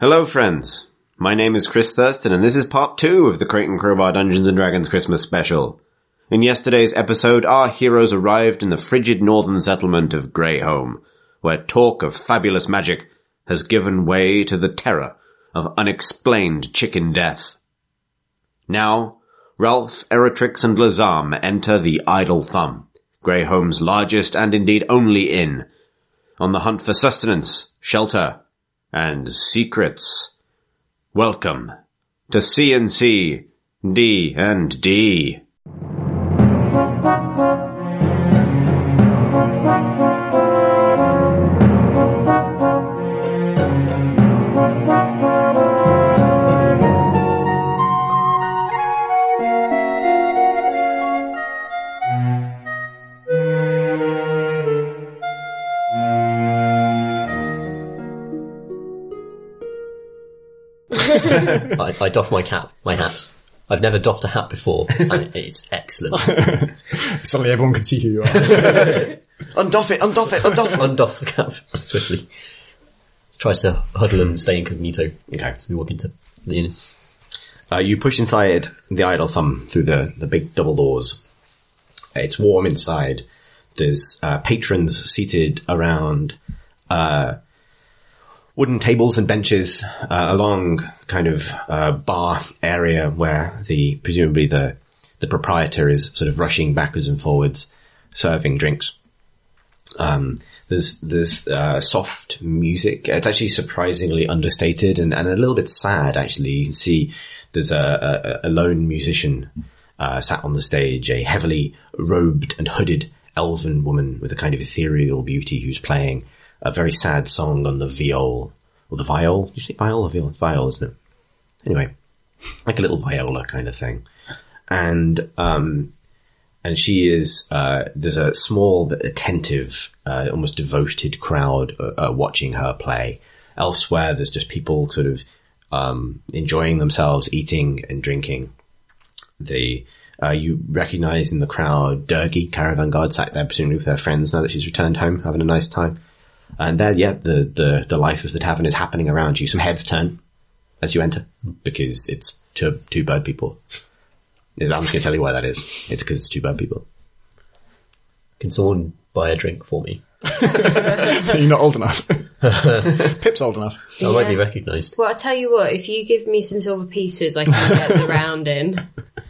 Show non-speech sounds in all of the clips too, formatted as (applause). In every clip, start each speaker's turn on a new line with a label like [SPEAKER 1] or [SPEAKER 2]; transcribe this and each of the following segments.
[SPEAKER 1] Hello, friends. My name is Chris Thurston, and this is part two of the Crate and Crowbar Dungeons and Dragons Christmas special. In yesterday's episode, our heroes arrived in the frigid northern settlement of Greyhome, where talk of fabulous magic has given way to the terror of unexplained chicken death. Now, Ralph, Eritrix, and Lazam enter the Idle Thumb, Greyhome's largest and indeed only inn, on the hunt for sustenance, shelter, and secrets. Welcome to CNC D and D.
[SPEAKER 2] I, I doff my cap, my hat. I've never doffed a hat before, and it's excellent.
[SPEAKER 3] Suddenly everyone can see who you are.
[SPEAKER 4] Undoff it, undoff it, undoff it.
[SPEAKER 2] Undoffs the cap (laughs) swiftly. Tries to huddle and stay incognito.
[SPEAKER 4] Okay.
[SPEAKER 2] As we walk into the inn.
[SPEAKER 4] Uh, you push inside the idle thumb through the, the big double doors. It's warm inside. There's uh, patrons seated around uh, wooden tables and benches uh, along kind of uh, bar area where the presumably the the proprietor is sort of rushing backwards and forwards, serving drinks. there's there's uh, soft music. It's actually surprisingly understated and, and a little bit sad. Actually, you can see there's a, a, a lone musician uh, sat on the stage, a heavily robed and hooded elven woman with a kind of ethereal beauty who's playing a very sad song on the viol or the viol. Did you say viol or viol? Viol, isn't it? Anyway, like a little viola kind of thing, and um, and she is uh, there's a small but attentive, uh, almost devoted crowd uh, uh, watching her play. Elsewhere, there's just people sort of um, enjoying themselves, eating and drinking. The uh, you recognise in the crowd Durgi Caravan Guard sat there presumably with her friends now that she's returned home, having a nice time. And there, yeah, the, the, the life of the tavern is happening around you. Some heads turn as you enter because it's two, two bird people. I'm just going to tell you why that is. It's because it's two bird people.
[SPEAKER 2] Can someone buy a drink for me?
[SPEAKER 3] (laughs) You're not old enough. (laughs) Pip's old enough.
[SPEAKER 2] I might be
[SPEAKER 5] Yeah.
[SPEAKER 2] recognised.
[SPEAKER 5] Well, I'll tell you what, if you give me some silver pieces, I can get (laughs) the round in.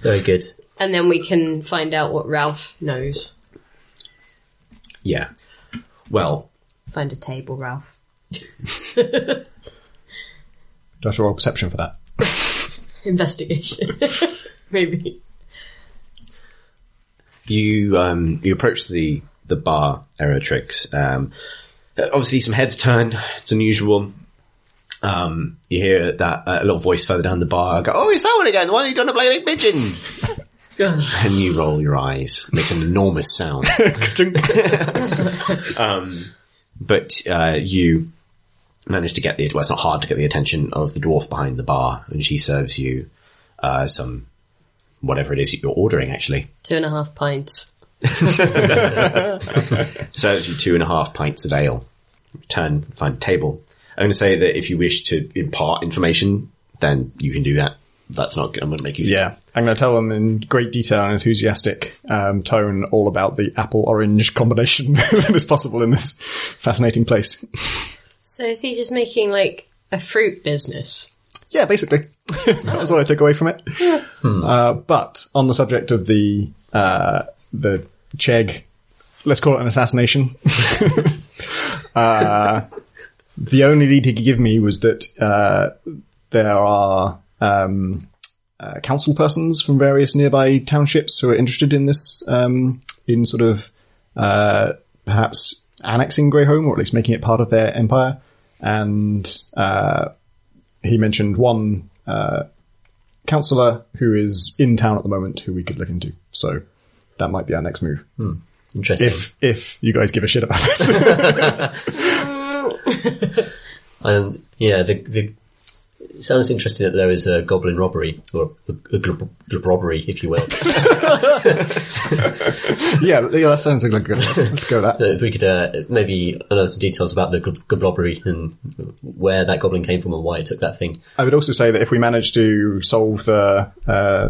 [SPEAKER 2] Very good.
[SPEAKER 5] And then we can find out what Ralph knows.
[SPEAKER 4] Yeah. Well,
[SPEAKER 5] Find a table, Ralph.
[SPEAKER 3] Do I have to roll perception for that?
[SPEAKER 5] Investigation. (laughs) Maybe.
[SPEAKER 4] you um, you approach the the bar Aerotrix. Um, obviously, some heads turn. It's unusual. Um, you hear that uh, little voice further down the bar go, "Oh, it's that one again! Why are you going to play Big Pigeon?"
[SPEAKER 5] Ugh.
[SPEAKER 4] and you roll your eyes. It makes an enormous sound. um, but uh, you manage to get the well. It's not hard to get the attention of the dwarf behind the bar, and she serves you uh, some whatever it is that you're ordering. Actually,
[SPEAKER 5] Two and a half pints.
[SPEAKER 4] serves you two and a half pints of ale. Return, find a table. I'm going to say that if you wish to impart information, then you can do that. That's not. I'm going to make you.
[SPEAKER 3] Yeah. I'm going to tell them in great detail and enthusiastic um, tone all about the apple orange combination (laughs) that is possible in this fascinating place.
[SPEAKER 5] So is he just making like a fruit business?
[SPEAKER 3] Yeah, basically. that was what I took away from it. Uh, but on the subject of the uh, the Chegg, let's call it an assassination. (laughs) uh, the only lead he could give me was that uh, there are um, uh, council persons from various nearby townships who are interested in this, um, in sort of uh, perhaps annexing Greyhome or at least making it part of their empire. And uh, he mentioned one uh, councillor who is in town at the moment who we could look into. So that might be our next move.
[SPEAKER 2] Interesting.
[SPEAKER 3] If if you guys give a shit about this.
[SPEAKER 2] And yeah, the the it sounds interesting that there is a goblin robbery or a, a glob- globbery, if you will.
[SPEAKER 3] (laughs) yeah, yeah, that sounds like a good. one. Let's go with
[SPEAKER 2] So
[SPEAKER 3] that.
[SPEAKER 2] if we could uh, maybe unearth some details about the gl- globbery and where that goblin came from and why it took that thing.
[SPEAKER 3] I would also say that if we manage to solve the uh,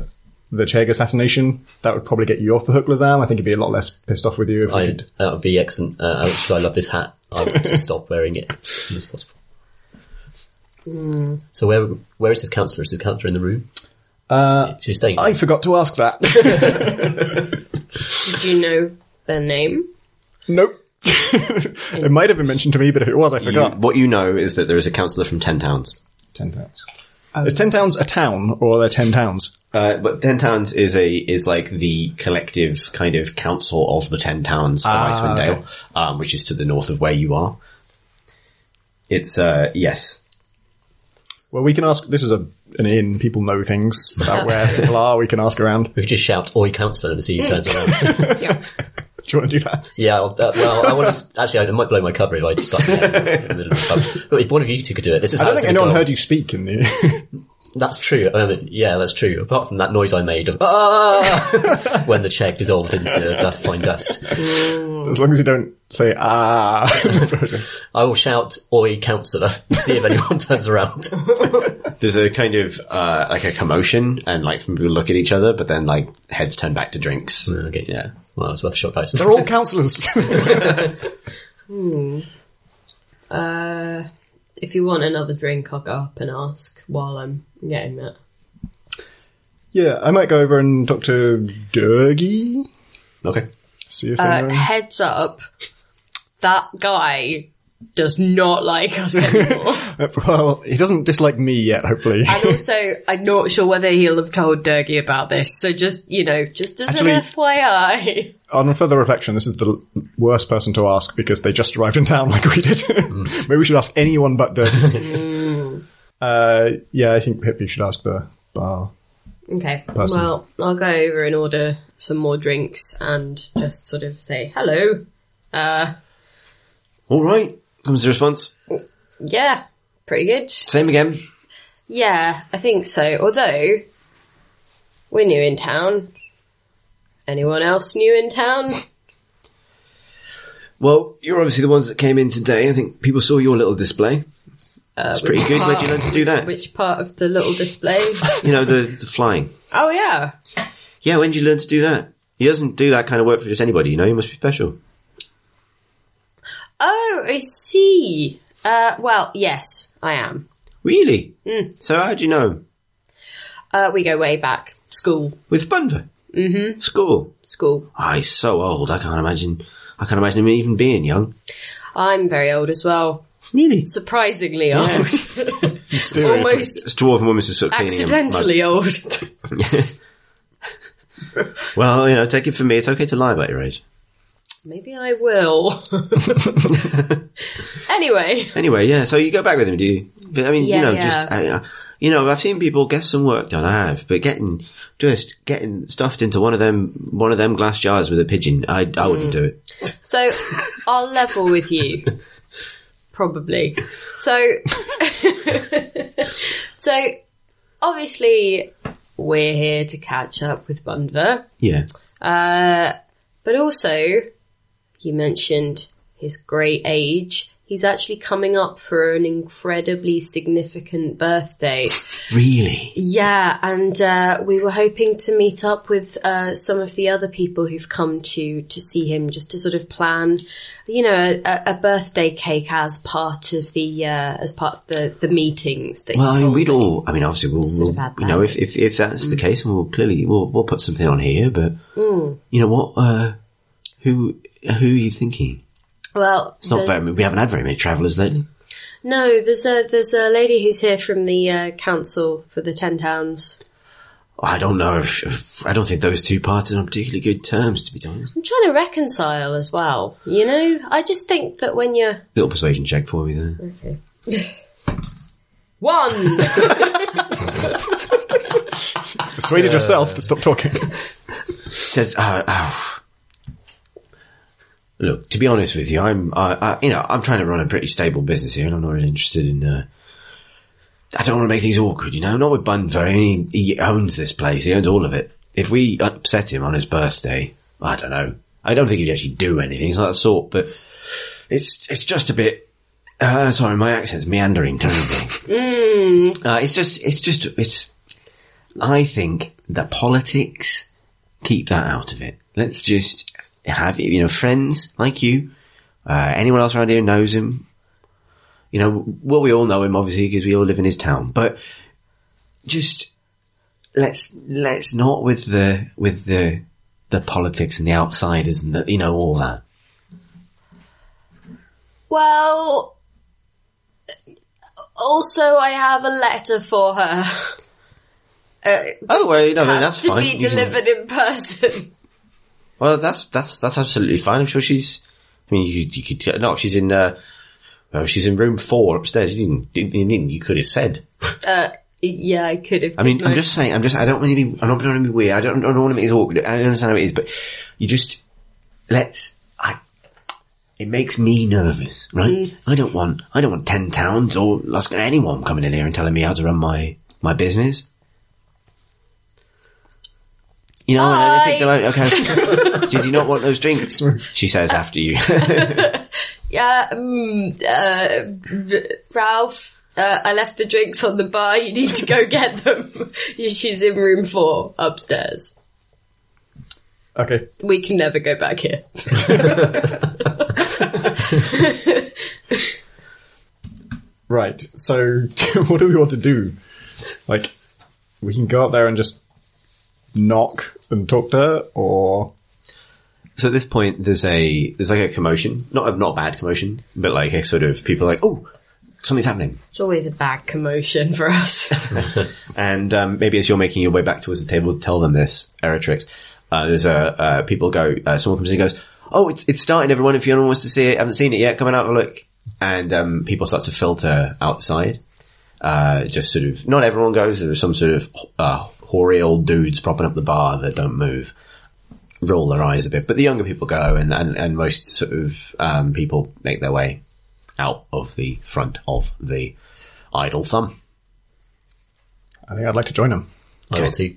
[SPEAKER 3] the Chegg assassination, that would probably get you off the hook, Lazam. I think you'd be a lot less pissed off with you if we
[SPEAKER 2] I,
[SPEAKER 3] could.
[SPEAKER 2] that would be excellent. Uh, I, 'cause I love this hat. I want
[SPEAKER 3] (laughs)
[SPEAKER 2] to stop wearing it as soon as possible. So where where is his counselor? Is his counselor in the room? Uh, She's staying.
[SPEAKER 3] I forgot to ask that.
[SPEAKER 5] Did you know their name?
[SPEAKER 3] nope. (laughs) it might have been mentioned to me, but if it was, I
[SPEAKER 4] You,
[SPEAKER 3] forgot.
[SPEAKER 4] what you know is that there is a councillor from Ten Towns.
[SPEAKER 3] Ten towns. Is ten towns a town, or are there ten towns?
[SPEAKER 4] Uh, but Ten Towns is a is like the collective kind of council of the Ten Towns of Icewind Dale, um, which is to the north of where you are. It's uh yes.
[SPEAKER 3] Well, we can ask. This is a an inn. People know things (laughs) about where people are. We can ask around. (laughs)
[SPEAKER 2] We could just shout, "Oi, counselor!" and see who turns
[SPEAKER 3] Hmm.
[SPEAKER 2] around.
[SPEAKER 3] Do you want to do that?
[SPEAKER 2] yeah. I'll, uh, well,
[SPEAKER 3] (laughs)
[SPEAKER 2] I want to. Actually, I it might blow my cover if I just like. yeah, in the middle of the pub. But if one of you two could do it, this is.
[SPEAKER 3] I
[SPEAKER 2] how
[SPEAKER 3] don't
[SPEAKER 2] it's
[SPEAKER 3] think
[SPEAKER 2] gonna
[SPEAKER 3] anyone
[SPEAKER 2] go.
[SPEAKER 3] heard you speak in the.
[SPEAKER 2] That's true. Um, yeah, that's true. Apart from that noise I made of
[SPEAKER 3] (laughs)
[SPEAKER 2] "Ah!" when the check dissolved into da- fine dust,
[SPEAKER 3] (laughs) as long as you don't say ah. in the process.
[SPEAKER 2] I will shout "Oi, counsellor!" See if anyone (laughs) turns around.
[SPEAKER 4] There's a kind of uh like a commotion and like people look at each other, but then like heads turn back to drinks.
[SPEAKER 2] okay.
[SPEAKER 4] Yeah.
[SPEAKER 2] Well, it's worth a shot, guys.
[SPEAKER 3] (laughs) They're all councillors.
[SPEAKER 5] If you want another drink, I'll go up and ask while I'm getting that.
[SPEAKER 3] (laughs) yeah, I might go over and talk to Durgy.
[SPEAKER 4] Okay.
[SPEAKER 3] See if
[SPEAKER 5] Uh,
[SPEAKER 3] anyone.
[SPEAKER 5] heads up, that guy does not like us anymore.
[SPEAKER 3] Uh, Well, he doesn't dislike me yet. Hopefully,
[SPEAKER 5] and also, I'm not sure whether he'll have told Durgy about this. So just, you know, just as
[SPEAKER 3] Actually-
[SPEAKER 5] an FYI.
[SPEAKER 3] (laughs) on further reflection, this is the l- worst person to ask because they just arrived in town (laughs) like we did. Maybe we should ask anyone but Durgy. uh, yeah, I think Pip, you should ask the bar.
[SPEAKER 5] Okay.
[SPEAKER 3] person.
[SPEAKER 5] Well, I'll go over and order some more drinks and just sort of say hello.
[SPEAKER 4] All right. Comes the response.
[SPEAKER 5] Yeah, pretty good.
[SPEAKER 4] Same again.
[SPEAKER 5] Yeah, I think so. Although we're new in town. Anyone else new in town?
[SPEAKER 4] Well, you're obviously the ones that came in today. I think people saw your little display.
[SPEAKER 5] Uh,
[SPEAKER 4] pretty
[SPEAKER 5] which
[SPEAKER 4] good. Where'd
[SPEAKER 5] part-
[SPEAKER 4] you learn to do that?
[SPEAKER 5] Which part of the little display?
[SPEAKER 4] You know, the, the flying.
[SPEAKER 5] (laughs) oh yeah.
[SPEAKER 4] Yeah, when did you learn to do that? He doesn't do that kind of work for just anybody, you know, you must be special.
[SPEAKER 5] Oh, I see. Uh, well, yes, I am.
[SPEAKER 4] Really?
[SPEAKER 5] Hmm.
[SPEAKER 4] So how do you know him?
[SPEAKER 5] Uh, we go way back. School,
[SPEAKER 4] With Thunder? Mm-hmm. School.
[SPEAKER 5] school.
[SPEAKER 4] Ah, he's so old, I can't imagine I can't imagine him even being young.
[SPEAKER 5] I'm very old as well.
[SPEAKER 4] Really?
[SPEAKER 5] Surprisingly old. Almost
[SPEAKER 4] It's dwarf and woman sort of cleaning him.
[SPEAKER 5] accidentally old. (laughs)
[SPEAKER 4] Like, Well, you know, take it from me, it's okay to lie about your age.
[SPEAKER 5] Maybe I will. anyway,
[SPEAKER 4] Anyway, yeah, so you go back with him, do you? But I mean,
[SPEAKER 5] Yeah,
[SPEAKER 4] you know,
[SPEAKER 5] yeah.
[SPEAKER 4] just I, I- you know, I've seen people get some work done. I have, but getting just getting stuffed into one of them one of them glass jars with a pigeon, I I wouldn't do
[SPEAKER 5] Mm.
[SPEAKER 4] it.
[SPEAKER 5] so I'll level with you. Probably. So, (laughs) so obviously we're here to catch up with Bunver,
[SPEAKER 4] Yeah,
[SPEAKER 5] but also you mentioned his great age. He's actually coming up for an incredibly significant birthday.
[SPEAKER 4] really.
[SPEAKER 5] Yeah, and uh, we were hoping to meet up with uh, some of the other people who've come to to see him, just to sort of plan, you know, a, a birthday cake as part of the uh, as part of the the meetings that.
[SPEAKER 4] Well,
[SPEAKER 5] he's
[SPEAKER 4] I mean, we'd
[SPEAKER 5] holding.
[SPEAKER 4] all. I mean, obviously, we'll,
[SPEAKER 5] Just sort
[SPEAKER 4] we'll
[SPEAKER 5] of add
[SPEAKER 4] you know,
[SPEAKER 5] that.
[SPEAKER 4] if if, if that's
[SPEAKER 5] Mm.
[SPEAKER 4] the case, and we'll clearly we'll we'll put something on here. But you know what? Uh, who who are you thinking?
[SPEAKER 5] Well,
[SPEAKER 4] It's not
[SPEAKER 5] there's-
[SPEAKER 4] very. We haven't had very many travellers lately.
[SPEAKER 5] No, there's a there's a lady who's here from the uh, council for the Ten Towns.
[SPEAKER 4] I don't know. If, if- I don't think those two parted on particularly good terms, to be honest.
[SPEAKER 5] I'm trying to reconcile as well. You know, I just think that when you're
[SPEAKER 4] Little persuasion check for me there.
[SPEAKER 5] okay. One.
[SPEAKER 3] Persuaded yourself to stop talking. (laughs)
[SPEAKER 4] says, uh, oh. "Look, to be honest with you, I'm, uh, uh, you know, I'm trying to run a pretty stable business here, and I'm not really interested in uh, I don't want to make things awkward, you know. Not with Bunbury. He, he owns this place. He owns all of it. If we upset him on his birthday, I don't know. I don't think he'd actually do anything. He's not that sort. But it's it's just a bit. Uh, sorry, my accent's meandering terribly. Uh, it's just it's just it's. I think the politics keep that out of it. Let's just have you know friends like you. Uh, anyone else around here knows him. You know, well, we all know him obviously because we all live in his town. But just let's let's not with the with the the politics and the outsiders and the, you know all that.
[SPEAKER 5] Well, also I have a letter for her. (laughs) Uh,
[SPEAKER 4] Oh well, you know,
[SPEAKER 5] has
[SPEAKER 4] that's
[SPEAKER 5] to
[SPEAKER 4] fine.
[SPEAKER 5] be
[SPEAKER 4] You can-
[SPEAKER 5] delivered in person. (laughs)
[SPEAKER 4] Well, that's that's that's absolutely fine. I'm sure she's. I mean, you, you could no, she's in. Uh, well, she's in room four upstairs. You didn't. You, didn't, you could have said.
[SPEAKER 5] yeah, I could have.
[SPEAKER 4] I mean, I'm just saying. I'm just. I don't want to be. I don't want to be weird. I don't. I don't want to make it awkward. I understand how it is, but you just let's. I. It makes me nervous, right? I don't want. I don't want ten towns or Lusk- anyone coming in here and telling me how to run my my business. You know, and I think they're like, okay. Did you not want those drinks? She says after you. (laughs)
[SPEAKER 5] yeah, um, uh, R- Ralph. Uh, I left the drinks on the bar. You need to go (laughs) get them. She's in room four upstairs.
[SPEAKER 3] Okay.
[SPEAKER 5] We can never go back here.
[SPEAKER 3] Right. So, (laughs) what do we want to do? Like, we can go up there and just knock and talk to her, or
[SPEAKER 4] so at this point, there's a there's like a commotion, not a, not a bad commotion, but like a sort of people are like, oh, something's happening.
[SPEAKER 5] It's always a bad commotion for us. (laughs)
[SPEAKER 4] and um, maybe as you're making your way back towards the table to tell them this, Eritrix, uh, there's a uh, people go. Uh, someone comes in and goes, "Oh, it's it's starting, everyone! If anyone wants to see it, haven't seen it yet, come and have a look." And um, people start to filter outside. Uh, just sort of, not everyone goes. There's some sort of uh, hoary old dudes propping up the bar that don't move, roll their eyes a bit. But the younger people go, and and, and most sort of um, people make their way out of the front of the idle thumb.
[SPEAKER 3] I think I'd like to join them.
[SPEAKER 2] (laughs) I will too.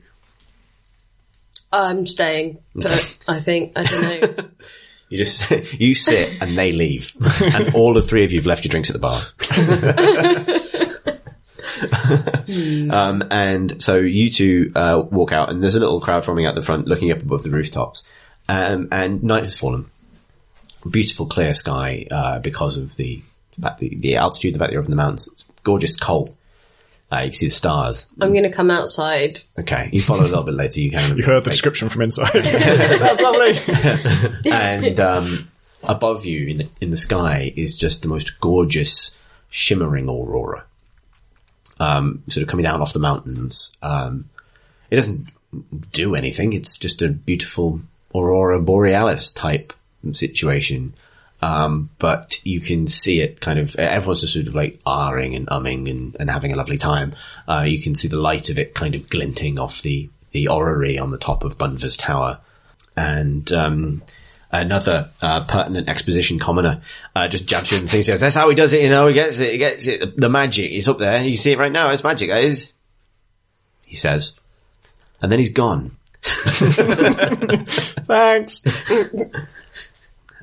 [SPEAKER 5] I'm staying, but I think I
[SPEAKER 4] (laughs)
[SPEAKER 5] don't know.
[SPEAKER 4] You just (laughs) you sit and they leave, and all the three of you have left your drinks at the bar. um, and so you two uh, walk out, and there's a little crowd forming out the front, looking up above the rooftops. Um, and night has fallen. Beautiful clear sky uh, because of the fact the, the altitude, the fact that you're up in the mountains. It's gorgeous cold. Uh, you can see the stars.
[SPEAKER 5] I'm going to come outside.
[SPEAKER 4] Okay, you follow a little bit later. You can.
[SPEAKER 3] (laughs) You heard the description from inside.
[SPEAKER 4] (laughs) Sounds lovely. (laughs) and um, above you in the in the sky is just the most gorgeous shimmering aurora, um, sort of coming down off the mountains. Um, it doesn't do anything. It's just a beautiful aurora borealis type situation. Um, but you can see it kind of, everyone's just sort of like ahhing and umming and, and having a lovely time. Uh, you can see the light of it kind of glinting off the, the orrery on the top of Bunver's Tower. And, um, another, uh, pertinent exposition commoner, uh, just jabs you in the thing. He says, that's how he does it, you know, he gets it, he gets it, the, the magic, it's up there, you can see it right now, it's magic, it is. He says. And then he's gone. (laughs)
[SPEAKER 3] Thanks.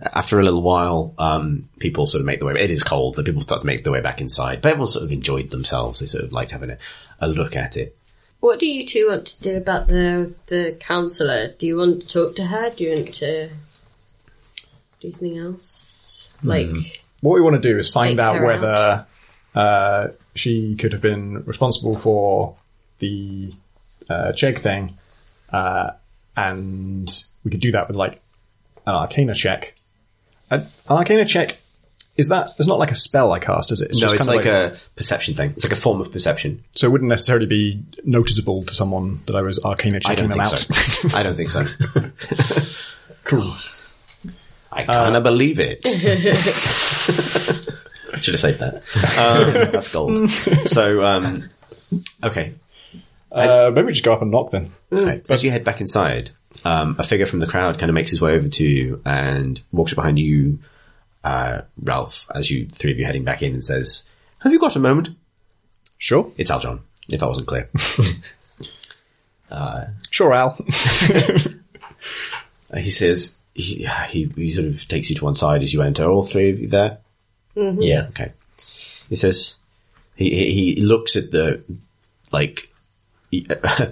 [SPEAKER 4] after a little while, um, people sort of make their way. It is cold. The people start to make their way back inside, but everyone sort of enjoyed themselves. They sort of liked having a, a look at it.
[SPEAKER 5] What do you two want to do about the the counsellor? Do you want to talk to her? Do you want to do something else?
[SPEAKER 4] Hmm.
[SPEAKER 5] Like,
[SPEAKER 3] What we want to do is find
[SPEAKER 5] Stake
[SPEAKER 3] out
[SPEAKER 5] her
[SPEAKER 3] whether uh, she could have been responsible for the uh, check thing, uh, and we could do that with like an Arcana check. An an Arcana check is that? It's not like a spell I cast, is it? It's
[SPEAKER 4] no, it's
[SPEAKER 3] kind
[SPEAKER 4] like,
[SPEAKER 3] of
[SPEAKER 4] a perception thing. It's like a form of perception.
[SPEAKER 3] so it wouldn't necessarily be noticeable to someone that I was Arcana
[SPEAKER 4] I
[SPEAKER 3] checking
[SPEAKER 4] don't
[SPEAKER 3] them
[SPEAKER 4] think
[SPEAKER 3] out.
[SPEAKER 4] so. I don't think so. (laughs)
[SPEAKER 3] cool. Uh,
[SPEAKER 4] I kind of believe
[SPEAKER 3] (laughs)
[SPEAKER 4] it. Should have saved that. Um, that's
[SPEAKER 3] (laughs)
[SPEAKER 4] gold. So, um, okay.
[SPEAKER 3] (laughs) Uh, maybe we just go up and knock then.
[SPEAKER 4] Right. As you head back inside, um, a figure from the crowd kind of makes his way over to you and walks up behind you, uh, Ralph, as you three of you heading back in and says, "Have you got a moment?"
[SPEAKER 3] Sure.
[SPEAKER 4] It's Al John, if I wasn't clear.
[SPEAKER 3] Sure, Al. (laughs)
[SPEAKER 4] Uh, he says, he, he, he sort of takes you to one side as you enter. All three of you there? (laughs)
[SPEAKER 3] Mm-hmm.
[SPEAKER 2] Yeah.
[SPEAKER 4] Okay. He says, he, he, he looks at the, like, he- (laughs) can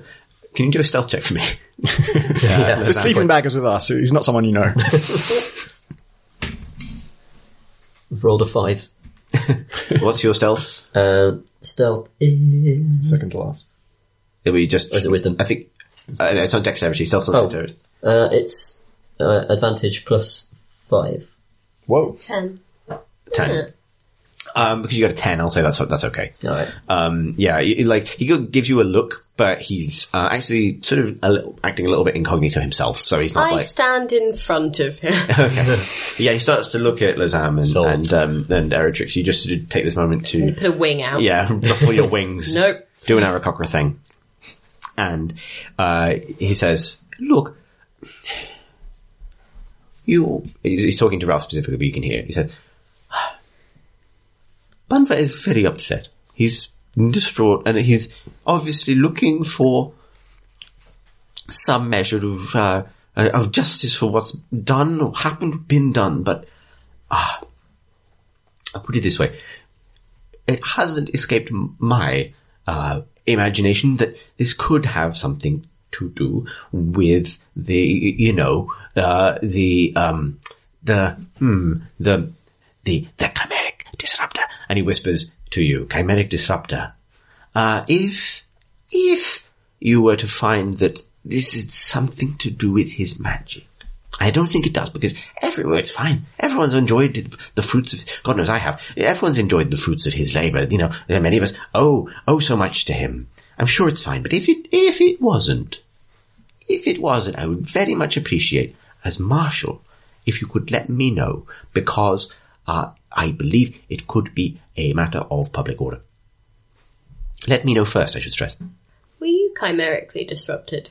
[SPEAKER 4] you do a stealth check for me? (laughs)
[SPEAKER 2] Yeah.
[SPEAKER 3] the sleeping bag is with us. He's not someone you know.
[SPEAKER 2] Rolled a five.
[SPEAKER 4] What's your stealth?
[SPEAKER 2] Uh, stealth is
[SPEAKER 3] (laughs) Second to last.
[SPEAKER 4] It'll be just.
[SPEAKER 2] Or is it wisdom?
[SPEAKER 4] I think uh, no, it's on dexterity. Stealth's on
[SPEAKER 2] Oh.
[SPEAKER 4] dexterity.
[SPEAKER 2] uh, it's uh, advantage plus five.
[SPEAKER 3] Whoa.
[SPEAKER 5] Ten.
[SPEAKER 4] Ten. Um, because you got a ten, I'll say that's that's okay.
[SPEAKER 2] All right.
[SPEAKER 4] Um, yeah, you, you like he go- gives you a look, but he's uh, actually sort of a little, acting a little bit incognito himself. So he's not
[SPEAKER 5] I
[SPEAKER 4] like
[SPEAKER 5] stand in front of
[SPEAKER 4] (laughs)
[SPEAKER 5] him.
[SPEAKER 4] yeah. He starts to look at Lazam and
[SPEAKER 2] Solved.
[SPEAKER 4] and um, and Eritrix. You just sort of take this moment to
[SPEAKER 5] Put a wing out.
[SPEAKER 4] yeah (laughs) ruffle your wings.
[SPEAKER 5] Nope.
[SPEAKER 4] do an Arakocra thing. And uh, he says, "Look, you." He's he's talking to Ralph specifically, but you can hear. It. He said, "Banva is very upset. He's distraught, and he's obviously looking for some measure of uh, of justice for what's done or happened, been done. But ah, I put it this way: it hasn't escaped m- my uh, imagination that this could have something to do with the you know uh, the um, the hmm, the the the chimeric disruptor. And he whispers to you, chimeric disruptor. Uh, if if you were to find that this is something to do with his magic. I don't think it does because everywhere it's fine. Everyone's enjoyed the- the fruits of, God knows I have. Everyone's enjoyed the fruits of his labor. You know, there are many of us owe, owe so much to him. I'm sure it's fine. But if it, if it wasn't, if it wasn't, I would very much appreciate as Marshal if you could let me know because, uh, I believe it could be a matter of public order. Let me know first, I should stress. (laughs)
[SPEAKER 5] Were you chimerically disrupted?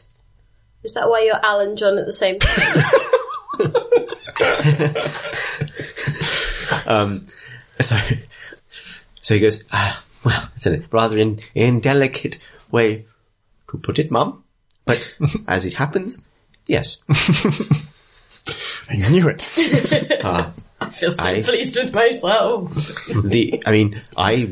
[SPEAKER 5] Is that why you're Alan John at the
[SPEAKER 4] (laughs)
[SPEAKER 5] same time?
[SPEAKER 4] So, so he goes, ah, well, it's a rather in, indelicate way to put it, mum. But as it happens, yes.
[SPEAKER 3] I knew it.
[SPEAKER 5] I feel so
[SPEAKER 4] I-
[SPEAKER 5] pleased with myself.
[SPEAKER 4] The, I mean, I,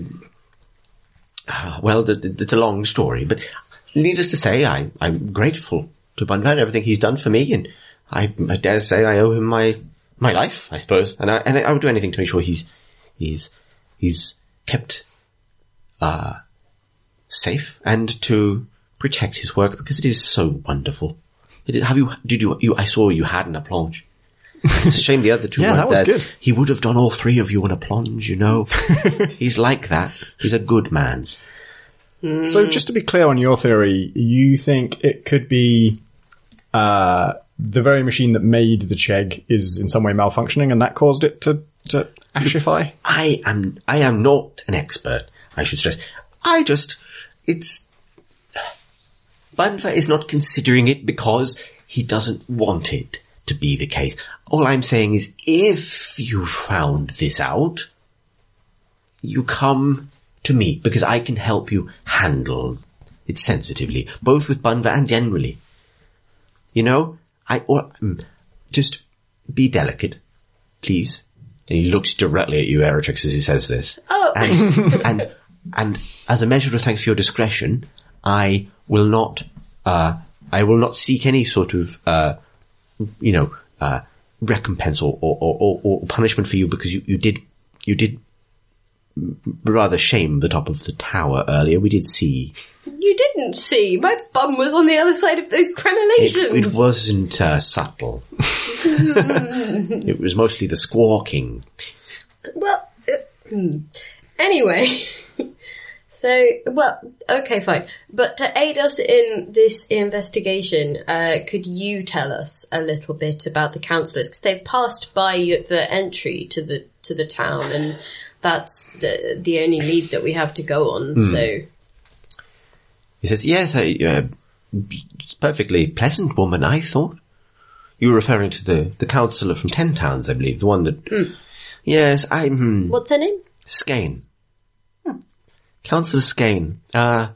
[SPEAKER 4] ah, well, the, the, it's a long story, but needless to say, I, I'm grateful to Bunva and everything he's done for me. And I, I dare say I owe him my, my life, I suppose. And I, and I would do anything to make sure he's, he's, he's kept uh, safe and to protect his work because it is so wonderful. It is- have you? Did you? you I saw you had an aplonge. It's a shame the other two
[SPEAKER 3] (laughs) Yeah,
[SPEAKER 4] weren't
[SPEAKER 3] that was
[SPEAKER 4] there.
[SPEAKER 3] good.
[SPEAKER 4] He would have done all three of you an aplonge, you
[SPEAKER 3] (laughs)
[SPEAKER 4] know. He's like that. He's a good man.
[SPEAKER 3] So, just to be clear on your theory, you think it could be uh, the very machine that made the Chegg is in some way malfunctioning, and that caused it to to ashify.
[SPEAKER 4] I am. I am not an expert. I should stress. I just. It's. Banfa is not considering it because he doesn't want it to be the case. All I'm saying is, if you found this out, you come to me because I can help you handle it sensitively, both with Bunva and generally. You know, I or, mm, just be delicate, please. And he looks directly at you, Eritrix, as he says this.
[SPEAKER 5] Oh.
[SPEAKER 4] and, and and as a measure of thanks for your discretion, I will not. Uh, I will not seek any sort of, uh, you know, uh, recompense or, or, or, or punishment for you because you, you did you did rather shame the top of the tower earlier. We did see
[SPEAKER 5] You didn't see. My bum was on the other side of those
[SPEAKER 4] it, it
[SPEAKER 5] crenellations.
[SPEAKER 4] wasn't uh, subtle. it was mostly the squawking.
[SPEAKER 5] well, uh, hmm. anyway. (laughs) So, well, okay, fine. But to aid us in this investigation, uh, could you tell us a little bit about the councillors? Because they've passed by you- the entry to the to the town, and that's the the only lead that we have to go on. So,
[SPEAKER 4] He says, "Yes, a uh, perfectly pleasant woman, I thought." You were referring to the the councillor from Ten Towns, I believe, the one that. Yes, hmm, I'm
[SPEAKER 5] what's her name?
[SPEAKER 4] Skane. Councillor Skane, uh,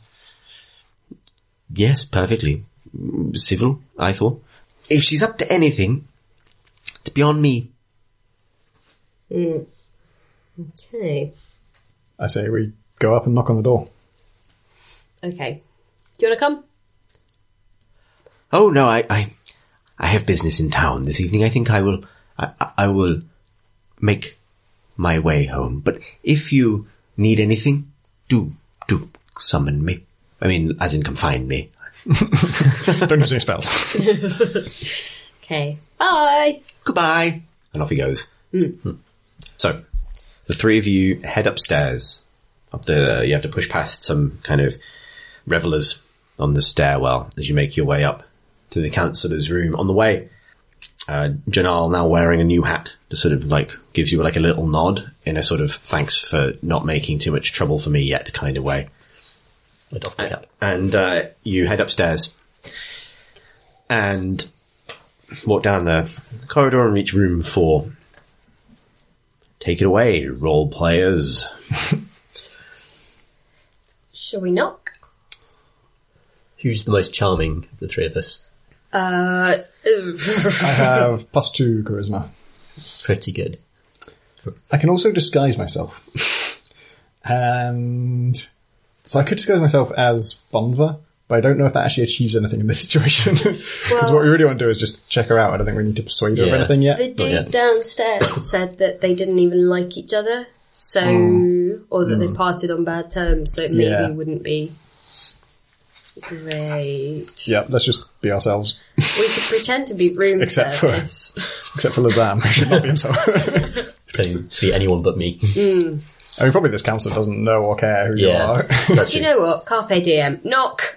[SPEAKER 4] yes, perfectly. Civil, I thought. If she's up to anything, it's beyond me.
[SPEAKER 5] Okay.
[SPEAKER 3] I say we go up and knock on the door.
[SPEAKER 5] Okay. Do you want to come?
[SPEAKER 4] Oh no, I, I, I have business in town this evening. I think I will, I, I- I will make my way home. But if you need anything, do, do summon me. I mean, as in confine me.
[SPEAKER 3] Don't use any (laughs) spells.
[SPEAKER 5] Okay. Bye.
[SPEAKER 4] Goodbye. And off he goes. Hmm. So, the three of you head upstairs. Up the, you have to push past some kind of revelers on the stairwell as you make your way up to the councillor's room. On the way, uh, Janal, now wearing a new hat, just sort of like gives you like a little nod in a sort of thanks for not making too much trouble for me yet kind of way
[SPEAKER 2] I'd off my cap.
[SPEAKER 4] and uh, you head upstairs and walk down the corridor and reach room four. Take it away, role players.
[SPEAKER 5] Shall we knock?
[SPEAKER 2] Who's the most charming of the three of us?
[SPEAKER 5] Uh,
[SPEAKER 3] I have plus two charisma.
[SPEAKER 2] Pretty good.
[SPEAKER 3] I can also disguise myself. (laughs) and so I could disguise myself as Bonva, but I don't know if that actually achieves anything in this situation. (laughs) Because
[SPEAKER 5] Well-
[SPEAKER 3] what we really want to do is just check her out. I don't think we need to persuade her
[SPEAKER 2] Yeah.
[SPEAKER 3] of anything yet.
[SPEAKER 5] the dude
[SPEAKER 2] yet.
[SPEAKER 5] downstairs (coughs) said that they didn't even like each other, so or that they parted on bad terms, so it maybe
[SPEAKER 3] Yeah.
[SPEAKER 5] wouldn't be great.
[SPEAKER 3] Yeah, let's just be ourselves.
[SPEAKER 5] We could pretend to be room
[SPEAKER 3] Except for-
[SPEAKER 5] service.
[SPEAKER 3] Except for (laughs) Lazam, who should not be himself.
[SPEAKER 2] Pretending to be anyone but
[SPEAKER 3] (laughs)
[SPEAKER 2] me.
[SPEAKER 3] I mean, probably this counselor doesn't know or care who
[SPEAKER 2] Yeah.
[SPEAKER 3] you are. (laughs)
[SPEAKER 2] That's
[SPEAKER 5] Do you
[SPEAKER 2] true.
[SPEAKER 5] know what? Carpe diem. Knock.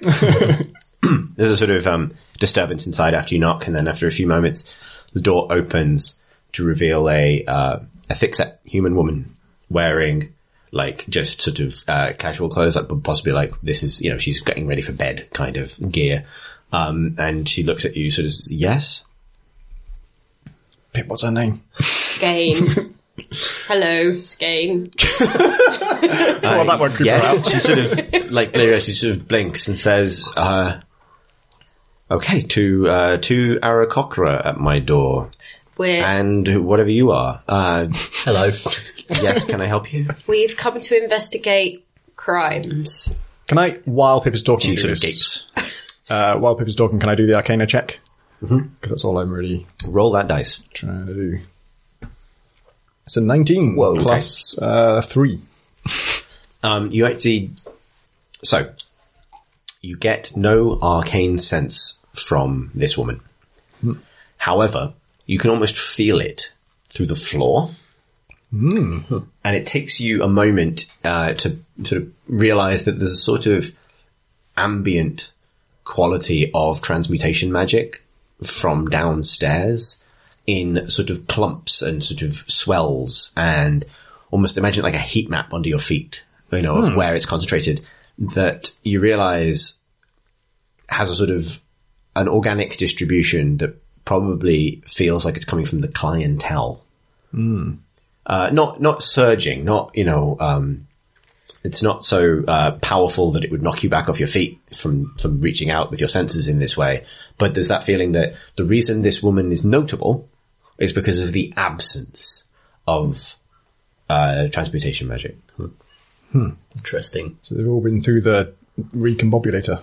[SPEAKER 4] There's a sort of um, disturbance inside after you knock, and then after a few moments, the door opens to reveal a uh, a thick-set human woman wearing like just sort of uh, casual clothes, like but possibly like this is you know she's getting ready for bed kind of gear. Um, and she looks at you, sort of says, yes,
[SPEAKER 3] Pip, what's her name?
[SPEAKER 5] Skane. Hello, Skane.
[SPEAKER 3] well, that won't creep
[SPEAKER 4] (laughs)
[SPEAKER 3] her out.
[SPEAKER 4] yes, she sort of like Lyra, she sort of blinks and says, uh, "Okay, to uh, to Arakokra at my door,
[SPEAKER 5] We're
[SPEAKER 4] and whatever you are, uh,
[SPEAKER 2] Hello. (laughs)
[SPEAKER 4] yes, can I help (laughs) you?"
[SPEAKER 5] we've come to investigate crimes.
[SPEAKER 3] Can I, while Pip is talking,
[SPEAKER 4] She
[SPEAKER 3] do
[SPEAKER 4] sort of
[SPEAKER 3] this-
[SPEAKER 4] gapes.
[SPEAKER 3] Uh, while Pip is talking, can I do the Arcana check? Because that's all I'm really
[SPEAKER 4] Roll that dice.
[SPEAKER 3] trying to do. It's a 19
[SPEAKER 4] Whoa, okay.
[SPEAKER 3] plus, uh, 3.
[SPEAKER 4] Um, you actually, so you get no arcane sense from this woman. However, you can almost feel it through the floor. And it takes you a moment uh, to sort of realize that there's a sort of ambient quality of transmutation magic from downstairs in sort of clumps and sort of swells and almost imagine like a heat map under your feet, you know, of where it's concentrated that you realize has a sort of an organic distribution that probably feels like it's coming from the clientele. Uh, not, not surging, not, you know, um, it's not so uh, powerful that it would knock you back off your feet from, from reaching out with your senses in this way. But there's that feeling that the reason this woman is notable is because of the absence of uh, transmutation magic.
[SPEAKER 2] Interesting.
[SPEAKER 3] So they've all been through the recombobulator.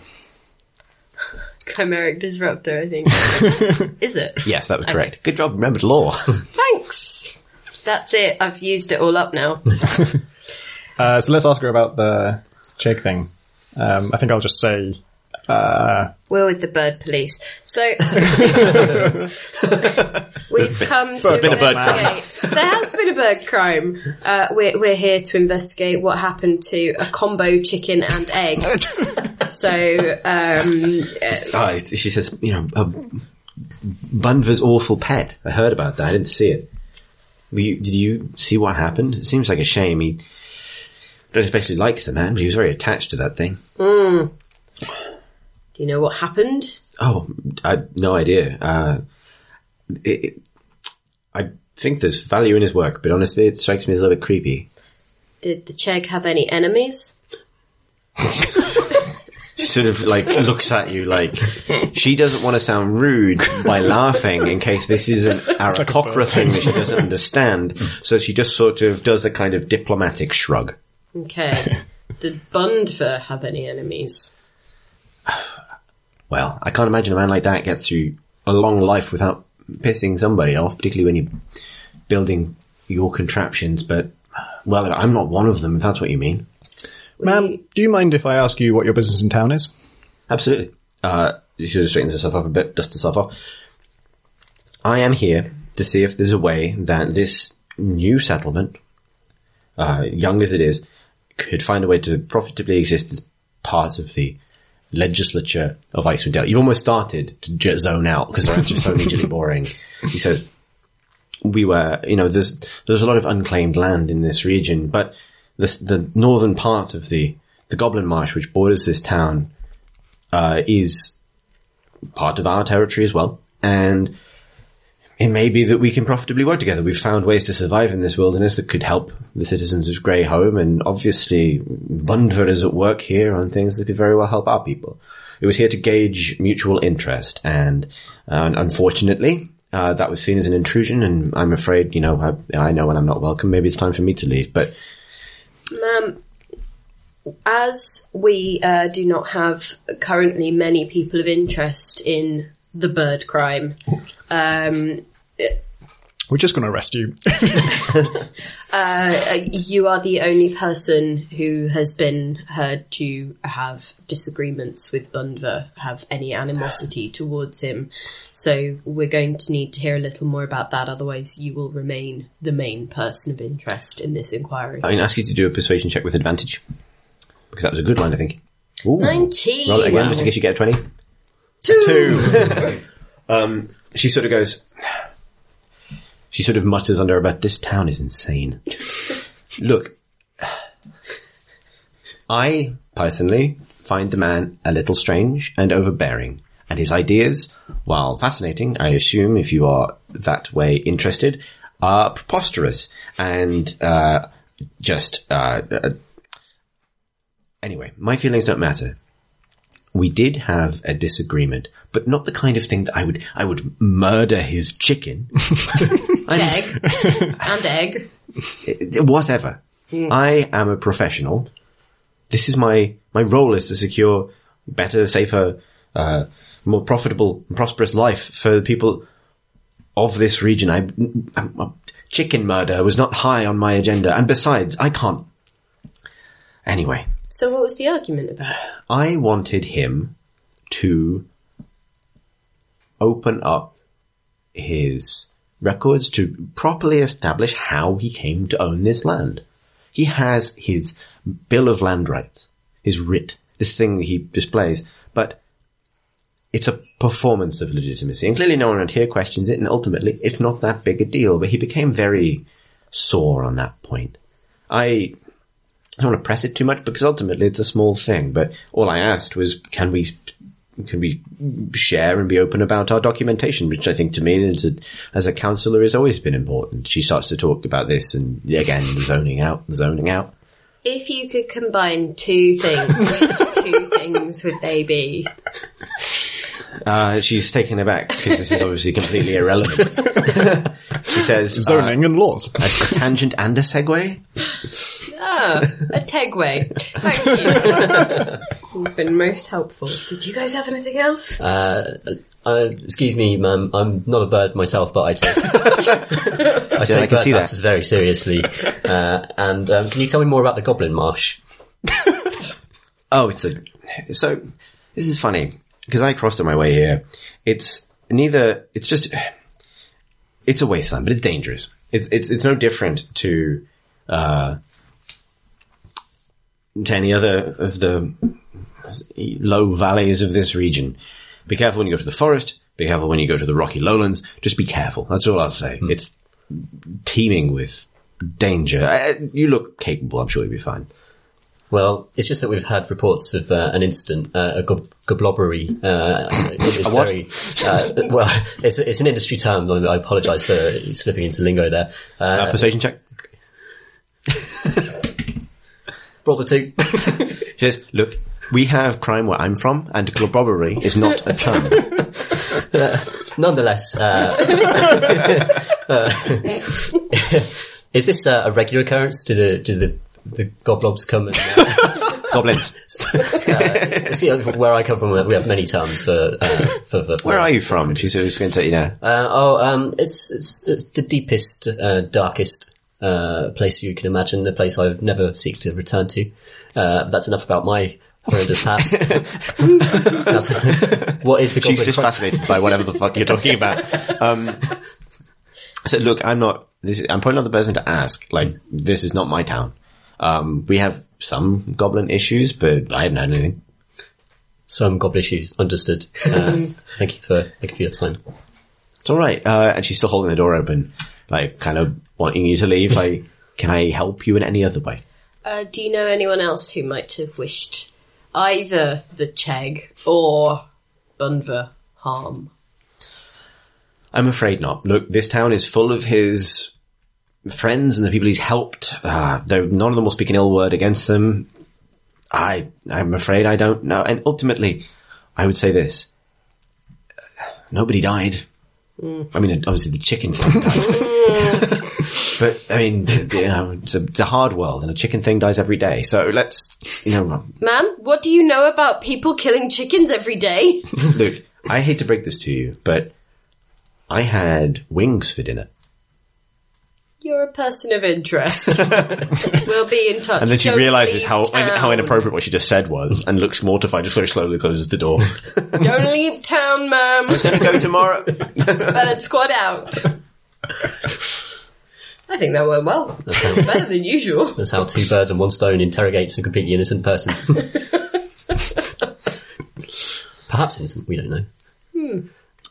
[SPEAKER 5] Chimeric disruptor, I think. Is it?
[SPEAKER 4] Yes, that was correct. Good job, remembered law. (laughs)
[SPEAKER 5] Thanks. That's it. I've used it all up now.
[SPEAKER 3] Uh, so let's ask her about the check thing. Um, I think I'll just say,
[SPEAKER 5] We're with the bird police.
[SPEAKER 4] (laughs)
[SPEAKER 5] So we've come to
[SPEAKER 4] been a bird
[SPEAKER 5] investigate. There has been a bird crime. Uh, we're, we're here to investigate what happened to a combo chicken and
[SPEAKER 4] (laughs)
[SPEAKER 5] egg. so um,
[SPEAKER 4] Ah, she says, you know, uh, Bunva's awful pet. I heard about that. I didn't see it. Were you, did you see what happened? It seems like a shame. He don't especially like the man, but he was very attached to that thing.
[SPEAKER 5] do you know what happened?
[SPEAKER 4] Oh, I no idea. Uh, it, it, I think there's value in his work, but honestly, it strikes me as a little bit creepy.
[SPEAKER 5] Did the Chegg have any enemies?
[SPEAKER 4] She sort of (laughs) like looks at you like she doesn't want to sound rude by (laughs) laughing in case this is an Arakocra thing that she doesn't understand. So she just sort of does a kind of diplomatic shrug. (laughs)
[SPEAKER 5] Okay. Did Bundver have any enemies?
[SPEAKER 4] Well, I can't imagine a man like that gets through a long life without pissing somebody off, particularly when you're building your contraptions. But, well, I'm not one of them, if that's what you mean.
[SPEAKER 3] Ma'am, do you mind if I ask you what your business in town is?
[SPEAKER 4] Absolutely. Uh, she sort of straightens herself up a bit, dusts herself off. I am here to see if there's a way that this new settlement, uh, young as it is, could find a way to profitably exist as part of the legislature of Icewind Dale. You've almost started to j- zone out because they're just so immediately boring. He says, we were, you know, there's there's a lot of unclaimed land in this region, but this, the northern part of the the Goblin Marsh, which borders this town, uh, is part of our territory as well, and it may be that we can profitably work together. We've found ways to survive in this wilderness that could help the citizens of Grey Home, and obviously Bundford is at work here on things that could very well help our people. It was here to gauge mutual interest, and uh, unfortunately, uh, that was seen as an intrusion, and I'm afraid, you know, I, I know when I'm not welcome, maybe it's time for me to leave, but
[SPEAKER 5] Ma'am, as we uh, do not have currently many people of interest in the bird crime, um,
[SPEAKER 3] We're just going to arrest you. (laughs)
[SPEAKER 5] uh, you are the only person who has been heard to have disagreements with Bundva, have any animosity towards him. So we're going to need to hear a little more about that, otherwise, you will remain the main person of interest in this inquiry.
[SPEAKER 4] I'm going to ask you to do a persuasion check with advantage because that was a good line, I think. Ooh.
[SPEAKER 5] 19.
[SPEAKER 4] Roll it again just in case you get a twenty.
[SPEAKER 5] Two.
[SPEAKER 4] (laughs) Um, She sort of goes. (sighs) She sort of mutters under her breath, "This town is insane." (laughs) Look, (sighs) I personally find the man a little strange and overbearing, and his ideas, while fascinating, I assume if you are that way interested, are preposterous and uh, just. Uh, uh, anyway, my feelings don't matter we did have a disagreement, but not the kind of thing that I would I would murder his chicken. (laughs)
[SPEAKER 5] Egg. (laughs) and egg.
[SPEAKER 4] Whatever. I am a professional. This is my my role is to secure better, safer, uh, more profitable, and prosperous life for the people of this region. I, I- I- chicken murder was not high on my agenda, and besides, I can't. Anyway,
[SPEAKER 5] So what was the argument about?
[SPEAKER 4] I wanted him to open up his records to properly establish how he came to own this land. He has his bill of land rights, his writ, this thing that he displays, but it's a performance of legitimacy. And clearly no one around here questions it, and ultimately it's not that big a deal, but he became very sore on that point. I I don't want to press it too much because ultimately it's a small thing. But all I asked was, can we, can we share and be open about our documentation? Which I think to me as a, as a counselor has always been important. She starts to talk about this and again, zoning out, zoning out.
[SPEAKER 5] If you could combine two things, which two things would they be?
[SPEAKER 4] Uh, she's taken aback because this is obviously completely irrelevant. (laughs) she says, uh,
[SPEAKER 3] Zoning and laws.
[SPEAKER 4] a tangent and a segue.
[SPEAKER 5] Oh, a tegway. Thank you. (laughs) You've been most helpful. Did you guys have anything else?
[SPEAKER 2] Uh, uh, excuse me, ma'am. I'm not a bird myself, but I
[SPEAKER 3] (laughs)
[SPEAKER 2] take, I take
[SPEAKER 4] I can
[SPEAKER 2] bird
[SPEAKER 4] see that.
[SPEAKER 2] passes very seriously. Uh, and um, can you tell me more about the Goblin Marsh?
[SPEAKER 4] Oh, it's a. So, this is funny, because I crossed on my way here. It's neither. It's just. It's a wasteland, but it's dangerous. It's, it's, it's no different to, uh, to any other of the low valleys of this region. Be careful when you go to the forest. Be careful when you go to the rocky lowlands. Just be careful. That's all I'll say. It's teeming with danger. I, I- you look capable. I'm sure you'll be fine.
[SPEAKER 2] Well, it's just that we've had reports of uh, an incident, uh, a gob- goblobbery. Uh, it's
[SPEAKER 4] what?
[SPEAKER 2] very uh, well. (laughs) It's, it's an industry term. I, I apologise for Uh, slipping into lingo there.
[SPEAKER 4] Uh, persuasion check.
[SPEAKER 2] Roll a two.
[SPEAKER 4] She says, look, we have crime where I'm from, and robbery is not a term.
[SPEAKER 2] (laughs) Nonetheless, uh, (laughs) uh, is this uh, a regular occurrence? Do the do the the goblobs come? And, uh,
[SPEAKER 4] Goblins.
[SPEAKER 2] you see, uh, (laughs) where I come from, we have many terms for uh, for, for
[SPEAKER 4] Where are you from? She says, going to, you know,
[SPEAKER 2] Uh, oh, um, it's, it's it's the deepest, uh, darkest uh, place you can imagine. The place I've never seek to return to. Uh, that's enough about my horrendous past. That's- (laughs) what is the
[SPEAKER 4] she's
[SPEAKER 2] goblin
[SPEAKER 4] just
[SPEAKER 2] crime?
[SPEAKER 4] fascinated by whatever the fuck you're talking about. Um, so look, I'm not. This is, I'm probably not the person to ask. Like, this is not my town. Um, we have some goblin issues, but I haven't had anything.
[SPEAKER 2] Some goblin issues. Understood. Uh, thank you for thank you for your time.
[SPEAKER 4] It's all right. Uh, and she's still holding the door open, like kind of wanting you to leave. Like, can I help you in any other way?
[SPEAKER 5] Uh, do you know anyone else who might have wished either the Cheg or Bunver harm?
[SPEAKER 4] I'm afraid not. Look, this town is full of his friends and the people he's helped. Uh, though none of them will speak an ill word against them. I, I'm afraid I don't know. And ultimately, I would say this: nobody died. I mean, obviously the chicken thing died. but I mean, you know, it's a, it's a hard world, and a chicken thing dies every day. So let's, you know,
[SPEAKER 5] Ma'am, what do you know about people killing chickens every day? (laughs)
[SPEAKER 4] Luke, I hate to break this to you, but I had wings for dinner.
[SPEAKER 5] You're a person
[SPEAKER 4] (laughs)
[SPEAKER 5] of interest. we'll be in touch.
[SPEAKER 4] And then she
[SPEAKER 5] Don't
[SPEAKER 4] realizes
[SPEAKER 5] leave
[SPEAKER 4] how
[SPEAKER 5] town.
[SPEAKER 4] how inappropriate what she just said was, and looks mortified. Just very slowly closes the (laughs) door.
[SPEAKER 5] Don't leave
[SPEAKER 4] (laughs)
[SPEAKER 5] town, ma'am.
[SPEAKER 4] Go tomorrow.
[SPEAKER 5] Bird
[SPEAKER 4] (laughs)
[SPEAKER 5] squad out. I think that went well. Better than usual.
[SPEAKER 2] That's how two birds and one stone interrogates a completely innocent person. Perhaps innocent. We don't know.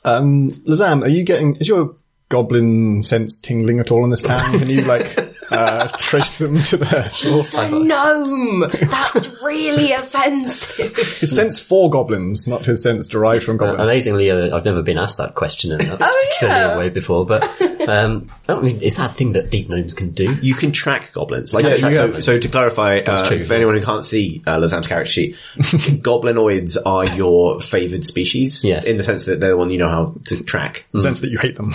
[SPEAKER 3] Um, Lazam, are you getting? Is your goblin sense tingling at all in this town? Can you like (laughs) uh, trace them to
[SPEAKER 4] (laughs)
[SPEAKER 3] their source?
[SPEAKER 5] A gnome. (laughs) That's really offensive.
[SPEAKER 3] His sense for goblins, not his sense derived from
[SPEAKER 2] Uh,
[SPEAKER 3] goblins.
[SPEAKER 2] amazingly, uh, I've never been asked that question in a particularly
[SPEAKER 5] yeah.
[SPEAKER 2] way before, but um, I don't mean, is that a thing that deep gnomes can do?
[SPEAKER 4] You can track goblins. Like
[SPEAKER 3] Yeah,
[SPEAKER 4] so-
[SPEAKER 3] you
[SPEAKER 4] so,
[SPEAKER 3] have-
[SPEAKER 4] so to clarify, uh,
[SPEAKER 2] true.
[SPEAKER 4] for anyone who can't see uh, Lausanne's character sheet, (laughs) goblinoids are your favored species.
[SPEAKER 2] Yes.
[SPEAKER 4] in the sense that they're the one you know how to track.
[SPEAKER 3] sense that you hate them.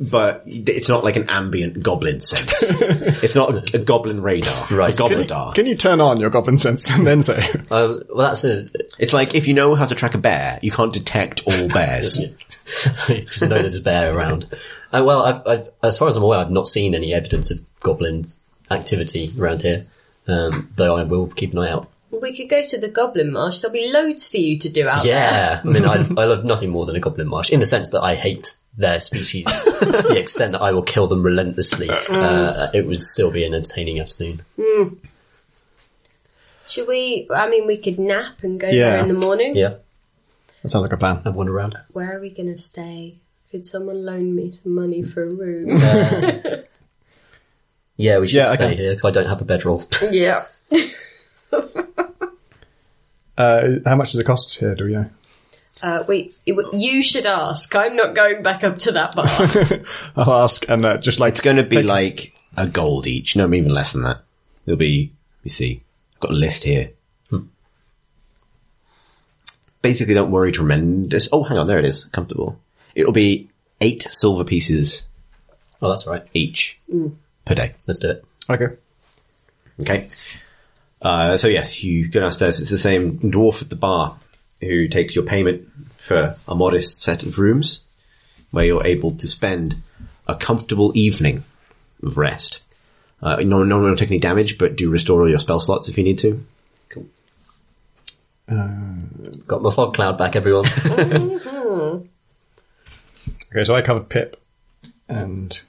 [SPEAKER 4] But it's not like an ambient goblin sense. it's not a, a goblin radar.
[SPEAKER 2] Right.
[SPEAKER 4] A
[SPEAKER 2] Can
[SPEAKER 4] goblin
[SPEAKER 3] Can you turn on your goblin sense and then say?
[SPEAKER 2] Uh, well, that's a. (laughs)
[SPEAKER 4] It's like if you know how to track a bear, you can't detect all bears.
[SPEAKER 2] Sorry, just know there's a bear around. Uh, well, I've, I've, as far as I'm aware, I've not seen any evidence of goblin activity around here, um, though I will keep an eye out.
[SPEAKER 5] We could go to the Goblin Marsh. There'll be loads for you to do out there.
[SPEAKER 2] Yeah, I mean, I, I love nothing more than a goblin marsh in the sense that I hate their species to the extent that I will kill them relentlessly. Uh, it would still be an entertaining afternoon.
[SPEAKER 5] Should we? I mean, we could nap and go there
[SPEAKER 3] Yeah.
[SPEAKER 5] in the morning.
[SPEAKER 2] Yeah,
[SPEAKER 3] That sounds like a plan.
[SPEAKER 2] have one around.
[SPEAKER 5] Where are we going to stay? Could someone loan me some money for a room?
[SPEAKER 2] Yeah, we should
[SPEAKER 3] Yeah,
[SPEAKER 2] stay
[SPEAKER 3] okay.
[SPEAKER 2] here because I don't have a bedroll. (laughs)
[SPEAKER 5] yeah.
[SPEAKER 3] Uh, how much does it cost here? Do we know?
[SPEAKER 5] Uh, wait, it w- you should ask. I'm not going back up to that bar.
[SPEAKER 3] I'll ask and uh, just like
[SPEAKER 4] It's going to be
[SPEAKER 3] Take-
[SPEAKER 4] like a gold each. No, even less than that. It'll be, you see, I've got a list here. Basically, don't worry tremendous. Oh, hang on, there it is. Comfortable. It'll be eight silver pieces
[SPEAKER 2] oh, that's all right.
[SPEAKER 4] each per day.
[SPEAKER 2] Let's do it.
[SPEAKER 3] okay.
[SPEAKER 4] Okay. Uh, so yes, you go downstairs. It's the same dwarf at the bar who takes your payment for a modest set of rooms where you're able to spend a comfortable evening of rest. Uh, no, no one will take any damage, but do restore all your spell slots if you need to.
[SPEAKER 2] Got my fog cloud back, (laughs) everyone.
[SPEAKER 3] Okay, so I covered Pip, and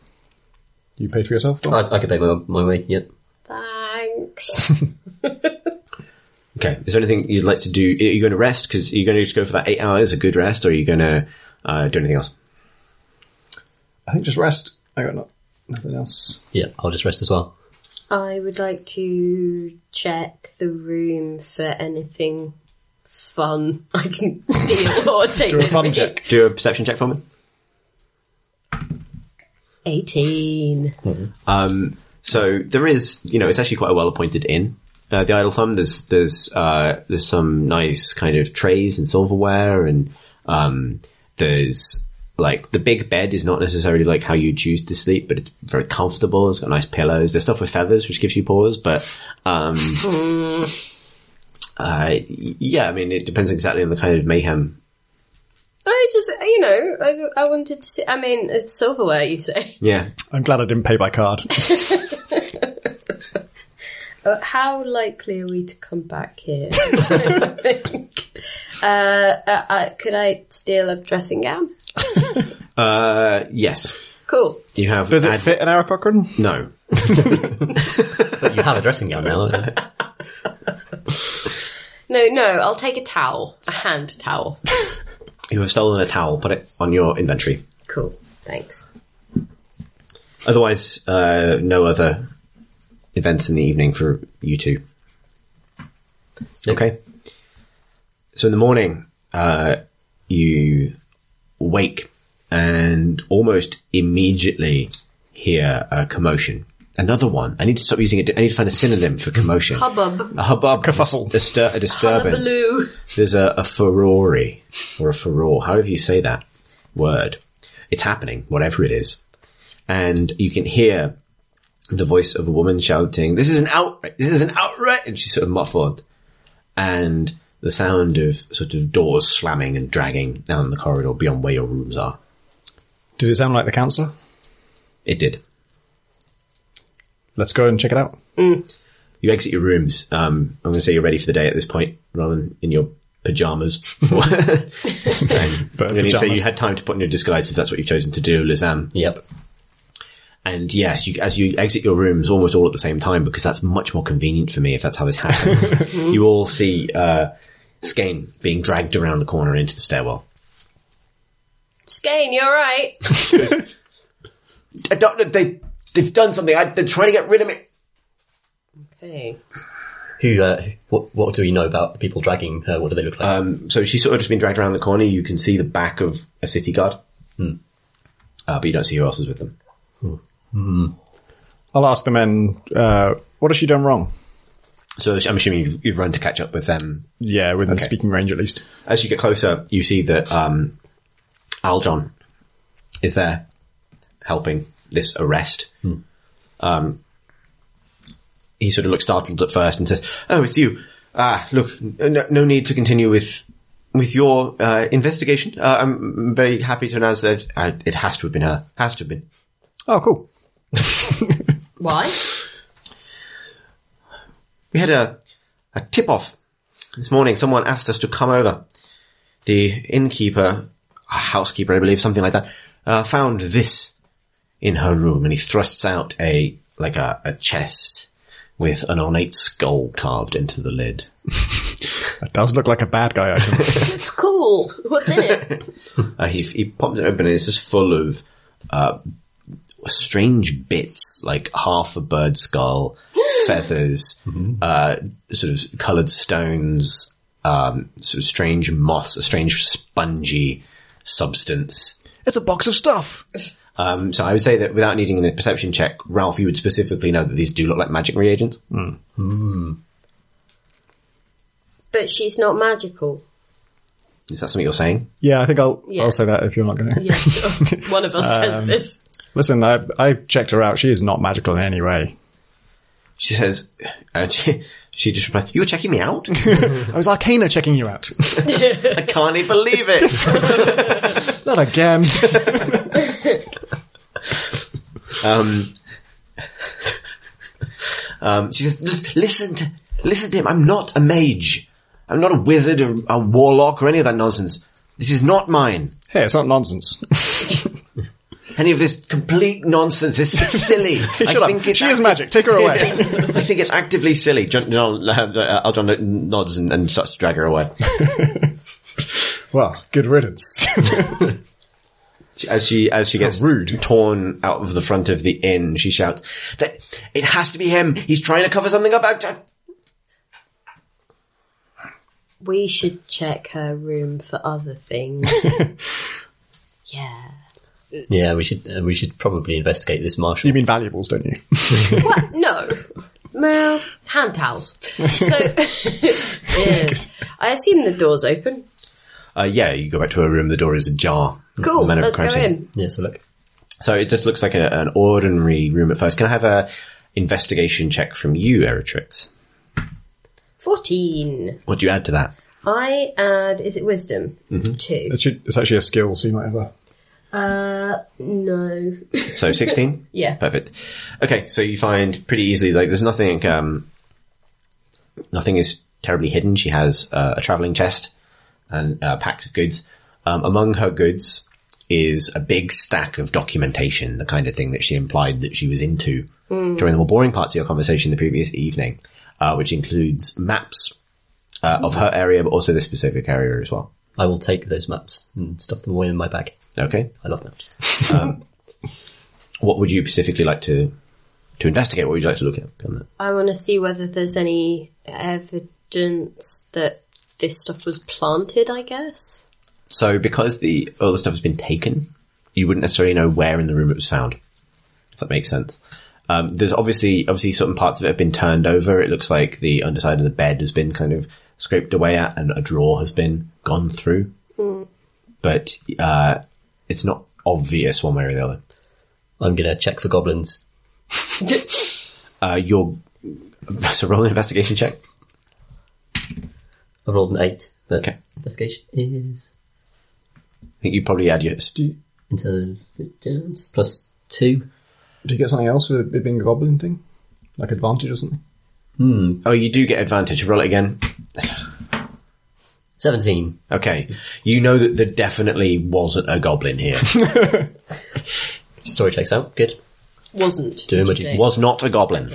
[SPEAKER 3] you paid for yourself. Dom?
[SPEAKER 2] I, I could pay my, my way. Yep.
[SPEAKER 5] Thanks.
[SPEAKER 4] Okay. Is there anything you'd like to do? Are you going to rest? Because you're going to just go for that eight hours, a good rest, or are you going to uh, do anything else?
[SPEAKER 3] I think just rest. I got not, nothing else.
[SPEAKER 2] Yeah, I'll just rest as well.
[SPEAKER 5] I would like to check the room for anything fun I can (laughs) steal or take.
[SPEAKER 3] Do a
[SPEAKER 5] with
[SPEAKER 3] fun
[SPEAKER 5] me.
[SPEAKER 3] check.
[SPEAKER 4] Do a perception check for me.
[SPEAKER 5] Eighteen.
[SPEAKER 4] Um, so there is, you know, it's actually quite a well appointed inn. uh, the Idle Thumb. There's there's uh, there's some nice kind of trays and silverware, and um, there's like the big bed is not necessarily like how you choose to sleep, but it's very comfortable. It's got nice pillows. There's stuff with feathers, which gives you pause, but
[SPEAKER 3] (laughs)
[SPEAKER 4] um, uh, yeah, I mean, it depends exactly on the kind of mayhem.
[SPEAKER 5] I just, you know, I, I wanted to see. I mean, it's silverware, you say. (laughs)
[SPEAKER 4] Yeah,
[SPEAKER 3] I'm glad I didn't pay by card.
[SPEAKER 5] Uh, How likely are we to come back here? (laughs) I think. uh, uh, uh, could I steal a dressing gown?
[SPEAKER 4] uh, yes.
[SPEAKER 5] Cool.
[SPEAKER 4] You have
[SPEAKER 3] Does it
[SPEAKER 4] ad-
[SPEAKER 3] fit an Arab Cochrane?
[SPEAKER 4] no.
[SPEAKER 2] But you have a dressing gown now.
[SPEAKER 5] No, no, I'll take a towel, a hand towel.
[SPEAKER 4] You have stolen a towel. Put it on your inventory.
[SPEAKER 5] Cool. Thanks.
[SPEAKER 4] Otherwise, uh, no other events in the evening for you two. Okay. So in the morning, uh, you wake and almost immediately hear a commotion. Another one. I need to stop using it. I need to find a synonym for commotion.
[SPEAKER 5] Hubbub.
[SPEAKER 4] A hubbub.
[SPEAKER 3] Kerfuffle.
[SPEAKER 4] A, stir- a disturbance.
[SPEAKER 5] Hullabaloo.
[SPEAKER 4] There's a, a furore or a furore, however you say that word. It's happening, whatever it is. And you can hear the voice of a woman shouting, this is an outright, this is an outright, and she's sort of muffled. And the sound of sort of doors slamming and dragging down the corridor beyond where your rooms are.
[SPEAKER 3] Did it sound like the counselor?
[SPEAKER 4] It did.
[SPEAKER 3] Let's go and check it out.
[SPEAKER 4] You exit your rooms. Um, I'm going to say you're ready for the day at this point, rather than in your pajamas. (laughs)
[SPEAKER 3] But
[SPEAKER 4] I'm going to say
[SPEAKER 3] pajamas.
[SPEAKER 4] you had time to put on your disguise if that's what you've chosen to do, Lizam.
[SPEAKER 2] (laughs) yep.
[SPEAKER 4] And yes, you, as you exit your rooms almost all at the same time, because that's much more convenient for me if that's how this happens, you all see uh, Skane being dragged around the corner into the stairwell.
[SPEAKER 5] Skane, you alright?
[SPEAKER 4] I Uh, don't, know, they, they've done something. I, they're trying to get rid of me.
[SPEAKER 5] Okay.
[SPEAKER 2] Who? Uh, what, what do we know about the people dragging her? What do they look like?
[SPEAKER 4] Um, so she's sort of just been dragged around the corner. You can see the back of a city guard, uh, but you don't see who else is with them.
[SPEAKER 3] I'll ask the men, uh, what has she done wrong?
[SPEAKER 4] So I'm assuming you've, you've run to catch up with them
[SPEAKER 3] Yeah, within speaking range at least.
[SPEAKER 4] as you get closer, you see that um, Aljon is there helping this arrest. Um, he sort of looks startled at first and says, "Oh, it's you. Ah, look, no, no need to continue with with your uh, investigation. Uh, I'm very happy to announce that uh, it has to have been her. Has to have been.
[SPEAKER 3] Oh, cool.
[SPEAKER 5] Why?
[SPEAKER 4] We had a a tip off this morning. Someone asked us to come over. The innkeeper, a housekeeper, I believe, something like that, uh, found this in her room, and he thrusts out a like a, a chest with an ornate skull carved into the lid.
[SPEAKER 3] That does look like a bad guy item.
[SPEAKER 5] It's cool. What's in it?
[SPEAKER 4] Uh, he he pops it open, and it's just full of uh, strange bits, like half a bird skull, feathers, uh, sort of coloured stones, um, sort of strange moss, a strange spongy substance.
[SPEAKER 3] (laughs) it's a box of stuff.
[SPEAKER 4] Um, so I would say that without needing a perception check, Ralph, you would specifically know that these do look like magic reagents.
[SPEAKER 5] But she's not magical.
[SPEAKER 4] Is that something you're saying?
[SPEAKER 3] Yeah, I think I'll
[SPEAKER 5] Yeah.
[SPEAKER 3] I'll say that if you're not going to.
[SPEAKER 5] Yeah, sure. One of us says this.
[SPEAKER 3] Listen, I I checked her out. She is not magical in any way.
[SPEAKER 4] She says, and she, (laughs) she just replies, "You're checking me out? (laughs)
[SPEAKER 3] I was Arcana checking you out. (laughs)
[SPEAKER 4] I can't even believe it."
[SPEAKER 3] not again. (laughs)
[SPEAKER 4] Um, she says, "L- "Listen to listen to him. I'm not a mage. I'm not a wizard or a warlock or any of that nonsense. This is not mine.
[SPEAKER 3] hey, it's not nonsense.
[SPEAKER 4] Any of this complete nonsense is silly. I
[SPEAKER 3] (laughs) Shut up.
[SPEAKER 4] think it's
[SPEAKER 3] She is magic. Take her (laughs) away.
[SPEAKER 4] (laughs) I think it's actively silly." John, John, uh, uh, John nods and, and starts to drag her away.
[SPEAKER 3] well, good riddance.
[SPEAKER 4] As she as she gets
[SPEAKER 3] rude.
[SPEAKER 4] torn out of the front of the inn, she shouts, "That it has to be him. He's trying to cover something up." I- I-
[SPEAKER 5] We should check her room for other things. yeah.
[SPEAKER 2] yeah, we should uh, we
[SPEAKER 3] (laughs)
[SPEAKER 2] should probably investigate this marshal.
[SPEAKER 3] you mean valuables, don't you?
[SPEAKER 5] What? No. Well, hand towels. So, Yeah. I assume the door's open.
[SPEAKER 4] Uh, yeah, you go back to her room. The door is ajar.
[SPEAKER 5] Cool,
[SPEAKER 4] Manner of
[SPEAKER 5] let's go
[SPEAKER 4] crossing.
[SPEAKER 5] in.
[SPEAKER 2] Yeah, so look.
[SPEAKER 4] So it just looks like a, an ordinary room at first. Can I have a investigation check from you, Eritrix?
[SPEAKER 5] 14.
[SPEAKER 4] What do you add to that?
[SPEAKER 5] I add, is it wisdom? Two.
[SPEAKER 3] It should, it's actually a skill, so you might have a.
[SPEAKER 5] Uh, no.
[SPEAKER 4] So 16?
[SPEAKER 5] Yeah.
[SPEAKER 4] Perfect. Okay, so you find pretty easily, like, there's nothing, um, nothing is terribly hidden. She has uh, a traveling chest and uh, packs of goods. Um, among her goods is a big stack of documentation, the kind of thing that she implied that she was into during the more boring parts of your conversation the previous evening, uh, which includes maps uh, of her area, but also this specific area as well.
[SPEAKER 2] I will take those maps and stuff them away in my bag.
[SPEAKER 4] Okay.
[SPEAKER 2] I love maps.
[SPEAKER 4] What would you specifically like to to investigate? What would you like to look at beyond that?
[SPEAKER 5] I want to see whether there's any evidence that this stuff was planted, I guess. (laughs)
[SPEAKER 4] So because the all the stuff has been taken, you wouldn't necessarily know where in the room it was found. If that makes sense. Um, there's obviously obviously certain parts of it have been turned over. It looks like the underside of the bed has been kind of scraped away at, and a drawer has been gone through. But uh, it's not obvious one way or the other.
[SPEAKER 2] I'm going to check for goblins.
[SPEAKER 4] Uh, your (laughs) so roll an investigation check.
[SPEAKER 2] I rolled an eight, but
[SPEAKER 4] Okay.
[SPEAKER 2] investigation is
[SPEAKER 4] I think you probably add your
[SPEAKER 2] intelligence plus two.
[SPEAKER 3] Do you get something else with it being a goblin thing? Like advantage or something?
[SPEAKER 4] oh you do get advantage. Roll it again.
[SPEAKER 2] 17.
[SPEAKER 4] Okay, you know that there definitely wasn't a goblin here.
[SPEAKER 2] Story checks out. Good.
[SPEAKER 5] Wasn't.
[SPEAKER 2] Doing
[SPEAKER 5] did
[SPEAKER 2] what
[SPEAKER 5] you
[SPEAKER 2] you
[SPEAKER 5] say?
[SPEAKER 4] was not a goblin.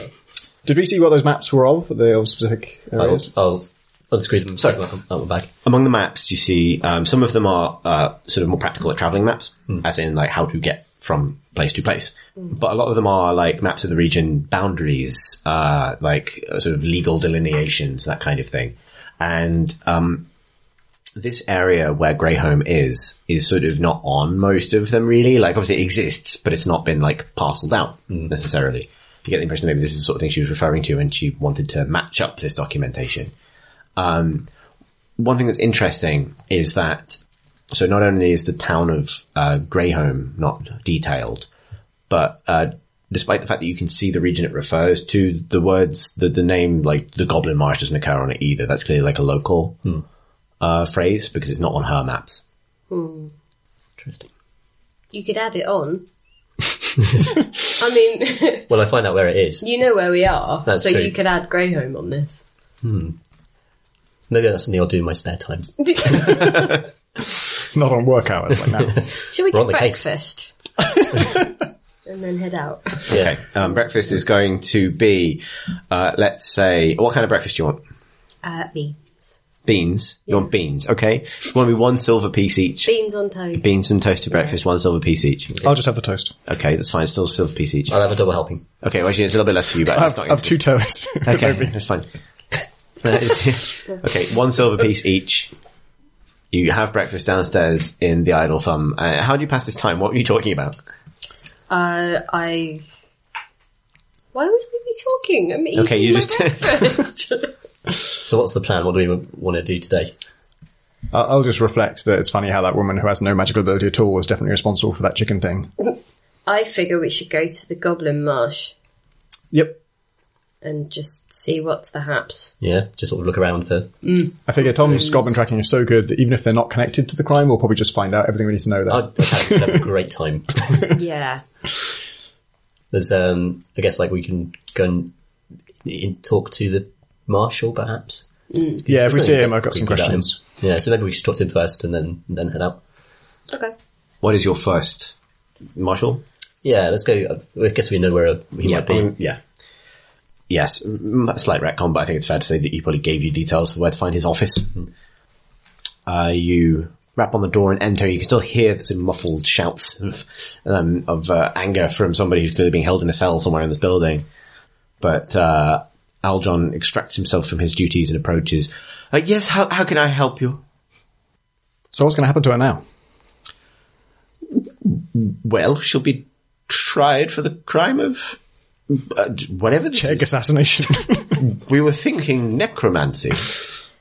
[SPEAKER 3] Did we see what those maps were of? They are specific
[SPEAKER 2] I'll,
[SPEAKER 3] areas.
[SPEAKER 2] I'll unscrew them
[SPEAKER 4] Sorry.
[SPEAKER 2] Sorry. out of my bag.
[SPEAKER 4] among the maps you see um, some of them are uh, sort of more practical at traveling maps as in like how to get from place to place but a lot of them are like maps of the region boundaries uh, like uh, sort of legal delineations that kind of thing and um, this area where Greyhome is is sort of not on most of them really like obviously it exists but it's not been like parceled out necessarily you get the impression that maybe this is the sort of thing she was referring to and she wanted to match up this documentation one thing that's interesting is that so not only is the town of uh, Greyhome not detailed, but uh, despite the fact that you can see the region it refers to, the words the the name like the Goblin Marsh doesn't occur on it either. That's clearly like a local uh, phrase because it's not on her maps.
[SPEAKER 2] Interesting.
[SPEAKER 5] You could add it on. I mean,
[SPEAKER 2] Well, I find out where it is.
[SPEAKER 5] you know where we are,
[SPEAKER 2] That's
[SPEAKER 5] so
[SPEAKER 2] true.
[SPEAKER 5] you could add Greyhome on this.
[SPEAKER 2] (laughs) Maybe that's something I'll do in my spare time.
[SPEAKER 5] Should
[SPEAKER 3] Not on work hours like (laughs) now.
[SPEAKER 5] we
[SPEAKER 2] We're
[SPEAKER 5] get
[SPEAKER 2] on the case.
[SPEAKER 5] breakfast?
[SPEAKER 2] (laughs)
[SPEAKER 5] and then head out.
[SPEAKER 2] Yeah.
[SPEAKER 4] Okay, um, breakfast is going to be, uh, let's say, what kind of breakfast do you want?
[SPEAKER 5] Uh, beans.
[SPEAKER 4] Beans. You want beans? Okay, you want to be one silver piece each.
[SPEAKER 5] Beans on toast.
[SPEAKER 4] Beans and toasted breakfast, one silver piece each.
[SPEAKER 3] I'll just have the toast.
[SPEAKER 4] Okay, that's fine. Still silver piece each.
[SPEAKER 2] I'll have a double helping.
[SPEAKER 4] Okay, well, actually, it's a little bit less for you, but
[SPEAKER 3] I
[SPEAKER 4] that's
[SPEAKER 3] have,
[SPEAKER 4] not
[SPEAKER 3] I have two (laughs) toast.
[SPEAKER 4] Okay, that's (laughs) fine. okay, one silver piece each. You have breakfast downstairs in the Idle Thumb. Uh, how do you pass this time? What were you talking about?
[SPEAKER 5] Uh, I. Why would we be talking? I'm eating
[SPEAKER 4] Okay, you
[SPEAKER 5] my
[SPEAKER 2] (laughs)
[SPEAKER 4] just-
[SPEAKER 5] breakfast.
[SPEAKER 2] So what's the plan? What do we want to do today?
[SPEAKER 3] I- I'll just reflect that it's funny how that woman who has no magical ability at all was definitely responsible for that chicken thing.
[SPEAKER 5] I figure we should go to the Goblin Marsh
[SPEAKER 3] Yep.
[SPEAKER 5] and just see what's the haps.
[SPEAKER 2] Yeah, just sort of look around for.
[SPEAKER 3] I figure Tom's goblin tracking is so good that even if they're not connected to the crime, we'll probably just find out everything we need to know there.
[SPEAKER 2] I'd I'd have a great
[SPEAKER 3] (laughs)
[SPEAKER 2] time.
[SPEAKER 5] yeah.
[SPEAKER 2] There's, um, I guess, like we can go and in, talk to the marshal, perhaps.
[SPEAKER 3] yeah, if we
[SPEAKER 2] There's
[SPEAKER 3] see
[SPEAKER 2] something
[SPEAKER 3] him, I've got
[SPEAKER 2] we
[SPEAKER 3] some
[SPEAKER 2] can do about him.
[SPEAKER 3] questions.
[SPEAKER 2] Yeah, so maybe we should talk to him first and then and then head out.
[SPEAKER 5] Okay.
[SPEAKER 4] What is your first, Marshall?
[SPEAKER 2] Yeah, let's go. I guess we know where he might be.
[SPEAKER 4] um, yeah. Yes, mm, a slight retcon, but I think it's fair to say that he probably gave you details for where to find his office. Uh, you rap on the door and enter. You can still hear some muffled shouts of um, of uh, anger from somebody who's clearly being held in a cell somewhere in this building. But uh, Aljon extracts himself from his duties and approaches. Uh, yes, how how can I help you?
[SPEAKER 3] So what's going to happen to her now?
[SPEAKER 4] Well, she'll be tried for the crime of uh, whatever this
[SPEAKER 3] Egg
[SPEAKER 4] is,
[SPEAKER 3] assassination.
[SPEAKER 4] we were thinking necromancy.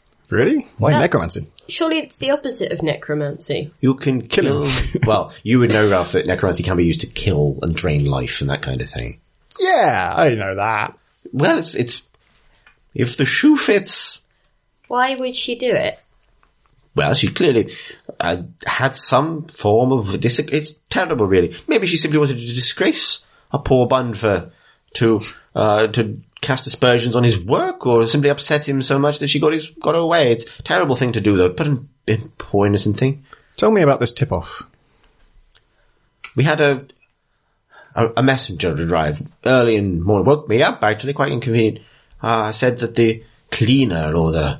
[SPEAKER 3] (laughs) really? Why
[SPEAKER 5] That's-
[SPEAKER 3] necromancy?
[SPEAKER 5] Surely it's the opposite of necromancy.
[SPEAKER 4] You can kill. (laughs) well, you would know, Ralph, that necromancy can be used to kill and drain life and that kind of thing.
[SPEAKER 3] Yeah, I know that.
[SPEAKER 4] Well, it's it's if the shoe fits.
[SPEAKER 5] Why would she do it?
[SPEAKER 4] Well, she clearly uh, had some form of dis- It's terrible, really. Maybe she simply wanted to disgrace a poor bun for to uh, to cast aspersions on his work, or simply upset him so much that she got his got away. It's a terrible thing to do, though. But a a poor innocent thing.
[SPEAKER 3] Tell me about this tip-off.
[SPEAKER 4] we had a a, a messenger arrive early in the morning. Woke me up actually, quite inconvenient. Uh, said that the cleaner or the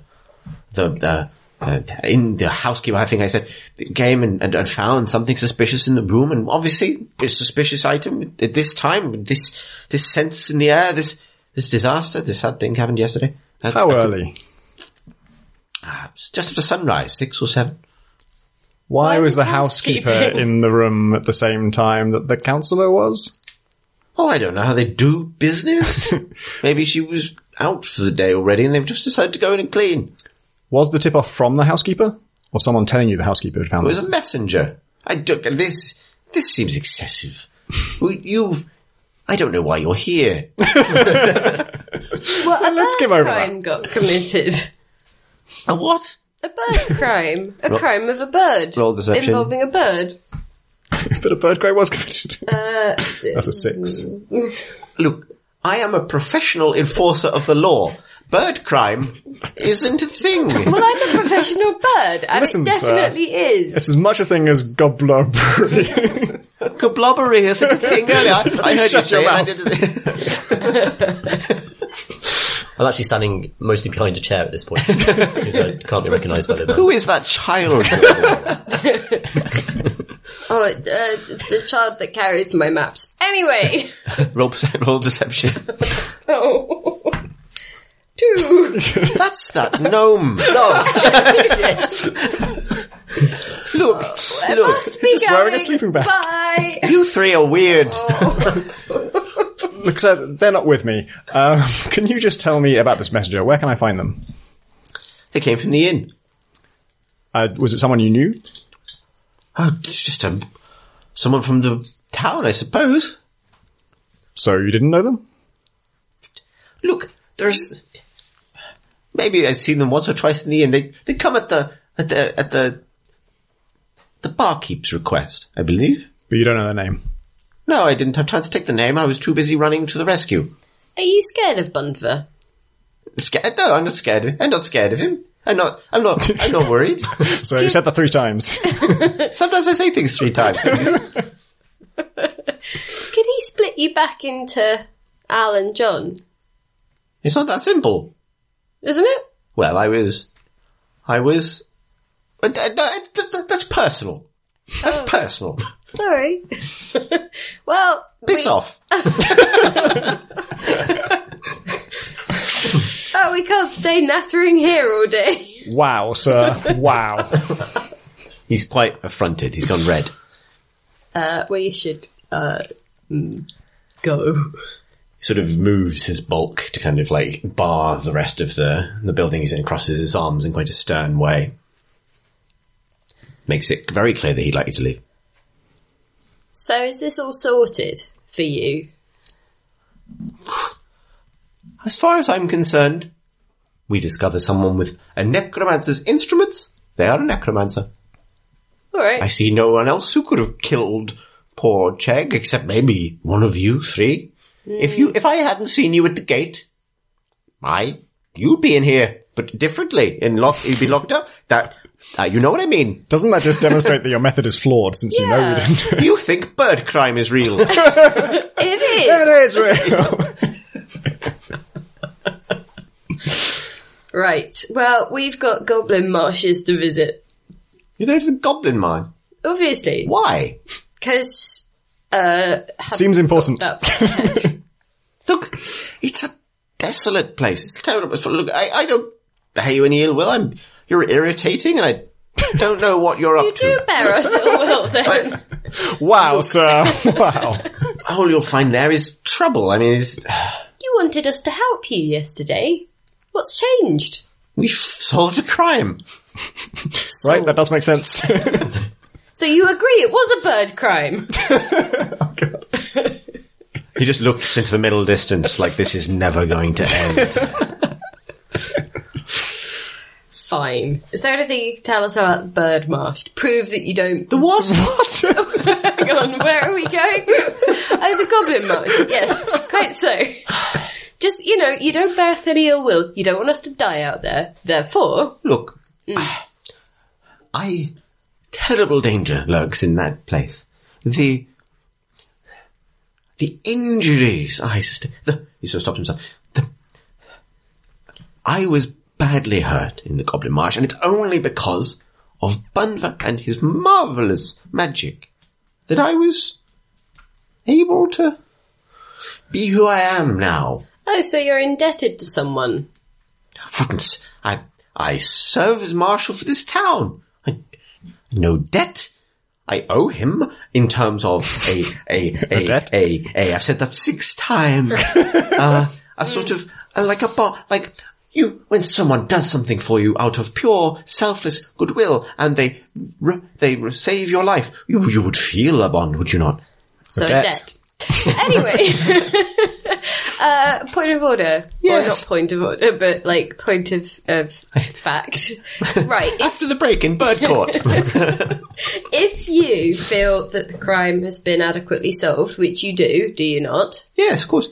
[SPEAKER 4] the the uh, in the housekeeper, I think I said, came and, and, and found something suspicious in the room, and obviously a suspicious item at this time. This this sense in the air, this this disaster, this sad thing happened yesterday. That-
[SPEAKER 3] How
[SPEAKER 4] I could-
[SPEAKER 3] early?
[SPEAKER 4] ah, it was just after sunrise, six or seven.
[SPEAKER 3] Why
[SPEAKER 5] Why
[SPEAKER 3] was
[SPEAKER 5] the
[SPEAKER 3] the housekeeper
[SPEAKER 5] housekeeping?
[SPEAKER 3] in the room at the same time that the councillor was?
[SPEAKER 4] Oh, I don't know how they do
[SPEAKER 3] (laughs)
[SPEAKER 4] business. Maybe she was out for the day already and they've just decided to go in and clean.
[SPEAKER 3] Was the tip-off from the housekeeper? Or someone telling you the housekeeper had
[SPEAKER 4] It
[SPEAKER 3] found
[SPEAKER 4] was
[SPEAKER 3] this?
[SPEAKER 4] a messenger. I took and this. This seems
[SPEAKER 3] (laughs)
[SPEAKER 4] excessive. We- You've. I don't know why you're
[SPEAKER 3] (laughs)
[SPEAKER 4] here.
[SPEAKER 5] Well, a
[SPEAKER 3] Let's
[SPEAKER 5] bird
[SPEAKER 3] skim over
[SPEAKER 5] crime got committed.
[SPEAKER 4] A what?
[SPEAKER 5] A bird crime. A crime of a bird.
[SPEAKER 4] Roll deception.
[SPEAKER 5] Involving a bird.
[SPEAKER 3] (laughs) but a bird grey was committed.
[SPEAKER 5] Uh,
[SPEAKER 3] That's a six.
[SPEAKER 4] Look, I am a professional enforcer of the law. Bird crime isn't a
[SPEAKER 3] (laughs)
[SPEAKER 4] thing.
[SPEAKER 5] Well, I'm a professional bird, and
[SPEAKER 3] Listen,
[SPEAKER 5] it
[SPEAKER 3] sir.
[SPEAKER 5] definitely
[SPEAKER 3] (laughs)
[SPEAKER 5] is.
[SPEAKER 3] It's as much a thing as gobbler
[SPEAKER 5] (laughs)
[SPEAKER 4] Gablobbery isn't a thing earlier. I, I heard you
[SPEAKER 3] Shut
[SPEAKER 4] say
[SPEAKER 3] your
[SPEAKER 4] it. (laughs) I
[SPEAKER 3] mouth.
[SPEAKER 4] didn't.
[SPEAKER 2] I'm actually standing mostly behind a chair at this point (laughs) because I can't be recognised by the bird.
[SPEAKER 4] Who is that
[SPEAKER 3] (laughs)
[SPEAKER 4] child?
[SPEAKER 5] Oh, it, uh, it's a child that carries my maps. Anyway. (laughs)
[SPEAKER 4] roll, perce- roll
[SPEAKER 3] (laughs)
[SPEAKER 4] deception.
[SPEAKER 5] oh. (laughs)
[SPEAKER 3] (laughs)
[SPEAKER 5] Two.
[SPEAKER 4] That's that gnome.
[SPEAKER 3] Oh,
[SPEAKER 5] Yes.
[SPEAKER 4] Look, look.
[SPEAKER 5] Just
[SPEAKER 3] wearing a sleeping bag.
[SPEAKER 5] Bye.
[SPEAKER 4] You three are weird.
[SPEAKER 3] Look, sir, they're not with me. Um, can you just tell me about this messenger? Where can I find them?
[SPEAKER 4] They came from the inn.
[SPEAKER 3] Uh, was it someone you knew?
[SPEAKER 4] Oh, it's just a, someone from the town, I suppose.
[SPEAKER 3] So you didn't know them?
[SPEAKER 4] Look, there's maybe I've seen them once or twice in the inn. They they come at the at the at the the barkeep's request, I believe.
[SPEAKER 3] But you don't know their name.
[SPEAKER 4] No, I didn't have time to take the name. I was too busy running to the rescue.
[SPEAKER 5] Are you scared of Bundva?
[SPEAKER 4] Scared? No, I'm not scared of him. I'm not scared of him. I'm not. I'm not. I'm not worried.
[SPEAKER 3] So you said that three
[SPEAKER 5] (laughs)
[SPEAKER 3] times.
[SPEAKER 4] Sometimes I say things three times.
[SPEAKER 5] Could he split you back into Al and John?
[SPEAKER 4] It's not that simple.
[SPEAKER 5] Isn't it?
[SPEAKER 4] Well, I was, I was. uh, uh, no, uh, th- th- that's personal. That's personal.
[SPEAKER 5] Sorry. (laughs) well,
[SPEAKER 4] Piss
[SPEAKER 5] we,
[SPEAKER 4] off.
[SPEAKER 5] Oh, we can't stay nattering here all day. (laughs)
[SPEAKER 3] wow, sir. Wow.
[SPEAKER 4] He's quite affronted. He's gone red.
[SPEAKER 5] Uh, well, you should uh, mm, go.
[SPEAKER 4] Sort of moves his bulk to kind of like bar the rest of the the building he's in. Crosses his arms in quite a stern way. Makes it very clear that he'd like you to leave.
[SPEAKER 5] So, is this all sorted for you?
[SPEAKER 4] As far as I'm concerned, we discover someone with a necromancer's instruments. They are a necromancer.
[SPEAKER 5] All right.
[SPEAKER 4] I see no one else who could have killed poor Chegg except maybe one of you three. If you, if I hadn't seen you at the gate, I, you'd be in here, but differently. In lock, you'd be locked up. That, uh, you know what I mean.
[SPEAKER 3] Doesn't that just demonstrate that your method is flawed since you know you
[SPEAKER 5] Yeah.
[SPEAKER 3] didn't?
[SPEAKER 4] You think bird crime is real?
[SPEAKER 5] (laughs) it is.
[SPEAKER 3] is
[SPEAKER 5] (laughs)
[SPEAKER 3] real.
[SPEAKER 5] Right. Well, we've got goblin marshes to visit.
[SPEAKER 4] you know, it's a goblin mine.
[SPEAKER 5] Obviously.
[SPEAKER 4] Why?
[SPEAKER 5] Because, uh,
[SPEAKER 3] Seems important.
[SPEAKER 5] that-
[SPEAKER 4] Look, it's a desolate place. It's terrible. It's- Look, I, I don't bear you any ill will. I'm, you're irritating and I don't know what you're up
[SPEAKER 5] you do
[SPEAKER 4] to.
[SPEAKER 5] (laughs) bear us ill will then.
[SPEAKER 3] wow, sir. Wow.
[SPEAKER 4] all you'll find there is trouble. I mean, it's,
[SPEAKER 5] You wanted us to help you yesterday. What's changed?
[SPEAKER 4] we've solved a crime.
[SPEAKER 3] Right, that does make sense.
[SPEAKER 5] So you agree it was a bird crime?
[SPEAKER 4] He just looks into the middle distance like this is never going to end.
[SPEAKER 5] Fine. Is there anything you can tell us about Birdmarsh to prove that you don't? The
[SPEAKER 4] what?
[SPEAKER 5] (laughs) Hang on, where are we going? oh, the Goblin Marsh. Yes, quite so. Just you know, you don't bear us any ill will. You don't want us to die out there. Therefore,
[SPEAKER 4] Look, ah, I terrible danger lurks in that place. The the injuries I sustained. The, he sort of stopped himself. The, I was badly hurt in the Goblin Marsh, and it's only because of Bunva and his marvelous magic that I was able to be who I am now.
[SPEAKER 5] oh, so you're indebted to someone.
[SPEAKER 4] Heavens, I I serve as marshal for this town. I, no debt. I owe him in terms of a a a
[SPEAKER 3] debt?
[SPEAKER 4] a a. I've said that six times. uh, a sort of uh, like a bo- like you when someone does something for you out of pure selfless goodwill and they r- they r- save your life, you you would feel a bond, would you not?
[SPEAKER 5] So
[SPEAKER 3] bet.
[SPEAKER 5] debt. anyway, (laughs) uh, point of order. Or
[SPEAKER 4] Yes.
[SPEAKER 5] not point of order, but like point of, of fact. right. If,
[SPEAKER 4] After the break in Bird Court.
[SPEAKER 5] if you feel that the crime has been adequately solved, which you do, do you not?
[SPEAKER 4] yes, of course.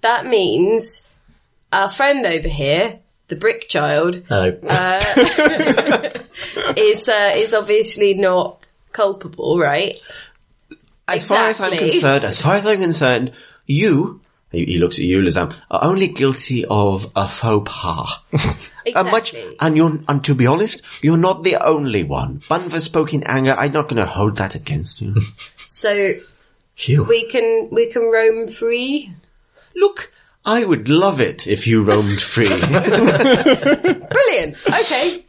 [SPEAKER 5] That means our friend over here, the brick child,
[SPEAKER 2] Hello.
[SPEAKER 5] is, uh, is obviously not culpable, right?
[SPEAKER 4] As far as I'm
[SPEAKER 5] Exactly.
[SPEAKER 4] concerned, as far as I'm concerned, you, he, he looks at you, Lazam, are only guilty of a faux (laughs) pas. A much,
[SPEAKER 5] Exactly.
[SPEAKER 4] and you're, and to be honest, you're not the only one. Bunva spoke in anger. I'm not going to hold that against you.
[SPEAKER 5] So
[SPEAKER 2] Phew.
[SPEAKER 5] we can, we can roam free.
[SPEAKER 4] (laughs) Look, I would love it if you roamed free.
[SPEAKER 5] Brilliant. Okay.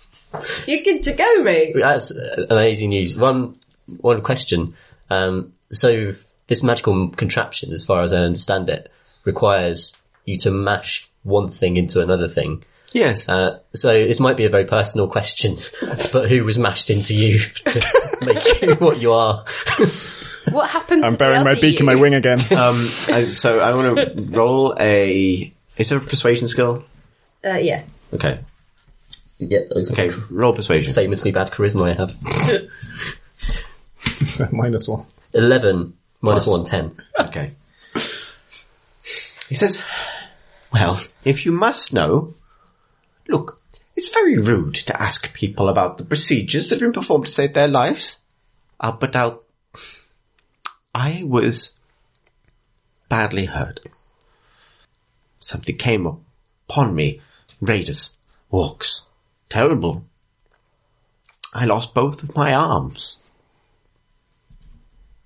[SPEAKER 5] You're good to go, mate.
[SPEAKER 2] That's uh, amazing news. One one question. Um, so this magical contraption, as far as I understand it, requires you to mash one thing into another thing.
[SPEAKER 4] (laughs) yes.
[SPEAKER 2] Uh, so this might be a very personal question, (laughs) but who was mashed into you (laughs) to make you (laughs) what you are?
[SPEAKER 5] What happened? to
[SPEAKER 3] (laughs) I'm
[SPEAKER 5] the
[SPEAKER 3] burying my
[SPEAKER 5] other
[SPEAKER 3] beak in my
[SPEAKER 5] you?
[SPEAKER 3] wing
[SPEAKER 5] (laughs)
[SPEAKER 3] again. (laughs)
[SPEAKER 4] Um, I- so I want to roll a, is there a persuasion skill?
[SPEAKER 5] Uh, yeah.
[SPEAKER 4] Okay.
[SPEAKER 2] Yep.
[SPEAKER 4] Okay. Roll persuasion.
[SPEAKER 2] Famously bad charisma I have.
[SPEAKER 3] Minus one.
[SPEAKER 2] Eleven minus
[SPEAKER 4] Plus.
[SPEAKER 2] one ten.
[SPEAKER 4] Okay. He says, Well, if you must know, look, it's very rude to ask people about the procedures that have been performed to save their lives. Uh, but I'll. I was badly hurt. Something came upon me. Raiders, walks. Terrible. I lost both of my arms.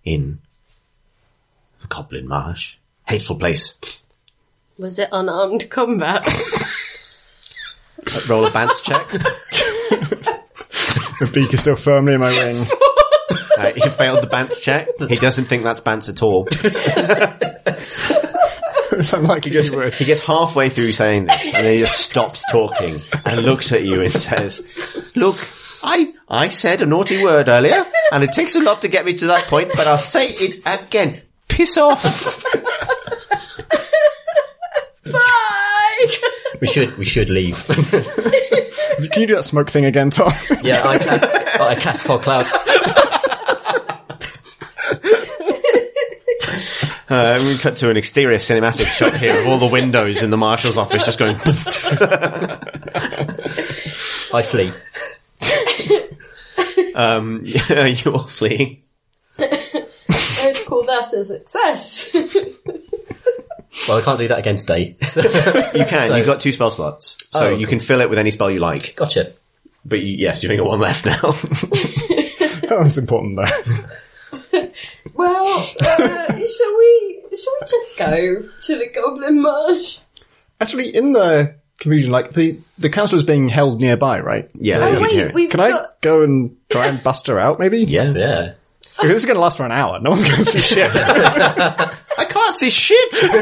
[SPEAKER 4] In the Goblin Marsh. Hateful place.
[SPEAKER 5] Was it unarmed combat?
[SPEAKER 4] Roll a bance check. (laughs)
[SPEAKER 3] The beak is still firmly in my wing.
[SPEAKER 5] (laughs)
[SPEAKER 3] (laughs)
[SPEAKER 4] Uh, he failed the bance check. He doesn't think that's bance at all.
[SPEAKER 3] it's unlikely you would.
[SPEAKER 4] He gets halfway through saying this, and then he just stops talking and looks at you and says, "Look, I I said a naughty word earlier, and it takes a lot to get me to that point, but I'll say it again. Piss off."
[SPEAKER 5] Bye.
[SPEAKER 2] We should we should leave. (laughs)
[SPEAKER 3] Can you do that smoke thing again, Tom? (laughs)
[SPEAKER 2] yeah, I cast I cast fog cloud.
[SPEAKER 4] Uh, we cut to an exterior cinematic shot here of all the windows in the marshal's office just going.
[SPEAKER 2] I flee.
[SPEAKER 4] um, (laughs) you all fleeing.
[SPEAKER 5] I'd call that a success. (laughs)
[SPEAKER 2] Well, I can't do that again today. (laughs) So,
[SPEAKER 4] You can.
[SPEAKER 2] So-
[SPEAKER 4] you've got two spell slots, so
[SPEAKER 2] Oh.
[SPEAKER 4] you can fill it with any spell you like.
[SPEAKER 2] gotcha.
[SPEAKER 4] But you, yes, you've only got one left now. (laughs)
[SPEAKER 3] that was important, though.
[SPEAKER 5] well, uh, shall we? Shall we just go to the Goblin Marsh?
[SPEAKER 3] Actually, in the confusion, like, the, the council is being held nearby, right?
[SPEAKER 4] yeah. you
[SPEAKER 5] Oh
[SPEAKER 4] can hear
[SPEAKER 5] wait,
[SPEAKER 4] it.
[SPEAKER 5] we've
[SPEAKER 3] Can I
[SPEAKER 5] got.
[SPEAKER 3] go and try and bust her out, maybe?
[SPEAKER 4] Yeah.
[SPEAKER 2] Yeah.
[SPEAKER 3] Because this is going to last for an hour. No one's going to see shit.
[SPEAKER 4] I That's his shit. (laughs)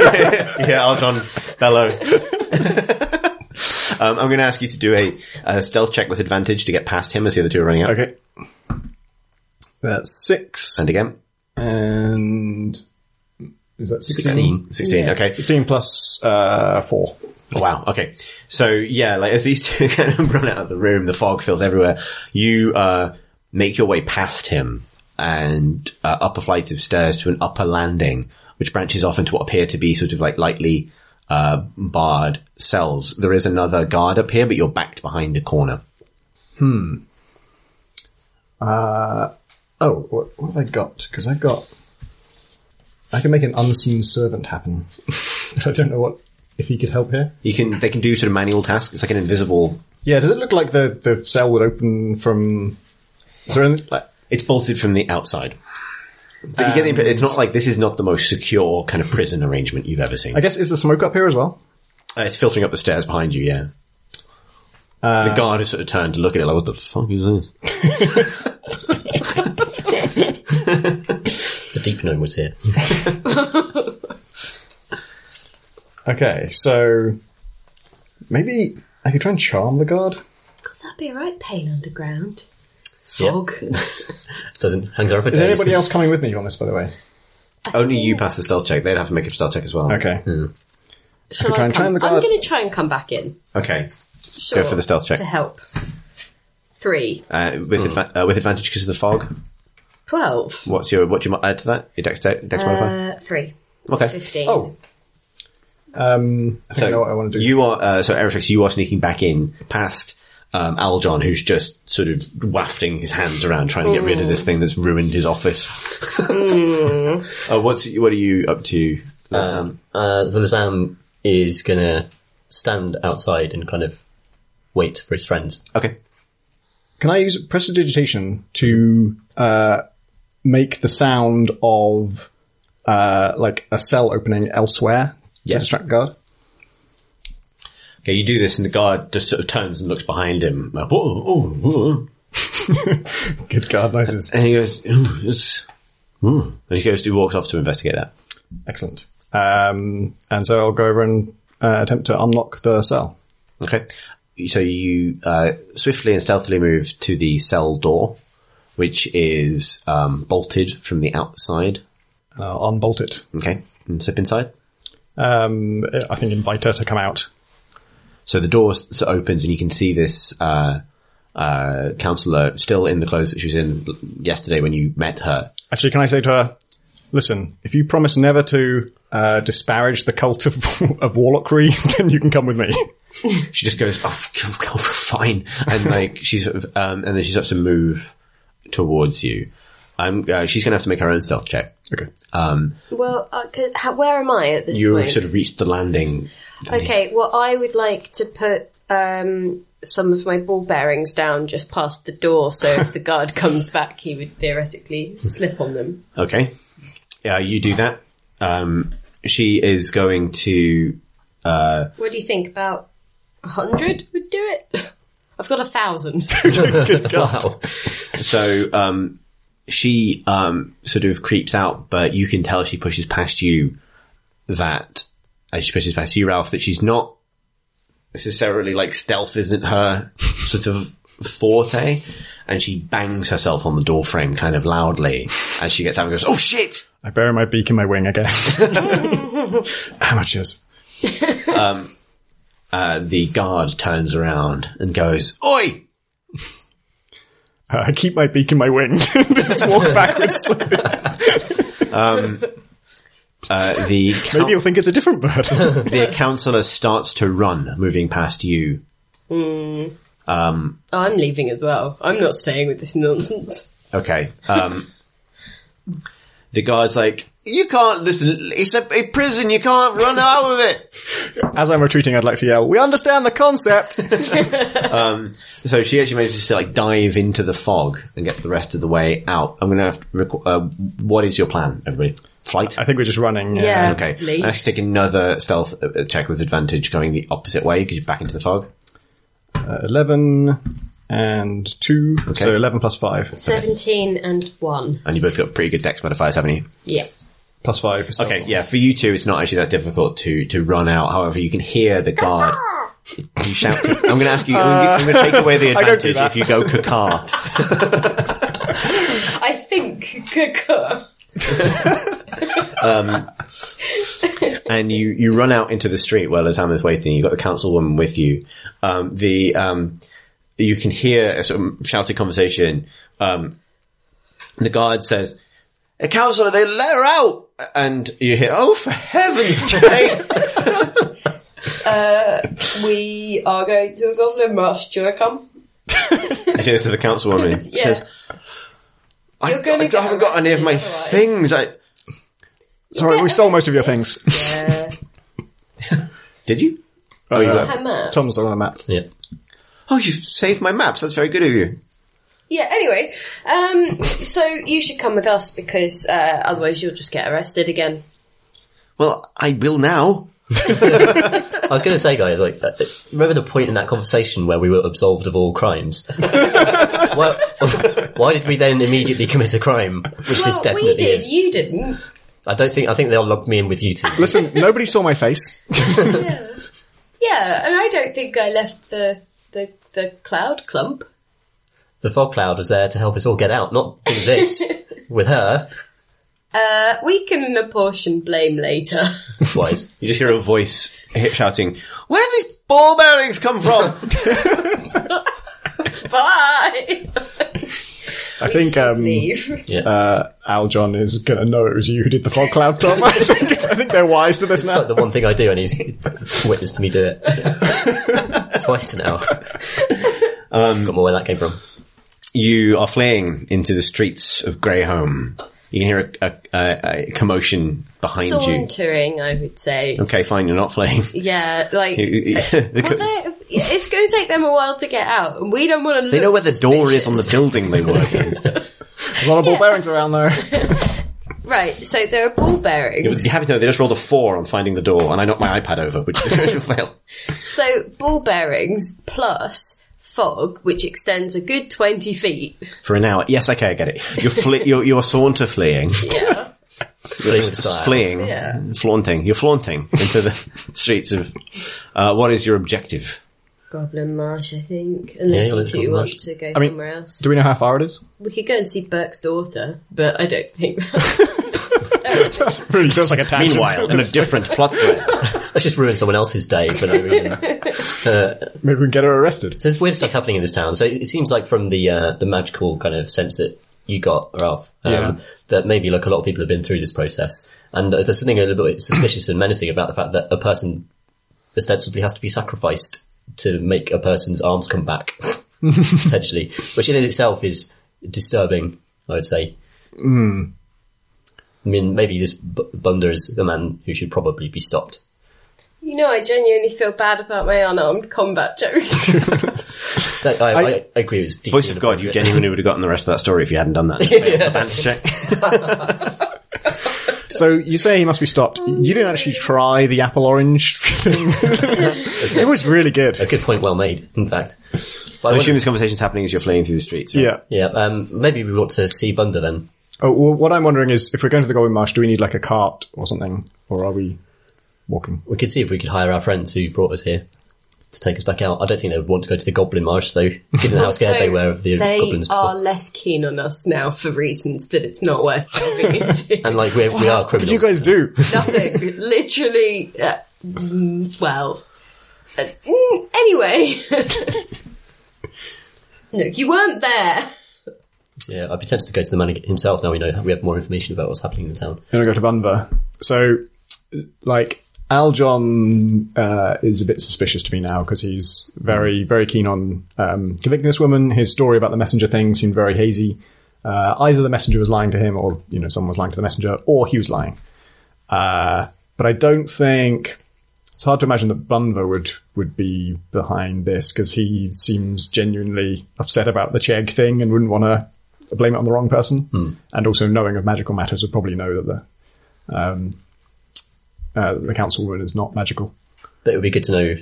[SPEAKER 4] yeah, I'll John Bellow. (laughs) um, I'm going to ask you to do a, uh stealth check with advantage to get past him as the other two are running out.
[SPEAKER 3] Okay. That's six.
[SPEAKER 4] And again,
[SPEAKER 3] And is that 16?
[SPEAKER 2] 16.
[SPEAKER 4] 16. Okay.
[SPEAKER 3] 16 plus uh, 4.
[SPEAKER 4] Wow. Okay. So yeah, like as these (laughs) two kind of run out of the room, the fog fills everywhere. You uh, make your way past him and uh, up a flight of stairs to an upper landing, which branches off into what appear to be sort of like lightly uh, barred cells. There is another guard up here, but you're backed behind a corner.
[SPEAKER 3] Oh, what, what have I got? Because I've got. I can make an unseen servant happen. (laughs) I don't know what. If he could help here.
[SPEAKER 4] You can they can do sort of manual tasks. It's like an invisible.
[SPEAKER 3] Yeah, does it look like the, the cell would open from. Is there anything like.
[SPEAKER 4] It's bolted from the outside. But you get the impression it's not like this is not the most secure kind of prison arrangement you've ever seen.
[SPEAKER 3] I guess is the smoke up here as well?
[SPEAKER 4] Uh, it's filtering up the stairs behind you, yeah.
[SPEAKER 3] Uh,
[SPEAKER 4] the guard is sort of turned to look at it like, what the fuck is this?
[SPEAKER 2] The deep gnome was here.
[SPEAKER 3] Okay, so maybe I could try and charm the guard.
[SPEAKER 5] Could that be right? Pain underground.
[SPEAKER 2] Yeah.
[SPEAKER 5] Fog.
[SPEAKER 2] Doesn't hang over for
[SPEAKER 3] Is
[SPEAKER 2] days.
[SPEAKER 3] anybody else coming with me on this, by the way?
[SPEAKER 4] Only you pass the stealth check. They'd have to make a stealth check as well.
[SPEAKER 3] Okay.
[SPEAKER 5] Shall
[SPEAKER 3] try
[SPEAKER 5] I
[SPEAKER 3] and
[SPEAKER 5] come-
[SPEAKER 3] turn the
[SPEAKER 5] I'm
[SPEAKER 3] guard.
[SPEAKER 5] going to try and come back in.
[SPEAKER 4] Okay.
[SPEAKER 5] Sure.
[SPEAKER 4] for the stealth check.
[SPEAKER 5] To help. Three.
[SPEAKER 4] Uh, with, adva- uh, with advantage because of the fog.
[SPEAKER 5] Twelve.
[SPEAKER 4] What's your, what do you mo- add to that? Your dex, dex, dex modifier?
[SPEAKER 5] Uh, three.
[SPEAKER 4] Okay.
[SPEAKER 5] Fifteen.
[SPEAKER 3] Oh. Um, I think I know what I want to do.
[SPEAKER 4] You are, uh, so Eritrix, you are sneaking back in past, um, Aljon, who's just sort of wafting his hands around trying to get rid of this thing that's ruined his office. (laughs) uh, what's, what are you up to? Um,
[SPEAKER 2] Uh, so Lazam is gonna stand outside and kind of wait for his friends.
[SPEAKER 4] okay.
[SPEAKER 3] Can I use prestidigitation to uh, make the sound of uh, like a cell opening elsewhere to distract the guard?
[SPEAKER 4] Okay, you do this, and the guard just sort of turns and looks behind him. Like, whoa, whoa, whoa.
[SPEAKER 3] Good
[SPEAKER 4] (laughs)
[SPEAKER 3] guard noises.
[SPEAKER 4] And he goes, "Ooh, it's- ooh." and he goes, he walks off to investigate that.
[SPEAKER 3] Excellent. Um, and so I'll go over and uh, attempt to unlock the cell.
[SPEAKER 4] Okay, so you uh, swiftly and stealthily move to the cell door, which is um, bolted from the outside.
[SPEAKER 3] And I'll unbolt it.
[SPEAKER 4] Okay, and step inside.
[SPEAKER 3] Um, I think invite her to come out.
[SPEAKER 4] So the door s- s- opens, and you can see this uh, uh, counselor still in the clothes that she was in l- yesterday when you met her.
[SPEAKER 3] Actually, can I say to her, listen, if you promise never to uh, disparage the cult of, (laughs) of warlockery, then you can come with me.
[SPEAKER 4] she just goes, "Oh, go, go, (laughs) fine," and like she sort of, um, and then she starts to move towards you. I'm. Uh, she's gonna have to make her own stealth check.
[SPEAKER 3] Okay.
[SPEAKER 4] Um,
[SPEAKER 5] Well, uh, c- how, where am I at this
[SPEAKER 4] you've
[SPEAKER 5] point?
[SPEAKER 4] sort of reached the landing.
[SPEAKER 5] Okay, well, I would like to put um, some of my ball bearings down just past the door, so if the guard comes back, he would theoretically slip on them.
[SPEAKER 4] Okay. Yeah, you do that. Um, she is going to. Uh,
[SPEAKER 5] What do you think? About a hundred would do it. (laughs) I've got a thousand.
[SPEAKER 2] Wow.
[SPEAKER 4] so um, she um, sort of creeps out, but you can tell she pushes past you. That as she pushes past you, Ralph, that she's not necessarily like stealth isn't her (laughs) sort of forte, and she bangs herself on the doorframe kind of loudly as she gets out and goes, "Oh shit!"
[SPEAKER 3] I bury my beak in my wing again. (laughs) Amateurs.
[SPEAKER 4] Uh, the guard turns around and goes, "Oi!"
[SPEAKER 3] Uh, I keep my beak in my wing. (laughs) Just walk backwards.
[SPEAKER 4] Uh, the
[SPEAKER 3] Maybe you'll think it's a different bird. (laughs)
[SPEAKER 4] the counselor starts to run, moving past you.
[SPEAKER 5] I'm leaving as well. I'm not staying with this nonsense.
[SPEAKER 4] Okay. Um, (laughs) the guard's like, you can't listen. It's a, a prison. You can't run out of it. (laughs)
[SPEAKER 3] As I'm retreating, I'd like to yell, we understand the concept!
[SPEAKER 4] So she actually manages to like dive into the fog and get the rest of the way out. I'm going to have to. Rec- uh, what is your plan, everybody? Flight.
[SPEAKER 3] I think we're just running. uh, Yeah.
[SPEAKER 5] Yeah.
[SPEAKER 4] Okay.
[SPEAKER 5] Lee.
[SPEAKER 4] Let's take another stealth uh, check with advantage, going the opposite way because you're back into the fog.
[SPEAKER 3] Uh, 11 and 2. So 11 plus 5.
[SPEAKER 5] Seventeen and one.
[SPEAKER 4] And you both got pretty good dex modifiers, haven't you?
[SPEAKER 5] Yeah.
[SPEAKER 3] plus five. For
[SPEAKER 4] Okay, yeah, for you two, it's not actually that difficult to to run out. However, you can hear the
[SPEAKER 3] (laughs)
[SPEAKER 4] guard. You shout. I'm going to ask you. I'm going to take away the
[SPEAKER 3] (laughs) I don't do
[SPEAKER 4] advantage
[SPEAKER 3] that.
[SPEAKER 4] if you go kakar.
[SPEAKER 5] I think (laughs) Kaka.
[SPEAKER 4] and you you run out into the street while Azam is waiting. You've got the councilwoman with you. Um, the um, you can hear a sort of shouted conversation. Um, the guard says, "The councillor, they let her out." And you hear, "Oh, for heaven's (laughs) sake!"
[SPEAKER 5] We are going to a goblin rush. Do you wanna come?
[SPEAKER 4] I say this to the councilwoman. She
[SPEAKER 5] (laughs) Yeah.
[SPEAKER 4] says, I,
[SPEAKER 5] You're gonna
[SPEAKER 4] I
[SPEAKER 5] get
[SPEAKER 4] haven't got any of my
[SPEAKER 5] arrested
[SPEAKER 4] things.
[SPEAKER 5] otherwise.
[SPEAKER 4] I,
[SPEAKER 3] Sorry, we stole most of your things.
[SPEAKER 5] Yeah.
[SPEAKER 4] did you? Oh, you
[SPEAKER 5] Hi,
[SPEAKER 4] got,
[SPEAKER 5] Matt.
[SPEAKER 3] Uh, Tom's on the map.
[SPEAKER 2] Yeah.
[SPEAKER 4] oh, you saved my maps. That's very good of you.
[SPEAKER 5] Yeah, anyway, um, so you should come with us because uh, otherwise you'll just get arrested again.
[SPEAKER 4] Well, I will now.
[SPEAKER 2] I was going to say, guys, like, uh, remember the point in that conversation where we were absolved of all
[SPEAKER 3] (laughs)
[SPEAKER 2] crimes? why, why did we then immediately commit a crime? Which this
[SPEAKER 5] well,
[SPEAKER 2] definitely
[SPEAKER 5] we did,
[SPEAKER 2] is.
[SPEAKER 5] you didn't.
[SPEAKER 2] I don't think. I think they'll log me in with you two.
[SPEAKER 3] (laughs) Listen, nobody saw my face.
[SPEAKER 5] Yeah, and I don't think I left the, the, the cloud clump.
[SPEAKER 2] The fog cloud was there to help us all get out, not do this with her.
[SPEAKER 5] Uh, we can apportion blame later. (laughs)
[SPEAKER 2] Twice.
[SPEAKER 4] You just hear a voice hip shouting, Where did these ball bearings come from?
[SPEAKER 5] Bye!
[SPEAKER 2] Mm.
[SPEAKER 3] I think um,
[SPEAKER 5] Leave.
[SPEAKER 2] Yeah.
[SPEAKER 3] uh, Al John is going to know it was you who did the fog cloud, Tom. (laughs) I think, I think they're wise to this
[SPEAKER 2] It's
[SPEAKER 3] now.
[SPEAKER 2] like the one thing I do, and he's witnessed me do it twice now. Um, Got more where that came from.
[SPEAKER 4] (laughs) you are fleeing into the streets of Greyholm. You can hear a, a, a, a commotion behind you.
[SPEAKER 5] Sauntering, I would say.
[SPEAKER 4] Okay, fine, you're not
[SPEAKER 5] (laughs)
[SPEAKER 4] fleeing.
[SPEAKER 5] Yeah, like...
[SPEAKER 4] (laughs) The co-
[SPEAKER 5] Well, they- it's going to take them a while to get out, and we don't want to.
[SPEAKER 4] they know where the door is on the building they work in.
[SPEAKER 3] There's a lot of ball bearings around though.
[SPEAKER 5] Right, so there are
[SPEAKER 4] (laughs)
[SPEAKER 5] ball
[SPEAKER 4] You
[SPEAKER 5] bearings.
[SPEAKER 4] would be happy to know they just rolled a four on finding the door, and I knocked my iPad over, which (laughs) is a critical fail.
[SPEAKER 5] So ball bearings plus fog, which extends a good twenty feet.
[SPEAKER 4] For an hour. Yes, okay, I get it. You're, fle- (laughs) you're, you're saunter fleeing.
[SPEAKER 5] Yeah,
[SPEAKER 4] You're
[SPEAKER 2] with style.
[SPEAKER 4] fleeing.
[SPEAKER 5] Yeah.
[SPEAKER 4] Flaunting. You're flaunting into the (laughs) streets of... Uh, what is your objective?
[SPEAKER 5] Goblin Marsh, I think. Unless
[SPEAKER 2] Yeah,
[SPEAKER 5] you
[SPEAKER 2] let's go
[SPEAKER 5] two want
[SPEAKER 2] Marsh.
[SPEAKER 5] to go
[SPEAKER 3] mean-
[SPEAKER 5] somewhere else,
[SPEAKER 3] (laughs) Do we know how far it is?
[SPEAKER 5] we could go and see Burke's daughter, but I don't think.
[SPEAKER 2] (laughs)
[SPEAKER 3] Really feels like a tangent.
[SPEAKER 4] Meanwhile, in a different plot thread.
[SPEAKER 2] Let's just ruin someone else's day for no reason.
[SPEAKER 3] Maybe we can get her arrested.
[SPEAKER 2] So there's weird stuff happening in this town. So it seems like from the uh, the magical kind of sense that you got, Ralph, um,
[SPEAKER 3] Yeah.
[SPEAKER 2] that maybe like a lot of people have been through this process, and there's something a little bit suspicious and menacing about the fact that a person ostensibly has to be sacrificed to make a person's arms
[SPEAKER 4] (laughs)
[SPEAKER 2] come back, potentially, which in itself is disturbing. I would say.
[SPEAKER 4] Hmm.
[SPEAKER 2] I mean, maybe this b- Bunder is a man who should probably be stopped.
[SPEAKER 5] you know, I genuinely feel bad about my unarmed combat joke.
[SPEAKER 2] That- I, I, I agree. It's deeply
[SPEAKER 4] Voice of God, you
[SPEAKER 2] inappropriate.
[SPEAKER 4] genuinely would have gotten the rest of that story if you hadn't done that. Advance check.
[SPEAKER 3] So you say he must be stopped. You didn't actually try the apple orange (laughs) thing. it was really good.
[SPEAKER 2] A good point, well made. In fact, But I
[SPEAKER 4] I
[SPEAKER 2] wonder-
[SPEAKER 4] assume this conversation's happening as you're fleeing through the streets. right?
[SPEAKER 3] Yeah.
[SPEAKER 2] yeah, um, maybe we want to see Bunder then.
[SPEAKER 3] Oh, well, what I'm wondering is, if we're going to the Golden Marsh, do we need like a cart or something, or are we walking?
[SPEAKER 2] We could see if we could hire our friends who brought us here to take us back out. I don't think they would want to go to the Goblin Marsh though, given
[SPEAKER 5] (laughs)
[SPEAKER 2] how scared
[SPEAKER 5] So
[SPEAKER 2] they were of the
[SPEAKER 5] they
[SPEAKER 2] goblins before.
[SPEAKER 5] are less keen on us now for reasons that it's not worth delving
[SPEAKER 2] (laughs)
[SPEAKER 5] into.
[SPEAKER 2] And like we're, we
[SPEAKER 5] (laughs)
[SPEAKER 2] are criminals.
[SPEAKER 3] Did you guys do?
[SPEAKER 5] Nothing, literally. Uh, mm, well, uh, mm, anyway. (laughs) Look, you weren't there.
[SPEAKER 2] Yeah, I'd be tempted to go to the man himself. Now we know we have more information about what's happening in the town.
[SPEAKER 3] Then I go to Bunver. So, like, Al John uh, is a bit suspicious to me now because he's very, very keen on um, convicting this woman. His story about the messenger thing seemed very hazy. Uh, either the messenger was lying to him, or you know, someone was lying to the messenger, or he was lying. Uh, but I don't think it's hard to imagine that Bunver would would be behind this because he seems genuinely upset about the Chegg thing and wouldn't want to blame it on the wrong person. And also, knowing of magical matters, would probably know that the uh, the councilwoman is not
[SPEAKER 5] (laughs)
[SPEAKER 3] magical. (laughs)
[SPEAKER 2] But it would be good to know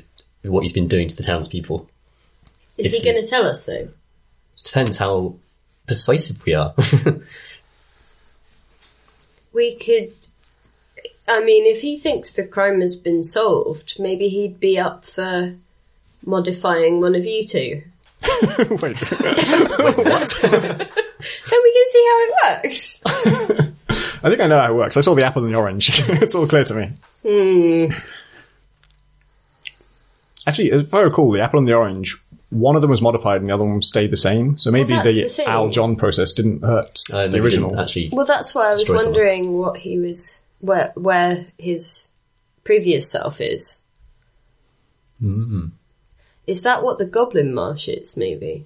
[SPEAKER 2] what he's been doing to the townspeople.
[SPEAKER 5] Is
[SPEAKER 2] If
[SPEAKER 5] he
[SPEAKER 2] you-
[SPEAKER 5] going to tell us though?
[SPEAKER 2] It depends how (laughs) Uh, persuasive we are.
[SPEAKER 5] We could I mean, if he thinks the crime has been solved, maybe he'd be up for modifying one of you two.
[SPEAKER 3] Wait,
[SPEAKER 5] Then we can see how it works.
[SPEAKER 3] I think I know how it works. I saw the apple and the orange. (laughs) it's all clear to me.
[SPEAKER 5] Hmm.
[SPEAKER 3] Actually, if I recall, the apple and the orange, one of them was modified and the other one stayed the same. So maybe
[SPEAKER 5] that's
[SPEAKER 3] the,
[SPEAKER 5] the thing.
[SPEAKER 3] Al John process didn't hurt
[SPEAKER 2] Uh,
[SPEAKER 3] the
[SPEAKER 2] maybe didn't
[SPEAKER 3] original.
[SPEAKER 2] actually.
[SPEAKER 5] Well, that's why I was
[SPEAKER 2] Destroy someone.
[SPEAKER 5] wondering what he was, where, where his previous self is. Mm. Is that what the Goblin Marsh is? Maybe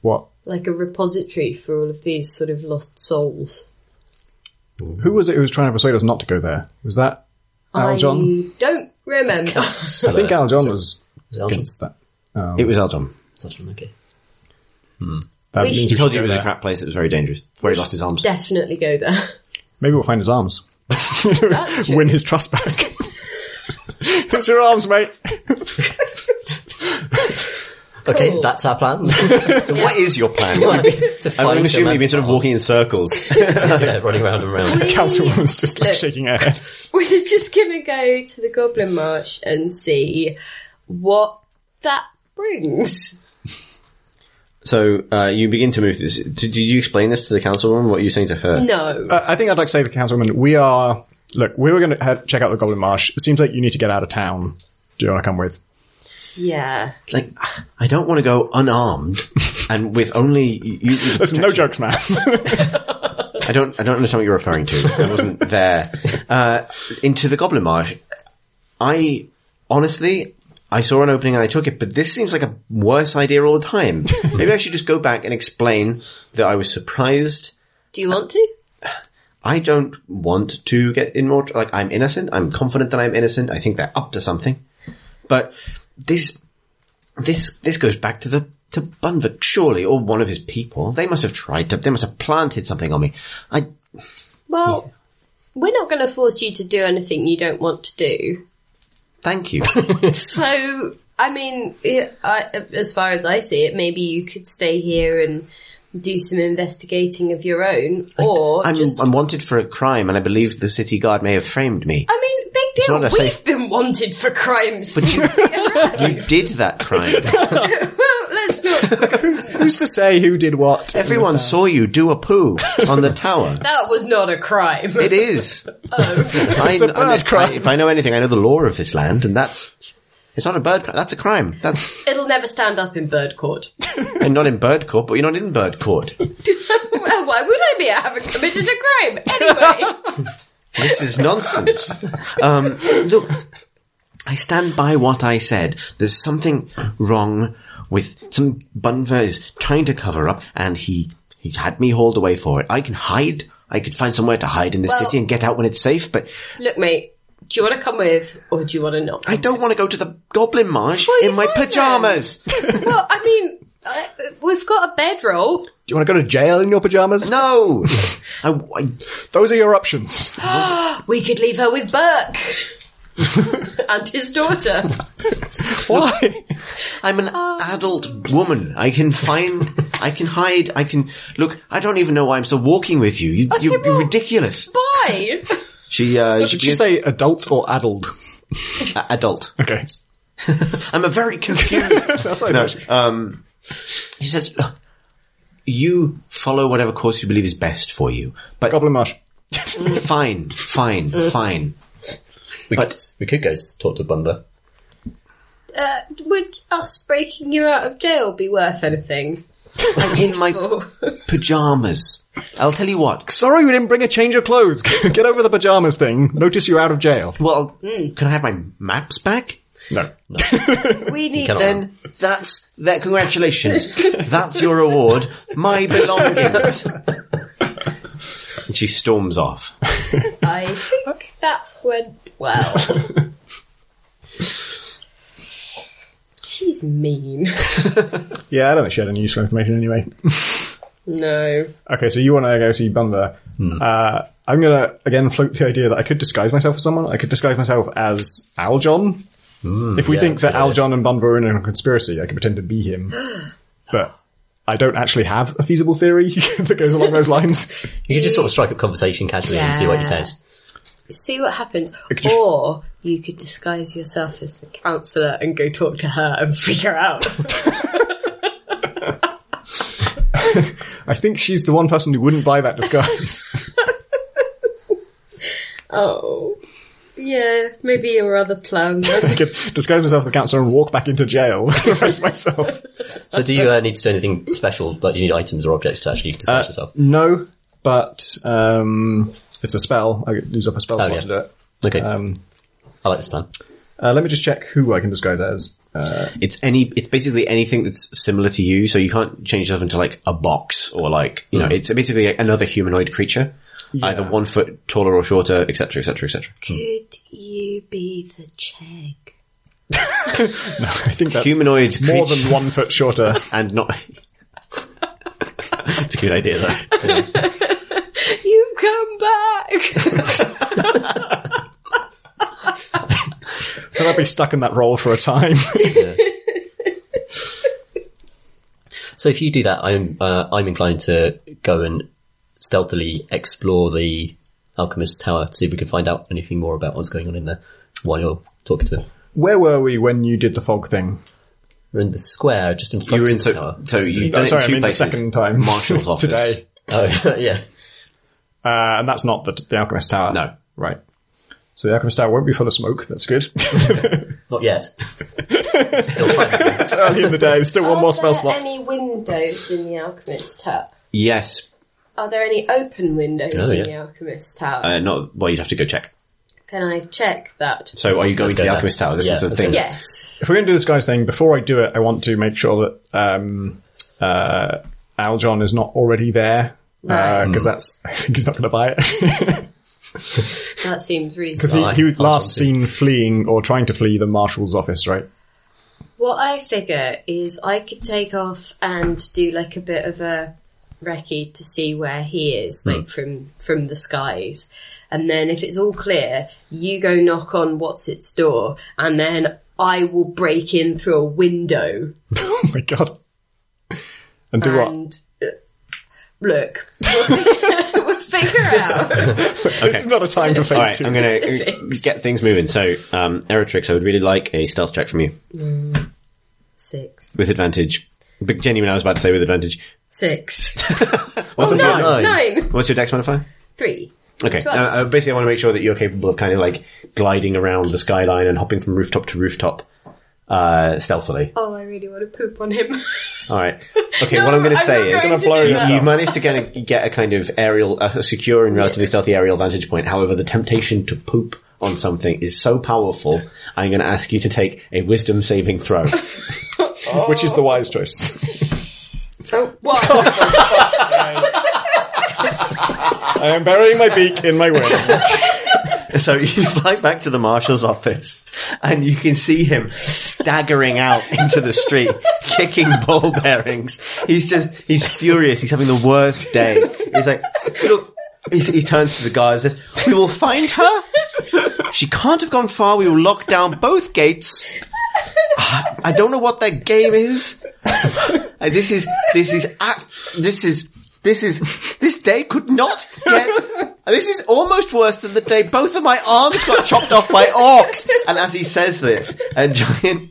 [SPEAKER 3] What?
[SPEAKER 5] like a repository for all of these sort of lost souls.
[SPEAKER 3] Who was it who was trying to persuade us not to go there? Was that Al John?
[SPEAKER 5] I don't remember.
[SPEAKER 3] I think Al John was
[SPEAKER 2] Is it Elgin?
[SPEAKER 3] against that.
[SPEAKER 4] It was Elton.
[SPEAKER 2] It's Elgin, Okay.
[SPEAKER 3] That
[SPEAKER 5] We
[SPEAKER 3] means
[SPEAKER 5] should-
[SPEAKER 3] we
[SPEAKER 4] He told you it
[SPEAKER 3] go
[SPEAKER 4] was a
[SPEAKER 3] there.
[SPEAKER 4] crap place. It was very dangerous. Where he lost his arms.
[SPEAKER 5] (laughs) Definitely go there.
[SPEAKER 3] Maybe we'll find his arms. (laughs)
[SPEAKER 5] That's true.
[SPEAKER 3] Win his trust back. (laughs) it's your arms, mate.
[SPEAKER 2] Okay,
[SPEAKER 5] Cool.
[SPEAKER 2] that's our
[SPEAKER 5] (laughs)
[SPEAKER 2] plan. (laughs)
[SPEAKER 4] What is your plan?
[SPEAKER 2] to find
[SPEAKER 4] I would assume
[SPEAKER 2] the
[SPEAKER 4] you've been sort of walking in circles.
[SPEAKER 2] man's- (laughs) yeah, running around and around.
[SPEAKER 3] (laughs) Councilwoman's just like
[SPEAKER 5] Look.
[SPEAKER 3] shaking her head.
[SPEAKER 5] (laughs) We're just gonna go to the Goblin Marsh and see what that brings.
[SPEAKER 4] so uh, you begin to move this. Did, did you explain this to the councilwoman? What are you saying to her?
[SPEAKER 5] No.
[SPEAKER 3] Uh, I think I'd like to say to the councilwoman, we are. Look, we were going to head, check out the Goblin Marsh. It seems like you need to get out of town. Do you want to come with?
[SPEAKER 5] yeah.
[SPEAKER 4] Like, I don't want to go unarmed and with only you.
[SPEAKER 3] (laughs)
[SPEAKER 4] you
[SPEAKER 3] Listen, no jokes, man.
[SPEAKER 4] I don't. I don't understand what you're referring to. I wasn't there. Uh, into the Goblin Marsh. I honestly, I saw an opening and I took it, but this seems like a worse idea all the time. Maybe I should just go back and explain that I was surprised.
[SPEAKER 5] Do you want to?
[SPEAKER 4] I don't want to get in more. tr- Like I'm innocent. I'm confident that I'm innocent. I think they're up to something. But this, this, this goes back to the to Bunvik, surely, or one of his people. They must have tried to. They must have planted something on me. I
[SPEAKER 5] Well, we're not gonna force you to do anything you don't want to do.
[SPEAKER 4] thank you.
[SPEAKER 5] So, I mean, it, I, as far as I see it, maybe you could stay here and do some investigating of your own, (laughs)
[SPEAKER 4] (laughs)
[SPEAKER 5] or
[SPEAKER 4] I'm,
[SPEAKER 5] just.
[SPEAKER 4] I'm wanted for a crime, and I believe the city guard may have framed me.
[SPEAKER 5] I mean, big deal.
[SPEAKER 4] not a
[SPEAKER 5] We've
[SPEAKER 4] safe-
[SPEAKER 5] been wanted for crimes. (laughs)
[SPEAKER 4] (laughs) You did that crime.
[SPEAKER 5] Let's not.
[SPEAKER 3] (laughs) Who's to say who did what?
[SPEAKER 4] Everyone saw you do a poo on the
[SPEAKER 5] (laughs)
[SPEAKER 4] tower.
[SPEAKER 5] That was not a crime.
[SPEAKER 4] It
[SPEAKER 3] (laughs)
[SPEAKER 4] is. (laughs) I,
[SPEAKER 3] Oh. It's a
[SPEAKER 4] I-
[SPEAKER 3] bird crime.
[SPEAKER 4] I- if I know anything, I know the law of this land, and that's. It's not a bird crime. That's a crime. That's.
[SPEAKER 5] It'll never stand up in bird court.
[SPEAKER 4] And not in bird court, but you're not in bird court.
[SPEAKER 5] well, why would I be? I haven't committed a crime.
[SPEAKER 4] (laughs)
[SPEAKER 5] Anyway,
[SPEAKER 4] This is nonsense. Um, look, I stand by what I said. There's something wrong with some Bunver is trying to cover up, and he he's had me hauled away for it. I can hide. I could find somewhere to hide in the
[SPEAKER 5] Well-
[SPEAKER 4] city and get out when it's safe, but
[SPEAKER 5] look, mate. Do you want to come with, or do you want to not?
[SPEAKER 4] I don't want to go to the Goblin Marsh
[SPEAKER 5] Well,
[SPEAKER 4] in
[SPEAKER 5] you
[SPEAKER 4] my
[SPEAKER 5] find them.
[SPEAKER 4] pajamas.
[SPEAKER 5] well, I mean, I, we've got a bedroll.
[SPEAKER 3] Do you want to go to jail in your pajamas? (laughs)
[SPEAKER 4] No, I, I-
[SPEAKER 3] Those are
[SPEAKER 4] (laughs)
[SPEAKER 3] your options.
[SPEAKER 5] We could leave her with Burke and his daughter.
[SPEAKER 3] Why?
[SPEAKER 4] I'm an adult woman. I can find. I can hide. I can look. I don't even know why I'm still walking with you. You, you're,
[SPEAKER 5] well-
[SPEAKER 4] you're ridiculous.
[SPEAKER 5] Bye.
[SPEAKER 4] She uh,
[SPEAKER 3] (laughs) Should you
[SPEAKER 4] begins-
[SPEAKER 3] say adult or addled?
[SPEAKER 4] A- adult.
[SPEAKER 3] (laughs) Okay.
[SPEAKER 4] I'm a very
[SPEAKER 3] (laughs)
[SPEAKER 4] confused.
[SPEAKER 3] That's what I
[SPEAKER 4] no,
[SPEAKER 3] thought.
[SPEAKER 4] um, he says, "Look, you follow whatever course you believe is best for you, but
[SPEAKER 3] Goblin Marsh.
[SPEAKER 4] fine, fine,
[SPEAKER 3] Mm.
[SPEAKER 4] fine.
[SPEAKER 2] We,
[SPEAKER 4] But-
[SPEAKER 2] could, we could go s- talk to Bumba.
[SPEAKER 5] Uh, would us breaking you out of jail be worth anything? In
[SPEAKER 4] my- Pajamas. I'll tell you what.
[SPEAKER 3] Sorry we didn't bring a change of clothes. (laughs) Get over the pajamas thing. Notice you're out of jail.
[SPEAKER 4] Well,
[SPEAKER 3] Mm.
[SPEAKER 4] can I have my maps back?
[SPEAKER 3] No.
[SPEAKER 5] we need
[SPEAKER 2] Cannot
[SPEAKER 4] Then that's that.
[SPEAKER 3] (laughs)
[SPEAKER 4] Congratulations. that's your reward. My belongings. And she storms off.
[SPEAKER 5] I think that went well. She's mean.
[SPEAKER 3] Yeah, I don't think she had any useful information anyway.
[SPEAKER 5] No.
[SPEAKER 3] Okay, so you want to go see Bunva.
[SPEAKER 2] Hmm.
[SPEAKER 3] Uh, I'm going to, again, float the idea that I could disguise myself as someone. I could disguise myself as Al John. if we
[SPEAKER 2] Hmm, yeah,
[SPEAKER 3] think
[SPEAKER 2] that's a
[SPEAKER 3] that
[SPEAKER 2] good
[SPEAKER 3] Al
[SPEAKER 2] idea.
[SPEAKER 3] John and Bunva are in a conspiracy, I could pretend to be
[SPEAKER 2] (gasps)
[SPEAKER 3] him. but I don't actually have a feasible theory (laughs) that goes along those lines.
[SPEAKER 2] You could just sort of strike up conversation casually and see what he
[SPEAKER 5] Yeah.
[SPEAKER 2] says.
[SPEAKER 5] see what happens. Or you could disguise yourself as the counsellor and go talk to her and figure out.
[SPEAKER 3] I think she's the one person who wouldn't buy that disguise. (laughs)
[SPEAKER 5] oh. Yeah, maybe your
[SPEAKER 3] (laughs)
[SPEAKER 5] other plan.
[SPEAKER 3] I could disguise myself as the counselor and walk back into jail (laughs) with the rest of myself.
[SPEAKER 2] So do you uh, need to do anything special? Like, do you need items or objects to actually disguise
[SPEAKER 4] Uh,
[SPEAKER 2] yourself?
[SPEAKER 3] No, but um, it's a spell. I could use up a spell slot
[SPEAKER 2] Oh, yeah.
[SPEAKER 3] to do it.
[SPEAKER 2] Okay,
[SPEAKER 3] Um,
[SPEAKER 2] I like this plan.
[SPEAKER 3] uh, let me just check who I can disguise as. Uh,
[SPEAKER 4] It's any, it's basically anything that's similar to you, so you can't change yourself into like a box or like,
[SPEAKER 3] Mm.
[SPEAKER 4] you know, it's basically another humanoid creature, either one foot taller or shorter, etc., etc., etc.
[SPEAKER 5] could you be the check?
[SPEAKER 3] I think that's
[SPEAKER 4] Humanoid
[SPEAKER 3] more
[SPEAKER 4] creature
[SPEAKER 3] than one foot shorter. (laughs)
[SPEAKER 4] and not. (laughs) it's a good idea
[SPEAKER 3] (laughs)
[SPEAKER 4] though.
[SPEAKER 5] You've come back!
[SPEAKER 3] I'll be stuck in that role for a time.
[SPEAKER 2] So if you do that, I'm uh, I'm inclined to go and stealthily explore the alchemist's tower, see if we can find out anything more about what's going on in there while you're talking to him.
[SPEAKER 3] (laughs) Where were we when you did the fog thing?
[SPEAKER 2] We're in the square, just in front
[SPEAKER 4] You're
[SPEAKER 2] of
[SPEAKER 4] in
[SPEAKER 2] the
[SPEAKER 4] so,
[SPEAKER 2] tower.
[SPEAKER 4] so you've
[SPEAKER 3] Oh,
[SPEAKER 4] done it
[SPEAKER 3] sorry, I
[SPEAKER 4] in two
[SPEAKER 3] mean
[SPEAKER 4] places.
[SPEAKER 3] the second time.
[SPEAKER 4] Marshal's office.
[SPEAKER 3] (laughs) today,
[SPEAKER 2] Oh (laughs) yeah,
[SPEAKER 3] uh, and that's not the, the alchemist tower.
[SPEAKER 4] No.
[SPEAKER 3] right. So the alchemist tower won't be full of smoke. That's good. (laughs)
[SPEAKER 4] (laughs)
[SPEAKER 2] not yet.
[SPEAKER 3] it's early in the day. There's still one more spell slot.
[SPEAKER 5] any windows in the Alchemist Tower?
[SPEAKER 4] Yes,
[SPEAKER 5] Are there any open windows
[SPEAKER 2] Oh,
[SPEAKER 5] in
[SPEAKER 2] yeah.
[SPEAKER 5] the Alchemist Tower?
[SPEAKER 4] uh, not. Well, you'd have to go check.
[SPEAKER 5] Can I check that?
[SPEAKER 4] So, are you going
[SPEAKER 2] Let's
[SPEAKER 4] to the
[SPEAKER 2] go
[SPEAKER 4] alchemist
[SPEAKER 2] there.
[SPEAKER 4] tower? This
[SPEAKER 2] Yeah,
[SPEAKER 4] is a
[SPEAKER 2] let's
[SPEAKER 4] thing.
[SPEAKER 2] go.
[SPEAKER 5] Yes.
[SPEAKER 3] if we're going to do this guy's thing, before I do it, I want to make sure that um, uh, Aljon is not already there because
[SPEAKER 5] Right.
[SPEAKER 3] that's (laughs) I think he's not going to buy it
[SPEAKER 5] That seems reasonable.
[SPEAKER 3] because he, he was
[SPEAKER 2] Aye, Aljon's
[SPEAKER 3] last seen fleeing or trying to flee the marshal's office, right? (laughs)
[SPEAKER 5] What I figure is I could take off and do like a bit of a recce to see where he is, like from from the skies. And then if it's all clear, you go knock on what's its door, and then I will break in through a window
[SPEAKER 3] Oh my god! And do what?
[SPEAKER 5] and uh, look. (laughs) We'll figure, we'll figure out.
[SPEAKER 3] This is not a time for phase
[SPEAKER 4] All right,
[SPEAKER 3] two.
[SPEAKER 4] I'm going to
[SPEAKER 5] Specifics.
[SPEAKER 4] get things moving. So, um, Eritrix, I would really like a stealth check from you
[SPEAKER 5] Six,
[SPEAKER 4] with advantage. But genuine, I was about to say with advantage.
[SPEAKER 5] six, Oh,
[SPEAKER 4] What's the
[SPEAKER 5] nine,
[SPEAKER 2] Nine.
[SPEAKER 5] nine,
[SPEAKER 4] What's your dex modifier?
[SPEAKER 5] three.
[SPEAKER 4] Okay. Uh, uh, basically, I want to make sure that you're capable of kind of like gliding around the skyline and hopping from rooftop to rooftop uh, stealthily.
[SPEAKER 5] Oh, I really want to poop on him.
[SPEAKER 4] All
[SPEAKER 5] (laughs)
[SPEAKER 4] right. Okay.
[SPEAKER 5] No,
[SPEAKER 4] what I'm going to
[SPEAKER 5] I'm
[SPEAKER 4] say is
[SPEAKER 5] not going It's gonna to blow do
[SPEAKER 4] you,
[SPEAKER 5] yourself.
[SPEAKER 4] you've managed to get a, get a kind of aerial, a, a secure and relatively stealthy aerial vantage point. However, the temptation to poop on something is so powerful. I'm going to ask you to take a wisdom saving
[SPEAKER 5] (laughs)
[SPEAKER 4] throw. (laughs)
[SPEAKER 3] Which is the wise choice?
[SPEAKER 5] Oh, what? (laughs)
[SPEAKER 3] I am burying my beak in my
[SPEAKER 4] (laughs)
[SPEAKER 3] wing.
[SPEAKER 4] so you fly back to the marshal's office, and you can see him staggering out into the street, (laughs) kicking ball bearings. He's just he's furious. He's having the worst day. He's like, look. He, he turns to the guy and says, "We will find her. She can't have gone far. We will lock down both gates. Ah, I don't know what that game is. Uh, This is this is ac- this is this is this day could not get. and This is almost worse than the day both of my arms got chopped off by orcs. And as he says this, a giant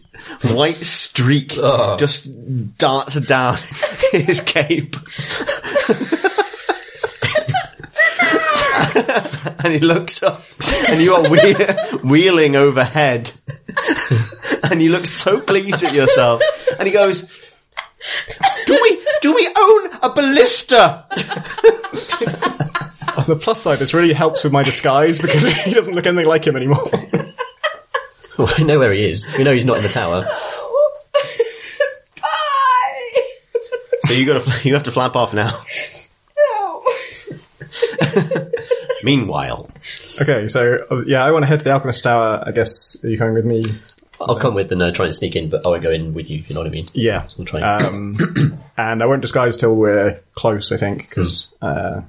[SPEAKER 4] white streak just darts down his cape. and he looks up, and you are whe- wheeling overhead. and you look so pleased at yourself. And he goes, do we do we own a ballista?
[SPEAKER 3] (laughs) On the plus side, this really helps with my disguise because (laughs) he doesn't look anything like him anymore.
[SPEAKER 2] Well, (laughs) we know where he is. We know he's not in the tower.
[SPEAKER 5] Bye.
[SPEAKER 4] So you got to (laughs) you have to flap off now.
[SPEAKER 5] No.
[SPEAKER 4] Meanwhile,
[SPEAKER 3] Okay, so uh, yeah, I want to head to the alchemist tower. I guess are you coming with me?
[SPEAKER 2] I'll come with and uh, try and sneak in, but I won't go in with you. if You know what I mean?
[SPEAKER 3] Yeah,
[SPEAKER 2] We'll try. and-
[SPEAKER 3] um, (clears throat) and I won't disguise till we're close. I think because uh,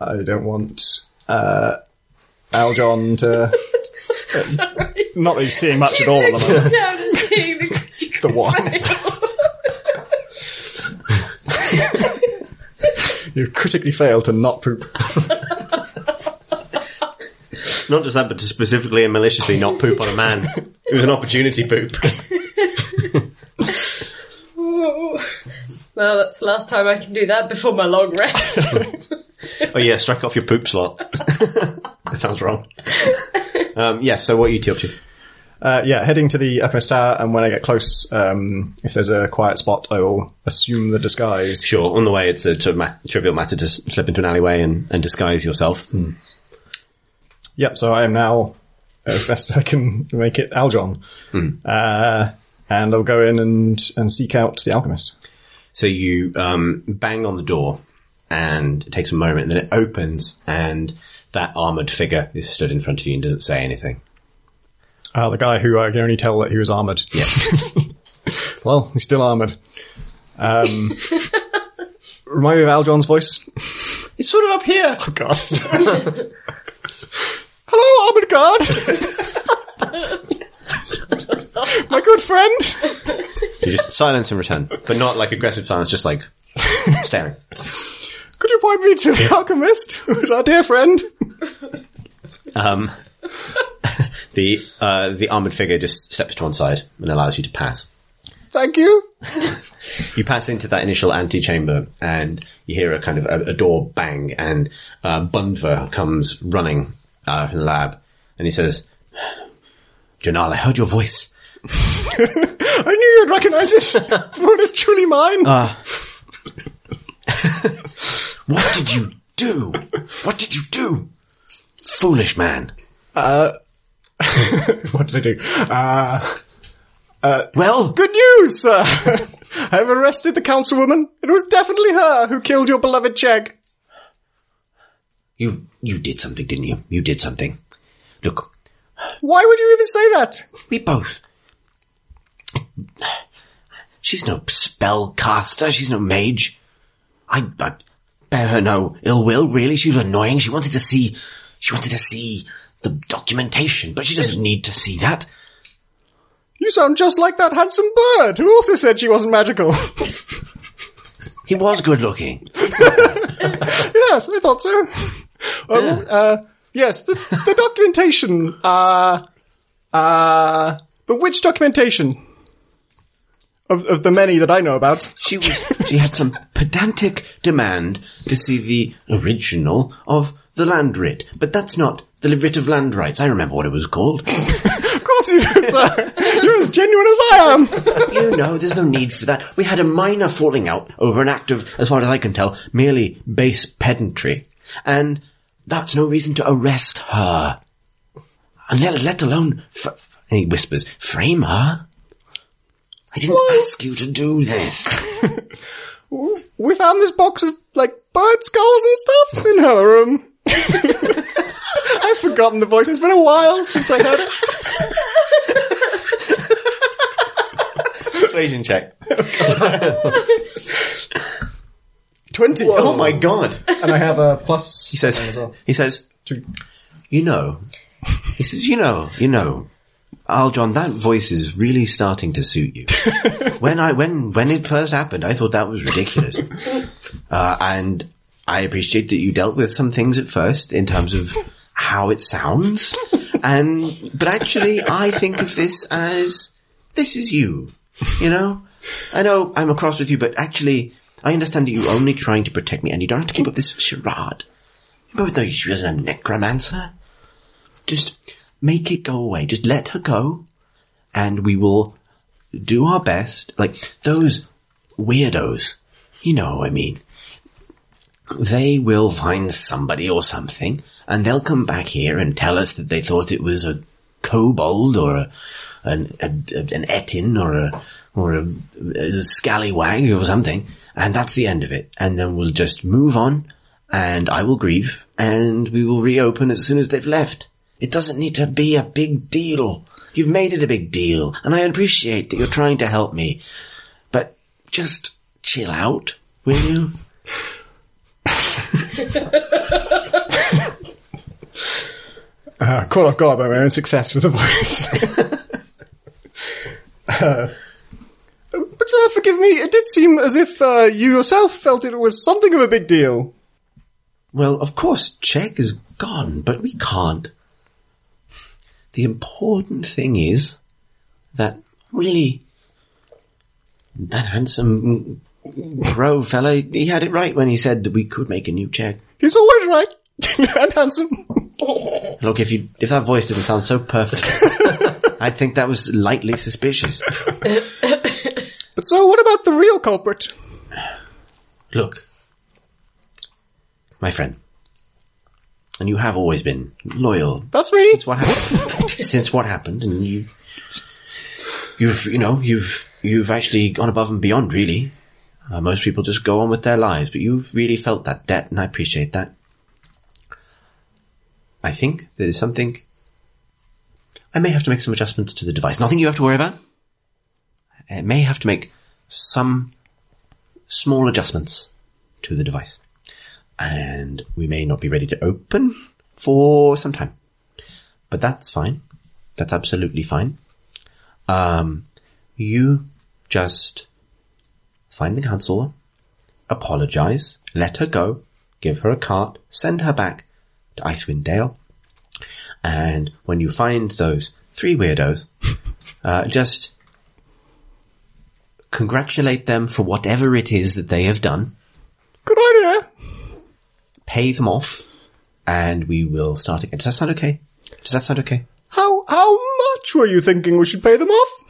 [SPEAKER 3] I don't want uh, Aljon to. Not that he's seeing much at all
[SPEAKER 5] (laughs)
[SPEAKER 3] at the moment.
[SPEAKER 5] down and seeing the
[SPEAKER 3] The one (laughs) you critically failed to not poop.
[SPEAKER 4] Not just that, but to specifically and maliciously not poop on a man. It was an opportunity poop.
[SPEAKER 5] Well, that's the last time I can do that before my long (laughs) rest.
[SPEAKER 4] Oh yeah, strike off your poop slot. (laughs) that sounds wrong. Um, yeah. So what are you two up to?
[SPEAKER 3] Uh, yeah, heading to the utmost tower, and when I get close, um, if there's a quiet spot, I will assume the disguise.
[SPEAKER 4] Sure. On the way, it's a sort of ma- trivial matter to s- slip into an alleyway and, and disguise yourself. Hmm.
[SPEAKER 3] Yep, so I am now, as (laughs) best I can make it, Aljon. Uh, and I'll go in and, and seek out the alchemist.
[SPEAKER 4] So you um, bang on the door, and it takes a moment, and then it opens, and that armored figure is stood in front of you and doesn't say anything.
[SPEAKER 3] Uh, the guy who I can only tell that he was armoured. (laughs) Yeah. well, he's still armoured. (laughs) Um, remind me of Aljon's voice.
[SPEAKER 4] It's sort of up here.
[SPEAKER 3] Oh, God. Hello, armored guard. (laughs) My good friend.
[SPEAKER 4] (laughs) You just silence and return, but not like aggressive silence, just
[SPEAKER 3] (laughs)
[SPEAKER 4] like staring.
[SPEAKER 3] Could you point me to the alchemist, who's our dear friend?
[SPEAKER 4] Um, the uh, the armored figure just steps to one side and allows you to pass.
[SPEAKER 3] Thank you.
[SPEAKER 4] You pass into that initial antechamber, and you hear a kind of a, a door bang, and uh, Bundva comes running uh, from the lab, and he says, "Janal, I heard your voice.
[SPEAKER 3] I knew you'd recognize it. For it is truly mine.
[SPEAKER 4] What did you do? What did you do, foolish man?
[SPEAKER 3] what did I do?
[SPEAKER 4] Well,
[SPEAKER 3] Good news, sir. (laughs) I have arrested the councilwoman. It was definitely her who killed your beloved Chegg.
[SPEAKER 4] you you did something, didn't you? You did something. Look,
[SPEAKER 3] Why would you even say that?
[SPEAKER 4] We both. She's no spellcaster. She's no mage. I, I bear her no ill will. Really, she was annoying. She wanted to see. She wanted to see the documentation, but she doesn't need to see that.
[SPEAKER 3] You sound just like that handsome bird who also said she wasn't magical. (laughs)
[SPEAKER 4] He was good looking.
[SPEAKER 3] yes, I thought so. Um, uh, yes, the, the documentation. Uh, uh, but which documentation? Of, of the many that I know about.
[SPEAKER 4] She was. She had some pedantic demand to see the original of the land writ, but that's not the writ of land rights. I remember what it was called.
[SPEAKER 3] Of course you do, sir. You're as genuine as I am.
[SPEAKER 4] you know, there's no need for that. We had a minor falling out over an act of, as far as I can tell, merely base pedantry. And that's no reason to arrest her. And let, let alone, f- f- and he whispers, frame her? I didn't ask you to do this.
[SPEAKER 3] We found this box of, like, bird skulls and stuff in
[SPEAKER 6] (laughs)
[SPEAKER 3] her room. I've forgotten the voice. It's been a while since I heard it.
[SPEAKER 6] (laughs)
[SPEAKER 4] Persuasion check.
[SPEAKER 3] 20.
[SPEAKER 4] Oh my god.
[SPEAKER 6] And I have a plus.
[SPEAKER 4] He says, he says, you know, he says, you know, you know, Aljon, that voice is really starting to suit you. when I, when, when it first happened, I thought that was ridiculous. Uh, and I appreciate that you dealt with some things at first in terms of how it sounds. And, but actually, I think of this as, this is you, you know? I know I'm across with you, but actually, I understand that you're only trying to protect me and you don't have to keep up this charade. But no, she wasn't a necromancer. Just make it go away. Just let her go, and we will do our best. Like those weirdos, you know what I mean. They will find somebody or something, and they'll come back here and tell us that they thought it was a kobold or a, an, a, an etin or a or a, a scallywag or something, and that's the end of it. And then we'll just move on, and I will grieve, and we will reopen as soon as they've left. It doesn't need to be a big deal. You've made it a big deal, and I appreciate that you're trying to help me, but just chill out, will you?
[SPEAKER 3] Uh, caught off guard by my own success with the voice.
[SPEAKER 6] (laughs)
[SPEAKER 3] Uh, but sir, forgive me, it did seem as if uh, you yourself felt it was something of a big deal.
[SPEAKER 4] Well, of course, Czech is gone, but we can't The important thing is that really that handsome bro fella, he had it right when he said that we could make a new check.
[SPEAKER 3] He's always right. (laughs) and handsome.
[SPEAKER 4] Look, if you if that voice didn't sound so perfect, (laughs) I think that was lightly suspicious.
[SPEAKER 3] But so what about the real culprit?
[SPEAKER 4] Look, my friend, and you have always been loyal
[SPEAKER 3] That's me.
[SPEAKER 4] since what happened. (laughs) since what happened, and you, you've you know you've you've actually gone above and beyond. Really, uh, most people just go on with their lives, but you've really felt that debt, and I appreciate that. I think there is something. I may have to make some adjustments to the device. Nothing you have to worry about. I may have to make some small adjustments to the device. And we may not be ready to open for some time. But that's fine. That's absolutely fine. Um, you just find the counselor, apologize, let her go, give her a cart, send her back to Icewind Dale. And when you find those three weirdos, (laughs) uh, just congratulate them for whatever it is that they have done,
[SPEAKER 3] Good idea.
[SPEAKER 4] pay them off, and we will start again. Does that sound okay? Does that sound okay?
[SPEAKER 3] How how much were you thinking we should pay them off?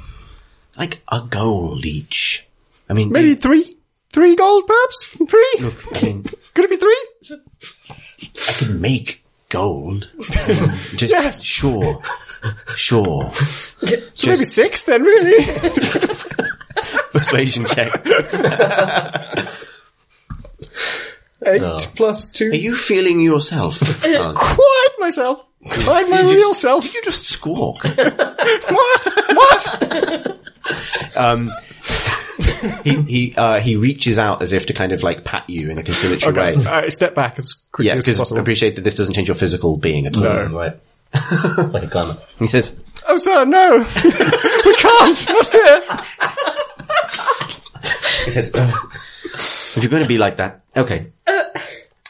[SPEAKER 4] like a gold each. I mean,
[SPEAKER 3] Maybe
[SPEAKER 4] you-
[SPEAKER 3] three, three gold, perhaps three.
[SPEAKER 4] look, I mean,
[SPEAKER 3] Could it be three?
[SPEAKER 4] I can make
[SPEAKER 3] (laughs)
[SPEAKER 4] gold. I mean, just
[SPEAKER 3] Yes.
[SPEAKER 4] sure, sure.
[SPEAKER 3] So maybe six then, (laughs) really.
[SPEAKER 4] Persuasion check. Are
[SPEAKER 3] Eight plus two.
[SPEAKER 4] you feeling yourself?
[SPEAKER 3] (laughs)
[SPEAKER 4] Oh,
[SPEAKER 3] Quiet myself. Quiet my real self.
[SPEAKER 4] you just squawk.
[SPEAKER 3] What? (laughs) What? (laughs)
[SPEAKER 4] He he uh, he reaches out as if to kind of like pat you in a conciliatory
[SPEAKER 3] Okay,
[SPEAKER 4] way.
[SPEAKER 3] I step back as quickly
[SPEAKER 4] Yeah,
[SPEAKER 3] as
[SPEAKER 4] because
[SPEAKER 3] possible.
[SPEAKER 4] appreciate that this doesn't change your physical being at all.
[SPEAKER 3] No.
[SPEAKER 2] Right. It's like a glamour.
[SPEAKER 4] He says,
[SPEAKER 3] Oh, sir, no, we can't. Not here.
[SPEAKER 4] He says, "Ugh. if you're going to be like that, okay.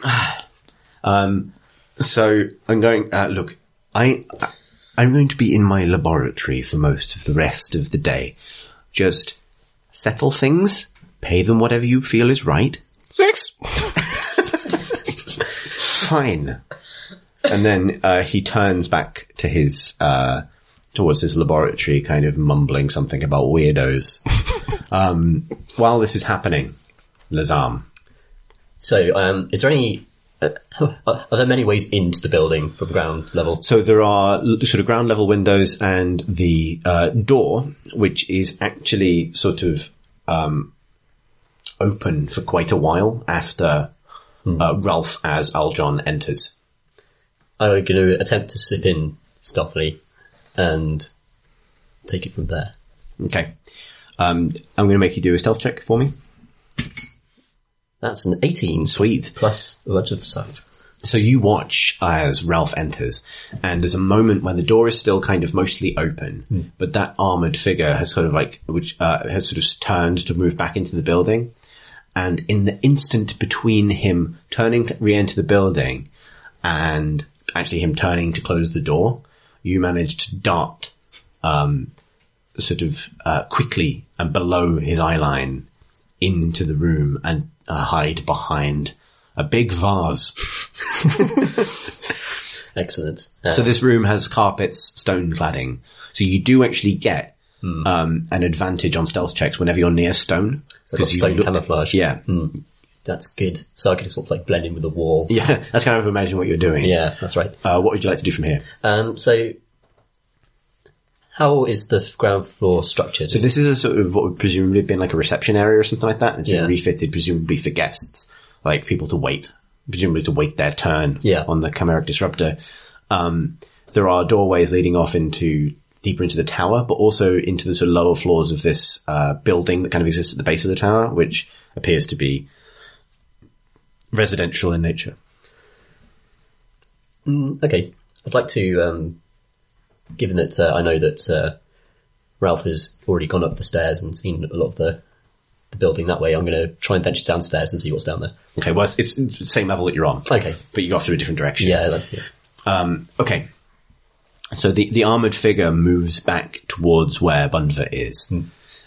[SPEAKER 4] Uh. um, so I'm going, uh, look, I, I- I'm going to be in my laboratory for most of the rest of the day. Just settle things, pay them whatever you feel is right.
[SPEAKER 3] Six.
[SPEAKER 4] Fine. And then, uh, he turns back to his, uh, towards his laboratory, kind of mumbling something about (laughs) weirdos. um, while this is happening, Lazam,
[SPEAKER 2] So, um, is there any? Uh, (laughs) are there many ways into the building from ground level?
[SPEAKER 4] So there are l- sort of ground level windows and the uh, door, which is actually sort of um, open for quite a while after uh, Ralph as Aljon enters.
[SPEAKER 2] I'm going to attempt to slip in stealthily and take it from there.
[SPEAKER 4] Okay. Um, I'm going to make you do a stealth check for me.
[SPEAKER 2] That's an 18
[SPEAKER 4] Sweet.
[SPEAKER 2] plus a bunch of stuff.
[SPEAKER 4] So you watch as Ralph enters, and there's a moment when the door is still kind of mostly open, but that armored figure has sort of like, which uh, has sort of turned to move back into the building, and in the instant between him turning to re-enter the building and actually him turning to close the door, you manage to dart, um, sort of uh, quickly and below his eye line into the room and uh, hide behind a big vase.
[SPEAKER 2] Excellent. Uh,
[SPEAKER 4] So this room has carpets, stone cladding. So you do actually get
[SPEAKER 2] Hmm.
[SPEAKER 4] um, an advantage on stealth checks whenever you're near stone.
[SPEAKER 2] so I've got
[SPEAKER 4] you
[SPEAKER 2] stone Hmm.
[SPEAKER 4] look-
[SPEAKER 2] camouflage.
[SPEAKER 4] Yeah. (laughs)
[SPEAKER 2] That's good. So I can sort of like blend in with the walls.
[SPEAKER 4] Yeah. That's kind of imagine what you're doing.
[SPEAKER 2] (laughs) Yeah, that's right.
[SPEAKER 4] Uh, what would you like to do from here?
[SPEAKER 2] Um, so, how is the f- ground floor structured?
[SPEAKER 4] So this is a sort of what would presumably have been like a reception area or something like that. and It's
[SPEAKER 2] Yeah.
[SPEAKER 4] been refitted presumably for guests, like people to wait, presumably to wait their turn
[SPEAKER 2] Yeah.
[SPEAKER 4] on the chimeric disruptor. Um, there are doorways leading off into deeper into the tower, but also into the sort of lower floors of this uh, building that kind of exists at the base of the tower, which appears to be residential in nature.
[SPEAKER 2] okay, I'd like to, um, given that uh, I know that uh, Ralph has already gone up the stairs and seen a lot of the the building that way, I'm going to try and venture downstairs and see what's down there.
[SPEAKER 4] Okay, well, it's, it's the same level that you're on,
[SPEAKER 2] Okay.
[SPEAKER 4] but you go off to a different direction.
[SPEAKER 2] Yeah, like, yeah.
[SPEAKER 4] Okay. So the, the armored figure moves back towards where Bunva is,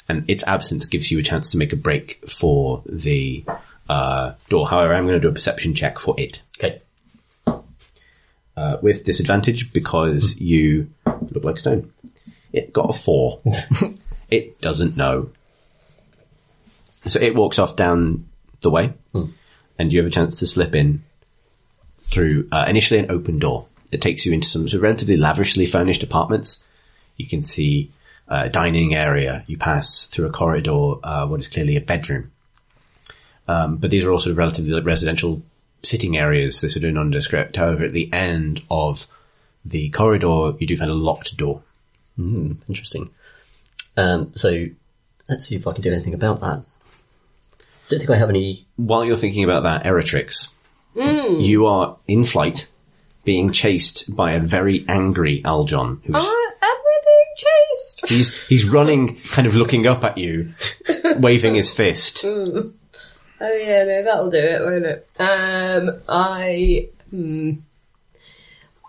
[SPEAKER 4] and its absence gives you a chance to make a break for the uh, door. However, I'm going to do a perception check for it
[SPEAKER 2] Okay.
[SPEAKER 4] uh, with disadvantage because you look like stone. It got a four. it doesn't know. So it walks off down the way, and you have a chance to slip in through uh, initially an open door. It takes you into some sort of relatively lavishly furnished apartments. You can see uh, a dining area. You pass through a corridor, uh, what is clearly a bedroom. Um, but these are all sort of relatively like residential sitting areas. They're sort of nondescript. However, at the end of the corridor, you do find a locked door.
[SPEAKER 2] Interesting. Um, so let's see if I can do anything about that. Don't think I have any.
[SPEAKER 4] While you're thinking about that, Eritrix, you are in flight, being chased by a very angry Aljon, who's
[SPEAKER 5] Ah. being chased?
[SPEAKER 4] he's he's running, kind of looking up at you, waving his fist.
[SPEAKER 5] Oh yeah, no, that'll do it, won't it? Um, I, hmm,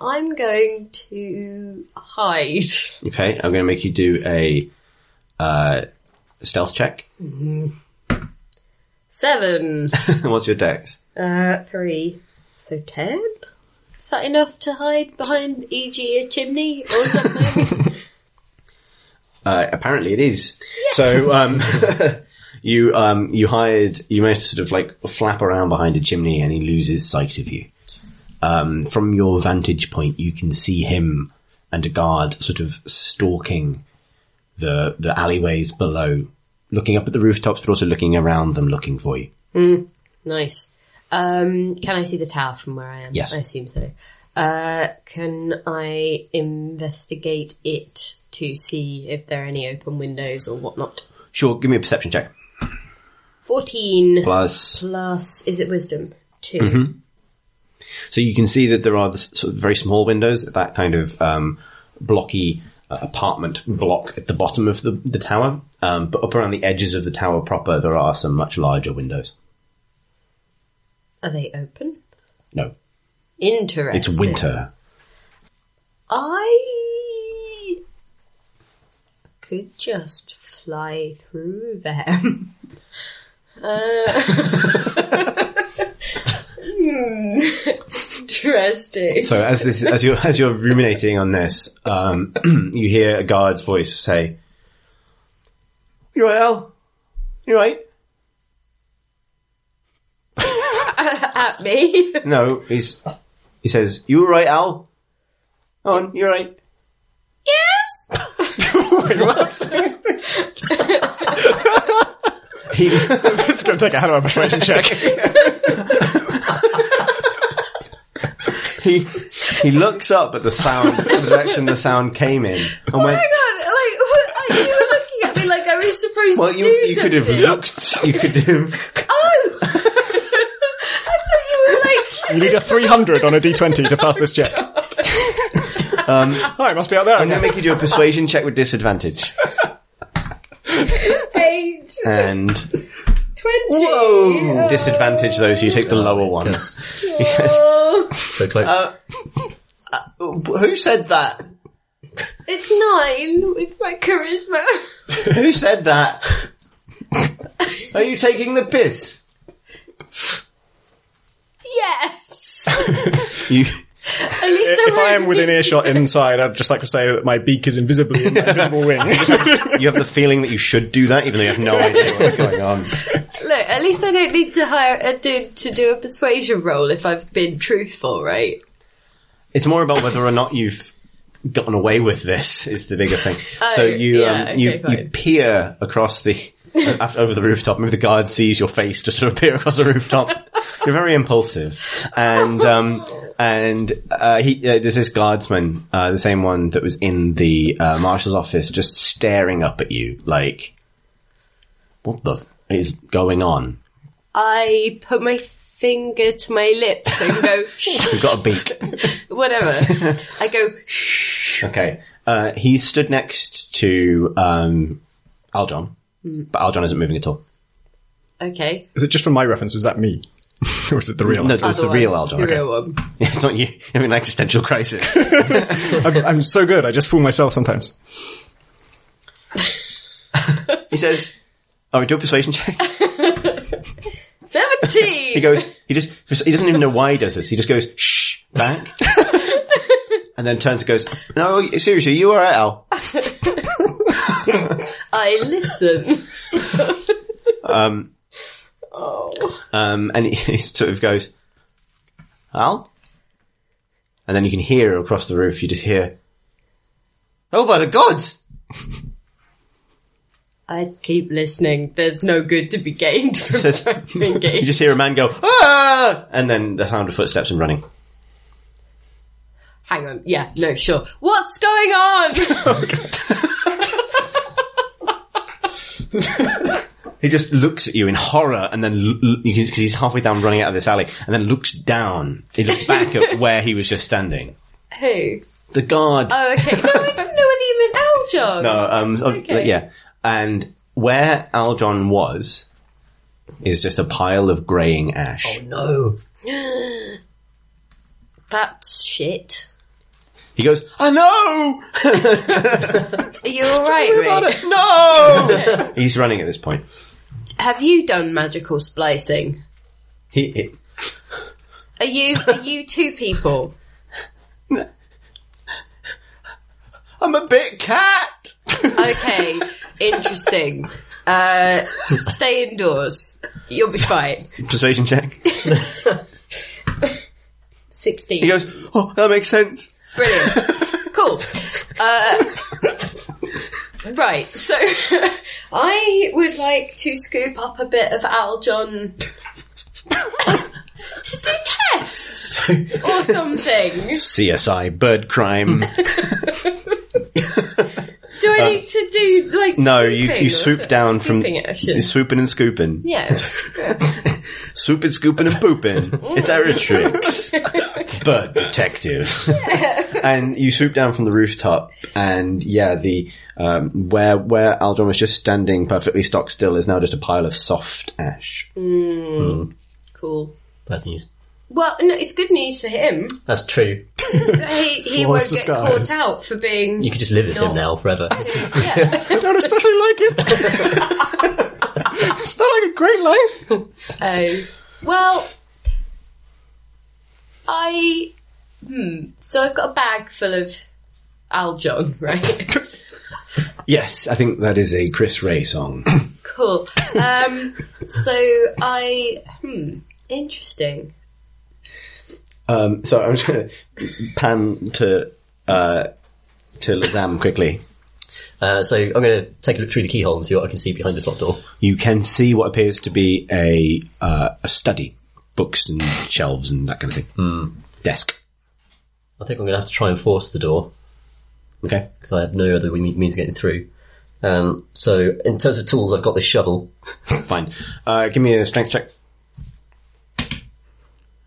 [SPEAKER 5] I'm going to hide.
[SPEAKER 4] Okay, I'm going to make you do a uh, stealth check. (laughs)
[SPEAKER 5] Seven,
[SPEAKER 4] What's your dex?
[SPEAKER 5] uh, three, so ten. Is that enough to hide behind, e.g., a chimney or something?
[SPEAKER 4] Uh, apparently, it is. So um, (laughs) you um, you hired you managed to sort of like flap around behind a chimney, and he loses sight of you. Um, from your vantage point, you can see him and a guard sort of stalking the the alleyways below, looking up at the rooftops, but also looking around them, looking for you.
[SPEAKER 5] nice. Um, can I see the tower from where I am?
[SPEAKER 4] Yes.
[SPEAKER 5] I assume so. Uh, can I investigate it to see if there are any open windows or whatnot?
[SPEAKER 4] Sure, give me a perception check.
[SPEAKER 5] Fourteen.
[SPEAKER 4] Plus, Mm-hmm.
[SPEAKER 5] plus is it wisdom 2
[SPEAKER 4] so you can see that there are the s- sort of very small windows, that kind of um, blocky uh, apartment block at the bottom of the, the tower. Um, but up around the edges of the tower proper, there are some much larger windows.
[SPEAKER 5] are they open
[SPEAKER 4] No,
[SPEAKER 5] interesting
[SPEAKER 4] it's winter.
[SPEAKER 5] i could just fly through them (laughs) uh, (laughs) Hmm. interesting
[SPEAKER 4] So as this, as you're as you're ruminating on this, um, (clears throat) you hear a guard's voice say, "You all right, Al? You all right?"
[SPEAKER 5] at me
[SPEAKER 4] No, he's he says, "You all right, Al? Come on, you all right?"
[SPEAKER 5] yes
[SPEAKER 3] (laughs)
[SPEAKER 4] He
[SPEAKER 3] it's going to take a hell of a persuasion check.
[SPEAKER 4] he he looks up at the sound, the direction the sound came in, and
[SPEAKER 5] oh
[SPEAKER 4] went.
[SPEAKER 5] my god like what, you were looking at me like i was supposed
[SPEAKER 4] Well,
[SPEAKER 5] to
[SPEAKER 4] you,
[SPEAKER 5] do
[SPEAKER 4] you
[SPEAKER 5] something
[SPEAKER 4] could have looked. You could have.
[SPEAKER 5] oh i thought (laughs) you were like
[SPEAKER 3] You need a 300 on a d20 to pass
[SPEAKER 4] (laughs)
[SPEAKER 3] this check. Um, oh, it must be out there. I
[SPEAKER 4] I'm going
[SPEAKER 3] guess. (laughs)
[SPEAKER 4] to make Um, you do a persuasion check with disadvantage,
[SPEAKER 5] eight
[SPEAKER 4] and
[SPEAKER 5] 20.
[SPEAKER 4] disadvantage though, so you take the lower one. He says,
[SPEAKER 5] Oh,
[SPEAKER 2] So close.
[SPEAKER 4] "Who said that?
[SPEAKER 5] it's nine with my charisma. (laughs)
[SPEAKER 4] Who said that? Are you taking the piss?"
[SPEAKER 5] Yes.
[SPEAKER 4] You.
[SPEAKER 5] At least
[SPEAKER 3] If I
[SPEAKER 5] I'm
[SPEAKER 3] am within earshot inside, I'd just like to say that my beak is invisibly in my
[SPEAKER 4] (laughs)
[SPEAKER 3] invisible wing.
[SPEAKER 4] You have the feeling that you should do that, even though you have no idea what's going on.
[SPEAKER 5] Look, at least I don't need to hire uh, do, to do a persuasion roll if I've been truthful, right?
[SPEAKER 4] It's more about whether or not you've gotten away with this is the bigger thing. so you
[SPEAKER 5] Oh, yeah,
[SPEAKER 4] um,
[SPEAKER 5] okay,
[SPEAKER 4] you, you
[SPEAKER 5] fine.
[SPEAKER 4] peer across the (laughs) after, over the rooftop. Maybe the guard sees your face just sort of peer across the
[SPEAKER 5] (laughs)
[SPEAKER 4] rooftop. You're very impulsive, and um, and uh, he uh, there's this guardsman, uh, the same one that was in the uh, marshal's office, just staring up at you like, what the f- is going on?
[SPEAKER 5] I put my finger to my lips
[SPEAKER 4] (laughs)
[SPEAKER 5] and go, shh,
[SPEAKER 4] We've got a beak.
[SPEAKER 5] whatever. I go, shh.
[SPEAKER 4] Okay. Uh, he stood next to um,
[SPEAKER 5] Mm.
[SPEAKER 4] Aljon, but Aljon isn't moving at all.
[SPEAKER 5] Okay.
[SPEAKER 3] Is it just for my reference? Is that me? (laughs) or is it the real?
[SPEAKER 4] No, it was the
[SPEAKER 5] Otherwise,
[SPEAKER 4] real Aldo.
[SPEAKER 5] Oh. The
[SPEAKER 4] okay.
[SPEAKER 5] real one.
[SPEAKER 4] (laughs) it's not you. You're in an existential crisis.
[SPEAKER 3] I'm, I'm so good. I just fool myself sometimes.
[SPEAKER 4] he says, "Oh, do a persuasion check." (laughs)
[SPEAKER 5] 17!
[SPEAKER 4] He goes, he just, he doesn't even know why he does this. He just goes, shh,
[SPEAKER 5] (laughs)
[SPEAKER 4] back. and then turns and goes, no, seriously, you are Al.
[SPEAKER 5] I listen.
[SPEAKER 4] Um, and he, (laughs) he sort of goes, Al? And then you can hear across the roof, you just hear, oh, by the gods!
[SPEAKER 5] I keep listening. There's no good to
[SPEAKER 4] (laughs)
[SPEAKER 5] be gained from
[SPEAKER 4] Says-
[SPEAKER 5] trying to engage.
[SPEAKER 4] You just hear a man go, ah! And then the sound of footsteps and running.
[SPEAKER 5] Hang on. Yeah, no, sure. What's
[SPEAKER 4] (laughs)
[SPEAKER 5] going on?
[SPEAKER 4] He just looks at you in horror and then, l- l- you can- 'cause he's halfway down running out of this alley, and then looks down. He looks back
[SPEAKER 5] (laughs)
[SPEAKER 4] at where he was just standing.
[SPEAKER 5] Who?
[SPEAKER 4] The guard
[SPEAKER 5] Oh, okay. No, I didn't know whether you meant Aljon.
[SPEAKER 4] No, um, so-
[SPEAKER 5] Okay.
[SPEAKER 4] yeah. And where Aljon was is just a pile of greying ash.
[SPEAKER 5] Oh.
[SPEAKER 2] No.
[SPEAKER 5] That's shit.
[SPEAKER 4] He goes, "Ah, I know!
[SPEAKER 5] Are you alright, Rick? (laughs)
[SPEAKER 4] No! He's running at this point.
[SPEAKER 5] Have you done magical splicing?
[SPEAKER 4] He, he-
[SPEAKER 5] Are you, are you two people?
[SPEAKER 4] I'm a bit cat!
[SPEAKER 5] Okay, interesting. Uh, stay indoors. You'll be fine.
[SPEAKER 4] Persuasion check.
[SPEAKER 5] 16.
[SPEAKER 4] He goes, Oh, that makes sense.
[SPEAKER 5] Brilliant. cool. Uh, right, so (laughs) I would like to scoop up a bit of Al John to do tests
[SPEAKER 4] (laughs)
[SPEAKER 5] or something.
[SPEAKER 4] CSI bird crime.
[SPEAKER 5] Do I need to do like
[SPEAKER 4] Uh, no, you,
[SPEAKER 5] scooping
[SPEAKER 4] you
[SPEAKER 5] or
[SPEAKER 4] swoop
[SPEAKER 5] so-
[SPEAKER 4] down from
[SPEAKER 5] scooping action?
[SPEAKER 4] swooping and scooping.
[SPEAKER 5] Yeah.
[SPEAKER 4] Swooping, scooping, and pooping. it's Eritrix, bird detective. (laughs) and you swoop down from the rooftop, and yeah, the um, where where Aldron was just standing perfectly stock still is now just a pile of soft ash.
[SPEAKER 5] Cool.
[SPEAKER 2] Bad news.
[SPEAKER 5] Well, no, it's good news for him.
[SPEAKER 2] That's true.
[SPEAKER 4] (laughs)
[SPEAKER 5] So he, he won't
[SPEAKER 3] Flawless
[SPEAKER 5] get
[SPEAKER 3] disguise.
[SPEAKER 5] caught out for being.
[SPEAKER 2] You could just live as
[SPEAKER 5] No.
[SPEAKER 2] him now forever.
[SPEAKER 5] yeah.
[SPEAKER 3] I don't especially like it. it's not like a great life.
[SPEAKER 5] Oh. Well, I. Hmm. So I've got a bag full of Aljon, (laughs) right?
[SPEAKER 4] Yes, I think that is a Chris Ray song. (clears throat)
[SPEAKER 5] cool. Um, so I. Hmm. Interesting.
[SPEAKER 4] um, so I'm just going to pan to uh, to Lazam quickly.
[SPEAKER 2] Uh, so I'm going to take a look through the keyhole and see what I can see behind this locked door.
[SPEAKER 4] You can see what appears to be a uh, a study, books and shelves and that kind of thing, desk.
[SPEAKER 2] I think I'm going to have to try and force the door
[SPEAKER 4] Okay.
[SPEAKER 2] because I have no other we- means of getting through. Um, so in terms of tools, I've got this shovel.
[SPEAKER 4] Fine. Uh, give me a strength check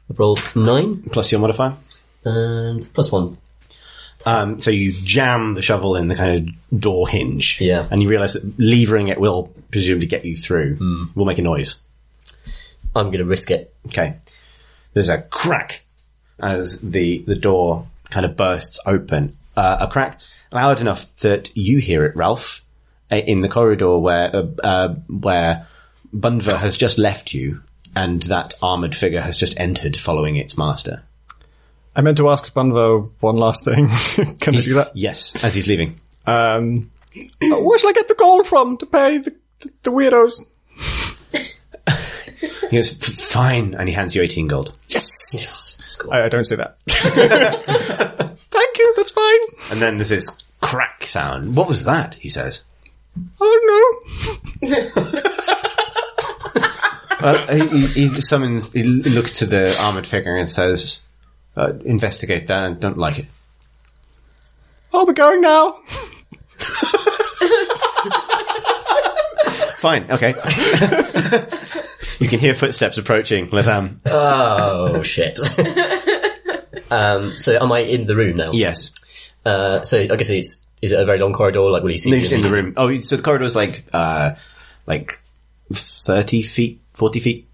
[SPEAKER 2] I've rolled nine
[SPEAKER 4] plus your modifier.
[SPEAKER 2] and plus one.
[SPEAKER 4] Um, so you jam the shovel in the kind of door hinge.
[SPEAKER 2] Yeah.
[SPEAKER 4] And you realise that levering it will presumably get you through. Will make a noise.
[SPEAKER 2] I'm going to risk it.
[SPEAKER 4] Okay. There's a crack as the, the door kind of bursts open. Uh, a crack loud enough that you hear it, Ralph, uh, in the corridor where, uh, uh, where Bunver has just left you and that armoured figure has just entered following its master.
[SPEAKER 3] I meant to ask Bunvo one last thing. (laughs) Can I do that?
[SPEAKER 4] Yes, as he's leaving.
[SPEAKER 3] Um, where shall I get the gold from to pay the, the, the weirdos?
[SPEAKER 4] He goes, "F- fine. And he hands you 18 gold.
[SPEAKER 3] Yes.
[SPEAKER 2] Score.
[SPEAKER 3] I, I don't say that. (laughs) Thank you. That's fine.
[SPEAKER 4] And then there's this crack sound. What was that? He says.
[SPEAKER 3] Oh no.
[SPEAKER 4] Uh, he, he he summons, he looks to the armored figure and says, uh, investigate that. I don't like it.
[SPEAKER 3] Oh, we're going now.
[SPEAKER 4] Fine. Okay. (laughs) you can hear footsteps approaching. um, Lazam.
[SPEAKER 2] Oh (laughs) shit. um, so am I in the room now?
[SPEAKER 4] Yes.
[SPEAKER 2] Uh, so I guess it's is it a very long corridor? Like will he see?
[SPEAKER 4] No,
[SPEAKER 2] me
[SPEAKER 4] he's in the room. Oh, so the corridor's like, uh, like 30 feet, 40 feet.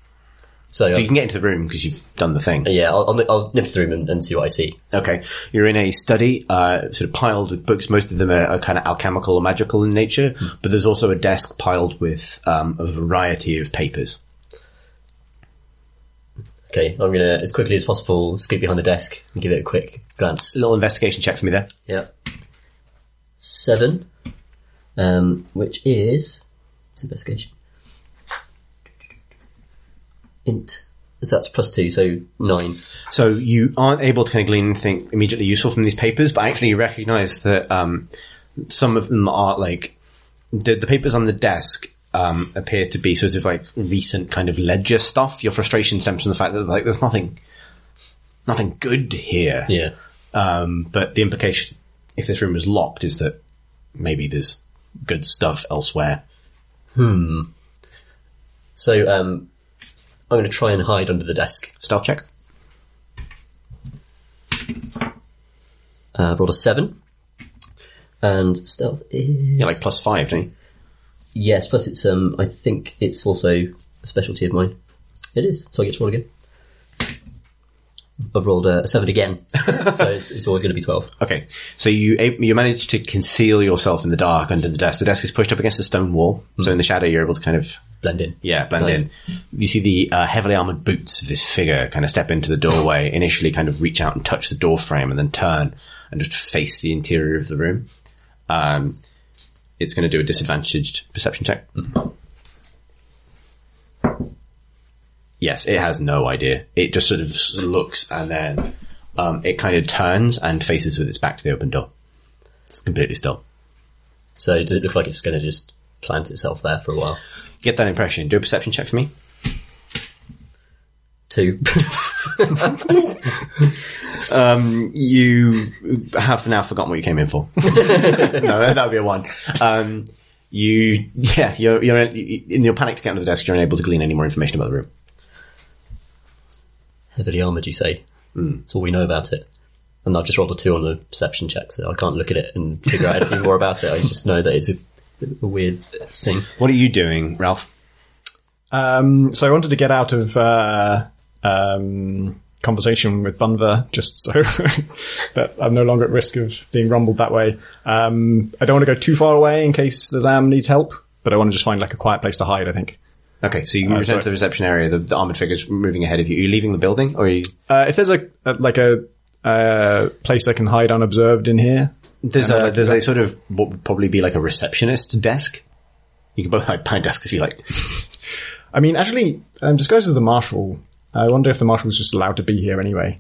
[SPEAKER 2] So, um,
[SPEAKER 4] So you can get into the room because you've done the thing.
[SPEAKER 2] yeah, I'll, I'll, I'll nip to the room and, and see what I see.
[SPEAKER 4] Okay, you're in a study, uh, sort of piled with books. Most of them are, are kind of alchemical or magical in nature, but there's also a desk piled with um, a variety of papers.
[SPEAKER 2] Okay, I'm gonna as quickly as possible scoot behind the desk and give it a quick glance.
[SPEAKER 4] Little investigation check for me there.
[SPEAKER 2] Yeah, seven, um, which is it's investigation. Int. So that's plus two, so nine.
[SPEAKER 4] So you aren't able to kind of glean anything immediately useful from these papers, but actually you recognise that um, some of them are like the, the papers on the desk um, appear to be sort of like recent kind of ledger stuff. Your frustration stems from the fact that like there's nothing, nothing good here.
[SPEAKER 2] Yeah.
[SPEAKER 4] Um, but the implication, if this room was locked, is that maybe there's good stuff elsewhere.
[SPEAKER 2] So um, I'm gonna try and hide under the desk.
[SPEAKER 4] Stealth check.
[SPEAKER 2] Uh, I've rolled a seven, and stealth is
[SPEAKER 4] Yeah, like plus five, don't you?
[SPEAKER 2] Yes, plus it's um I think it's also a specialty of mine. It is, so I get to roll again. I've rolled uh, a seven again, so it's, it's always going to be twelve.
[SPEAKER 4] Okay, so you ab- you manage to conceal yourself in the dark under the desk. The desk is pushed up against a stone wall, so in the shadow you're able to kind of
[SPEAKER 2] Blend in.
[SPEAKER 4] yeah blend
[SPEAKER 2] Nice.
[SPEAKER 4] in. You see the uh, heavily armored boots of this figure kind of step into the doorway. Initially, kind of reach out and touch the door frame, and then turn and just face the interior of the room. Um, it's going to do a disadvantaged perception check. Yes, it has no idea. It just sort of s- looks and then um, it kind of turns and faces with its back to the open door. It's completely still.
[SPEAKER 2] So does it look like it's going to just plant itself there for a while?
[SPEAKER 4] Get that impression. Do a perception check for me.
[SPEAKER 2] Two. (laughs)
[SPEAKER 4] You have now forgotten what you came in for. no, that would be a one. Um, you, yeah, you're, you're in your panic to get under the desk. You're unable to glean any more information about the room.
[SPEAKER 2] Heavily armoured, you say? That's all we know about it. And I've just rolled a two on the perception check, so I can't look at it and figure out anything more about it. I just know that it's a, a weird thing.
[SPEAKER 4] What are you doing, Ralph?
[SPEAKER 3] Um, so I wanted to get out of uh, um, conversation with Bunver just so (laughs) that I'm no longer at risk of being rumbled that way. Um, I don't want to go too far away in case the Zam needs help, but I want to just find like a quiet place to hide. I think
[SPEAKER 4] Okay, so you return
[SPEAKER 3] sorry.
[SPEAKER 4] to the reception area. The, the armored figure's moving ahead of you. Are you leaving the building, or are you?
[SPEAKER 3] uh, if there's a, a like a uh, place I can hide unobserved in here.
[SPEAKER 4] There's a there's a sort of what would probably be like a receptionist's desk. You can both hide behind desks if you like.
[SPEAKER 3] I mean, actually, I'm disguised as the marshal. I wonder if the marshal's just allowed to be here anyway.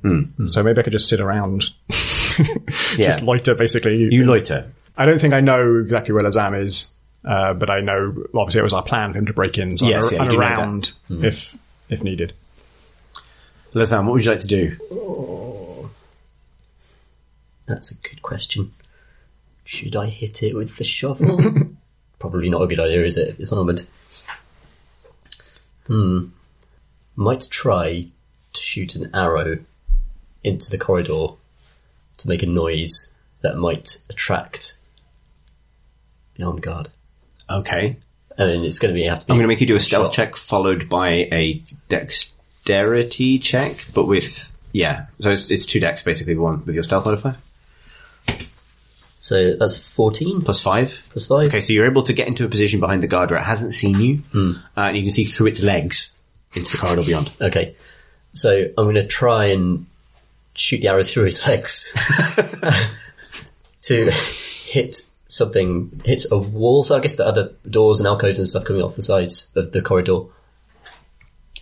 [SPEAKER 3] So maybe I could just sit around, (laughs) just loiter basically.
[SPEAKER 4] You loiter.
[SPEAKER 3] I don't think I know exactly where Lazam is, uh, but I know obviously it was our plan for him to break in. So
[SPEAKER 4] Yes,
[SPEAKER 3] I'm,
[SPEAKER 4] yeah,
[SPEAKER 3] I'm
[SPEAKER 4] you do know Mm-hmm.
[SPEAKER 3] around if if needed.
[SPEAKER 4] Lazam, what would you like to do?
[SPEAKER 2] That's a good question. Should I hit it with the shovel? Probably not a good idea, is it? It's armoured. Hmm. Might try to shoot an arrow into the corridor to make a noise that might attract the armed guard.
[SPEAKER 4] Okay,
[SPEAKER 2] And then it's going to be have to be.
[SPEAKER 4] I'm going to make you do a stealth
[SPEAKER 2] shot.
[SPEAKER 4] check followed by a dexterity check, but with yeah. So it's, it's two decks basically, one with your stealth modifier
[SPEAKER 2] So that's fourteen
[SPEAKER 4] plus five.
[SPEAKER 2] plus five.
[SPEAKER 4] Okay, so you're able to get into a position behind the guard where it hasn't seen you, uh, and you can see through its legs into the corridor beyond.
[SPEAKER 2] Okay. So I'm going to try and shoot the arrow through his
[SPEAKER 3] (laughs)
[SPEAKER 2] legs to hit something, hit a wall. So I guess the other doors and alcoves and stuff coming off the sides of the corridor.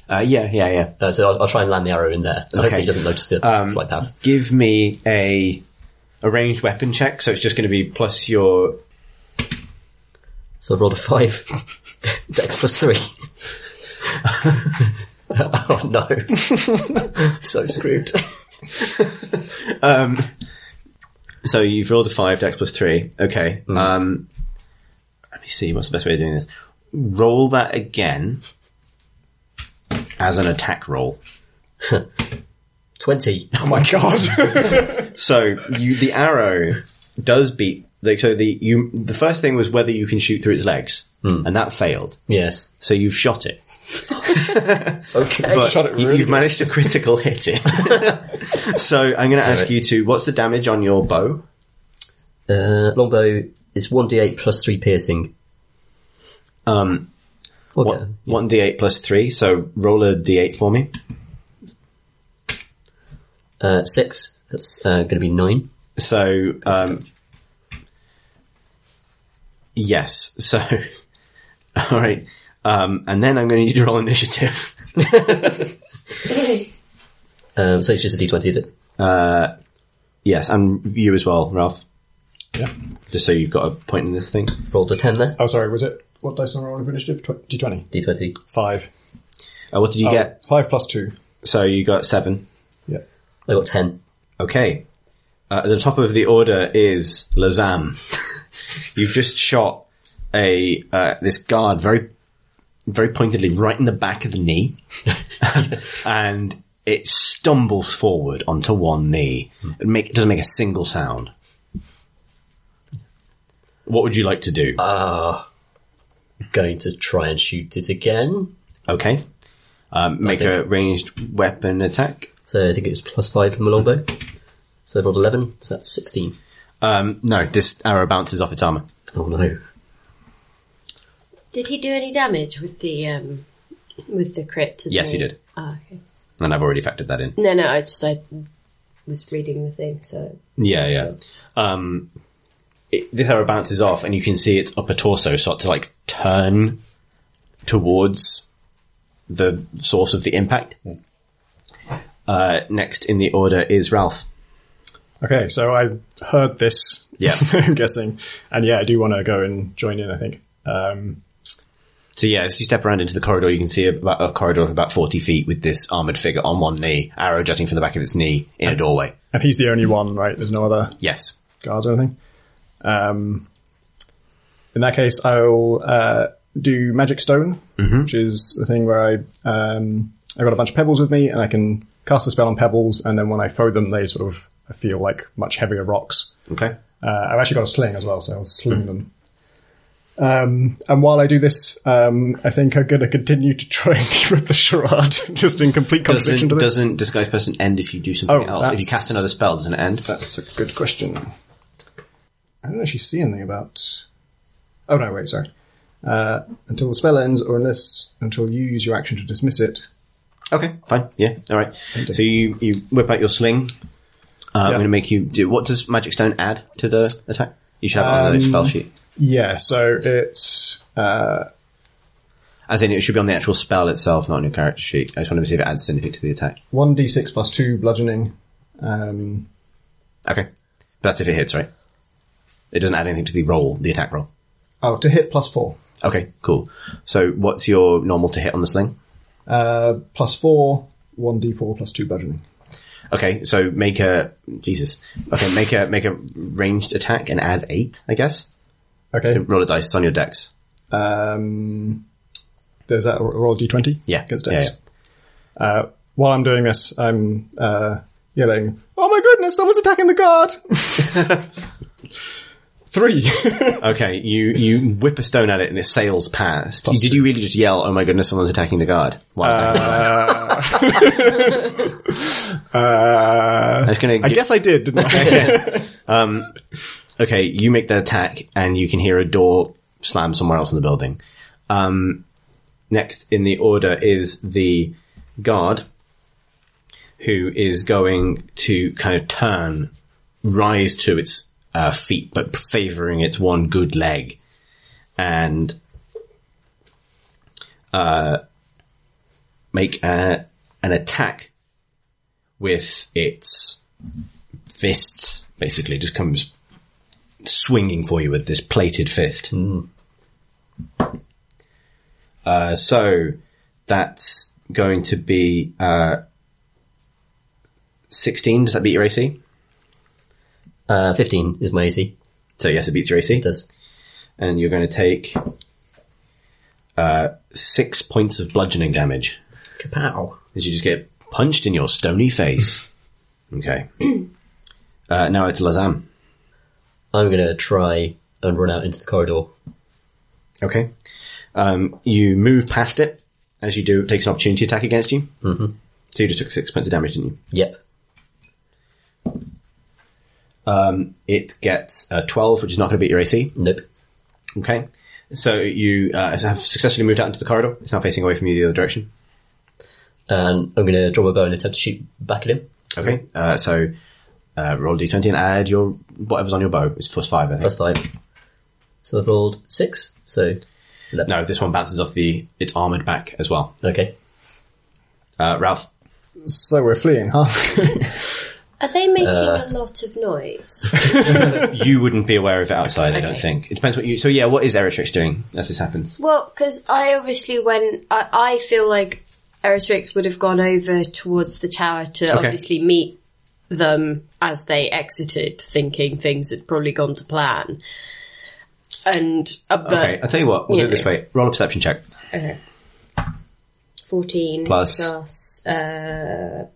[SPEAKER 4] Uh, yeah, yeah, yeah.
[SPEAKER 2] Uh, so I'll, I'll try and land the arrow in there. And Hopefully he doesn't notice the
[SPEAKER 3] Um,
[SPEAKER 2] flight path.
[SPEAKER 4] Give me a a ranged weapon check. So it's just going to be plus your
[SPEAKER 2] So I've rolled a
[SPEAKER 3] (laughs)
[SPEAKER 2] five. Dex plus three. oh no. (laughs) so screwed.
[SPEAKER 4] So you've rolled a five, dex plus three. Okay.
[SPEAKER 3] Mm.
[SPEAKER 4] Um, let me see. What's the best way of doing this? Roll that again as an attack roll.
[SPEAKER 2] 20.
[SPEAKER 3] Oh my god!
[SPEAKER 4] So you, the arrow does beat. Like, so the
[SPEAKER 3] Mm.
[SPEAKER 4] you the first thing was whether you can shoot through its legs, and that failed.
[SPEAKER 2] Yes.
[SPEAKER 4] So you've shot it.
[SPEAKER 2] Okay.
[SPEAKER 4] But
[SPEAKER 3] Shot it
[SPEAKER 4] you-
[SPEAKER 3] really
[SPEAKER 4] you've
[SPEAKER 3] good.
[SPEAKER 4] managed a critical hit. here. (laughs) so I'm going to ask
[SPEAKER 2] Right.
[SPEAKER 4] you to. What's the damage on your bow?
[SPEAKER 2] uh, longbow is 1d8 plus 3 piercing.
[SPEAKER 4] Um,
[SPEAKER 2] We'll
[SPEAKER 4] what-
[SPEAKER 2] get-
[SPEAKER 4] one d8 plus three. So roll a d8 for me.
[SPEAKER 2] Uh, 6. That's uh, going to be 9.
[SPEAKER 4] So, um, yes. So, (laughs) all right. Um, and then I'm going to need you to roll initiative. (laughs)
[SPEAKER 2] Um, so it's just a d20, is it?
[SPEAKER 4] Yes, and you as well, Ralph.
[SPEAKER 3] Yeah.
[SPEAKER 4] Just so you've got a point in this thing.
[SPEAKER 2] Rolled a 10 there.
[SPEAKER 3] Oh, sorry. Was it what dice on rolling for initiative? Tw- D20.
[SPEAKER 2] D20.
[SPEAKER 3] Five.
[SPEAKER 4] Uh, what did you
[SPEAKER 3] Oh,
[SPEAKER 4] get?
[SPEAKER 3] five plus two.
[SPEAKER 4] So you got seven.
[SPEAKER 3] Yeah.
[SPEAKER 2] I got 10.
[SPEAKER 4] Okay. Uh, at the top of the order is Lazam. (laughs) You've just shot a uh, this guard very, very pointedly right in the back of the knee, (laughs) and it stumbles forward onto one knee. It, make, it doesn't make a single sound. What would you like to do?
[SPEAKER 2] Going to try and shoot it again.
[SPEAKER 4] okay, um, make a ranged weapon attack.
[SPEAKER 2] So I think it was plus 5 from the longbow. So I rolled 11, so that's 16.
[SPEAKER 4] Um, no, this arrow bounces off its armor.
[SPEAKER 2] Oh no.
[SPEAKER 5] Did he do any damage with the um with the crit? To the-
[SPEAKER 4] Yes, he did.
[SPEAKER 5] Ah, okay.
[SPEAKER 4] and I've already factored that in.
[SPEAKER 5] No, no. I just I was reading the thing, so
[SPEAKER 4] Yeah, yeah. Um, it, this arrow bounces off, and you can see its upper torso start to like turn towards the source of the impact.
[SPEAKER 3] Hmm.
[SPEAKER 4] Uh, next in the order is Ralph.
[SPEAKER 3] Okay, so I heard this.
[SPEAKER 4] Yeah.
[SPEAKER 3] (laughs) I'm guessing, and yeah, I do want to go and join in. I think. Um,
[SPEAKER 4] So yeah, as you step around into the corridor, you can see about a corridor of about forty feet with this armored figure on one knee, arrow jutting from the back of its knee in a
[SPEAKER 3] Oh.
[SPEAKER 4] doorway.
[SPEAKER 3] and he's the only one, right? There's no other
[SPEAKER 4] Yes.
[SPEAKER 3] guards or anything. Um, in that case, I'll uh, do magic stone, which is the thing where I um, I got a bunch of pebbles with me, and I can cast a spell on pebbles, and then when I throw them, they sort of I feel like much heavier rocks.
[SPEAKER 4] Okay.
[SPEAKER 3] Uh, I've actually got a sling as well, so I'll sling them. Um, and while I do this, um, I think I'm going to continue to try and (laughs) keep up the charade, just in complete contradiction
[SPEAKER 4] Doesn't
[SPEAKER 3] to this.
[SPEAKER 4] doesn't disguise person end if you do something
[SPEAKER 3] Oh,
[SPEAKER 4] else? If you
[SPEAKER 3] that's-
[SPEAKER 4] cast another spell, doesn't it end?
[SPEAKER 3] That's a good question. I don't actually see anything about. Oh no, wait, sorry. Uh, until the spell ends, or unless until you use your action to dismiss it.
[SPEAKER 4] Okay, fine. Yeah, all right. So you you whip out your sling. Uh, I'm
[SPEAKER 3] Yeah.
[SPEAKER 4] going to make you do. What does magic stone add to the attack? You should have it on the spell sheet.
[SPEAKER 3] Yeah, so it's
[SPEAKER 4] As in, it should be on the actual spell itself, not on your character sheet. I just wanted to see if it adds anything to the attack.
[SPEAKER 3] one d six plus two bludgeoning. Um,
[SPEAKER 4] Okay, but that's if it hits, right? It doesn't add anything to the roll, the attack roll.
[SPEAKER 3] oh, to hit plus four,
[SPEAKER 4] Okay, cool. So what's your normal to hit on the sling?
[SPEAKER 3] uh, plus four, one d four plus two bludgeoning.
[SPEAKER 4] Okay, so make a Jesus. Okay, make a make a ranged attack and add eight, I guess.
[SPEAKER 3] Okay.
[SPEAKER 4] Roll a dice. It's on your dex.
[SPEAKER 3] Um, there's that roll d twenty.
[SPEAKER 4] Yeah,
[SPEAKER 3] against
[SPEAKER 4] yeah,
[SPEAKER 3] dex. Uh, while I'm doing this, I'm uh, yelling, "Oh my goodness! Someone's attacking the guard!" (laughs) Three. (laughs)
[SPEAKER 4] Okay, you you whip a stone at it and it sails past. Did you really just yell, "Oh my goodness, someone's attacking the guard"? Why is that?
[SPEAKER 3] uh,
[SPEAKER 4] I'm just gonna.
[SPEAKER 3] I
[SPEAKER 4] give-
[SPEAKER 3] guess I did, didn't
[SPEAKER 4] (laughs)
[SPEAKER 3] I?
[SPEAKER 4] Um, Okay, you make the attack and you can hear a door slam somewhere else in the building. Um, next in the order is the guard, who is going to kind of turn, rise to its uh, feet, but favoring its one good leg, and uh, make a, an attack with its fists. Basically, just comes swinging for you with this plated fist.
[SPEAKER 2] Hmm.
[SPEAKER 4] Uh, so that's going to be uh, 16. Does that beat your AC?
[SPEAKER 2] Uh, 15 is my AC.
[SPEAKER 4] So, yes, it beats your AC.
[SPEAKER 2] It does.
[SPEAKER 4] And you're going to take uh, six points of bludgeoning damage
[SPEAKER 2] Kapow.
[SPEAKER 4] as you just get punched in your stony
[SPEAKER 2] (laughs)
[SPEAKER 4] face. okay. Uh, now it's Lazam.
[SPEAKER 2] I'm going to try and run out into the corridor.
[SPEAKER 4] Okay. Um, you move past it as you do, takes an opportunity attack against you. Mm-hmm. So you just took six points of damage, didn't you?
[SPEAKER 2] Yep.
[SPEAKER 4] It gets a 12, which is not going to beat your AC.
[SPEAKER 2] Nope.
[SPEAKER 4] Okay. So you uh, have successfully moved out into the corridor. It's now facing away from you the other direction.
[SPEAKER 2] And I'm going to draw my bow and attempt to shoot back at him.
[SPEAKER 4] Okay. Uh, so uh, roll d20 and add your whatever's on your bow. It's plus five, I think.
[SPEAKER 2] That's five. So I've rolled six. So eleven.
[SPEAKER 4] no, this one bounces off the its armored back as well.
[SPEAKER 2] Okay.
[SPEAKER 4] Uh, Ralph,
[SPEAKER 3] So we're fleeing, huh?
[SPEAKER 5] Are they making
[SPEAKER 4] Uh,
[SPEAKER 5] a lot of noise?
[SPEAKER 4] you wouldn't be aware of it outside, I don't
[SPEAKER 5] Okay.
[SPEAKER 4] think. It depends what you. So yeah, what is Eritrix doing as this happens?
[SPEAKER 5] Well, because I obviously when I, I feel like Eritrix would have gone over towards the tower to obviously meet them as they exited, thinking things had probably gone to plan. And uh, but
[SPEAKER 4] Okay, I'll tell you what. We'll do it
[SPEAKER 5] Yeah.
[SPEAKER 4] this way. Roll a perception check.
[SPEAKER 5] okay. fourteen
[SPEAKER 4] Plus-
[SPEAKER 5] plus uh,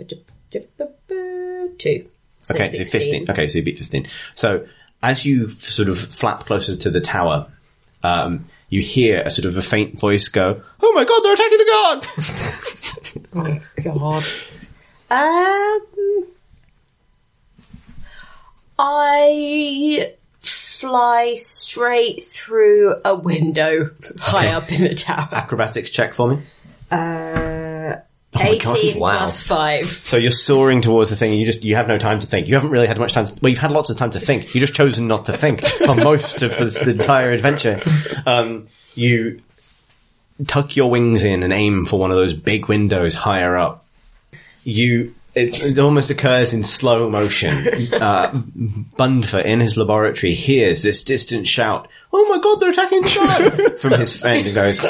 [SPEAKER 5] two. So
[SPEAKER 4] Okay, so
[SPEAKER 5] 16.
[SPEAKER 4] 15. Okay, so you beat 15. So as you f- sort of flap closer to the tower, um, you hear a sort of a faint voice go, Oh my god, they're attacking the guard! (laughs)
[SPEAKER 5] God. Um, I fly straight through a window high up in the tower.
[SPEAKER 4] Acrobatics check for me.
[SPEAKER 5] Uh,
[SPEAKER 4] my Oh God,
[SPEAKER 5] 18
[SPEAKER 4] wow.
[SPEAKER 5] plus 5.
[SPEAKER 4] So you're soaring towards the thing and you just, you have no time to think. You haven't really had much time to, well, you've had lots of time to think. You've just chosen not to think for most of this entire adventure. Um, you tuck your wings in and aim for one of those big windows higher up. You, it, it almost occurs in slow motion. Uh, Bundfer in his laboratory hears this distant shout, Oh my god, they're attacking the guard! from his friend and goes,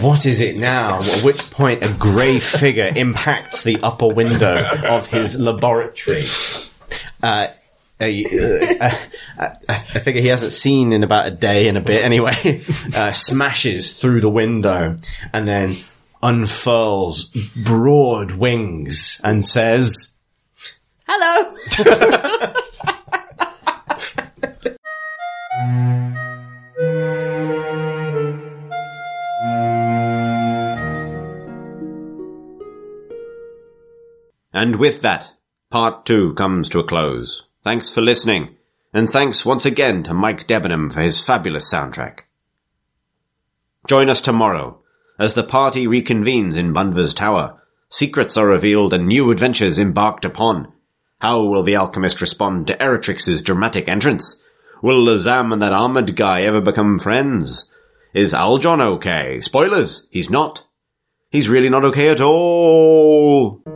[SPEAKER 4] What is it now? At which point a grey figure impacts the upper window of his laboratory. Uh, a, uh, a, a figure he hasn't seen in about a day and a bit anyway, (laughs) uh, smashes through the window and then unfurls broad wings and says,
[SPEAKER 5] Hello!
[SPEAKER 1] And with that, part two comes to a close. Thanks for listening, and thanks once again to Mike Debenham for his fabulous soundtrack. Join us tomorrow as the party reconvenes in Bunver's Tower. Secrets are revealed and new adventures embarked upon. How will the alchemist respond to Eritrix's dramatic entrance? Will Lazam and that armored guy ever become friends? Is Aljon okay? Spoilers, he's not. He's really not okay at all.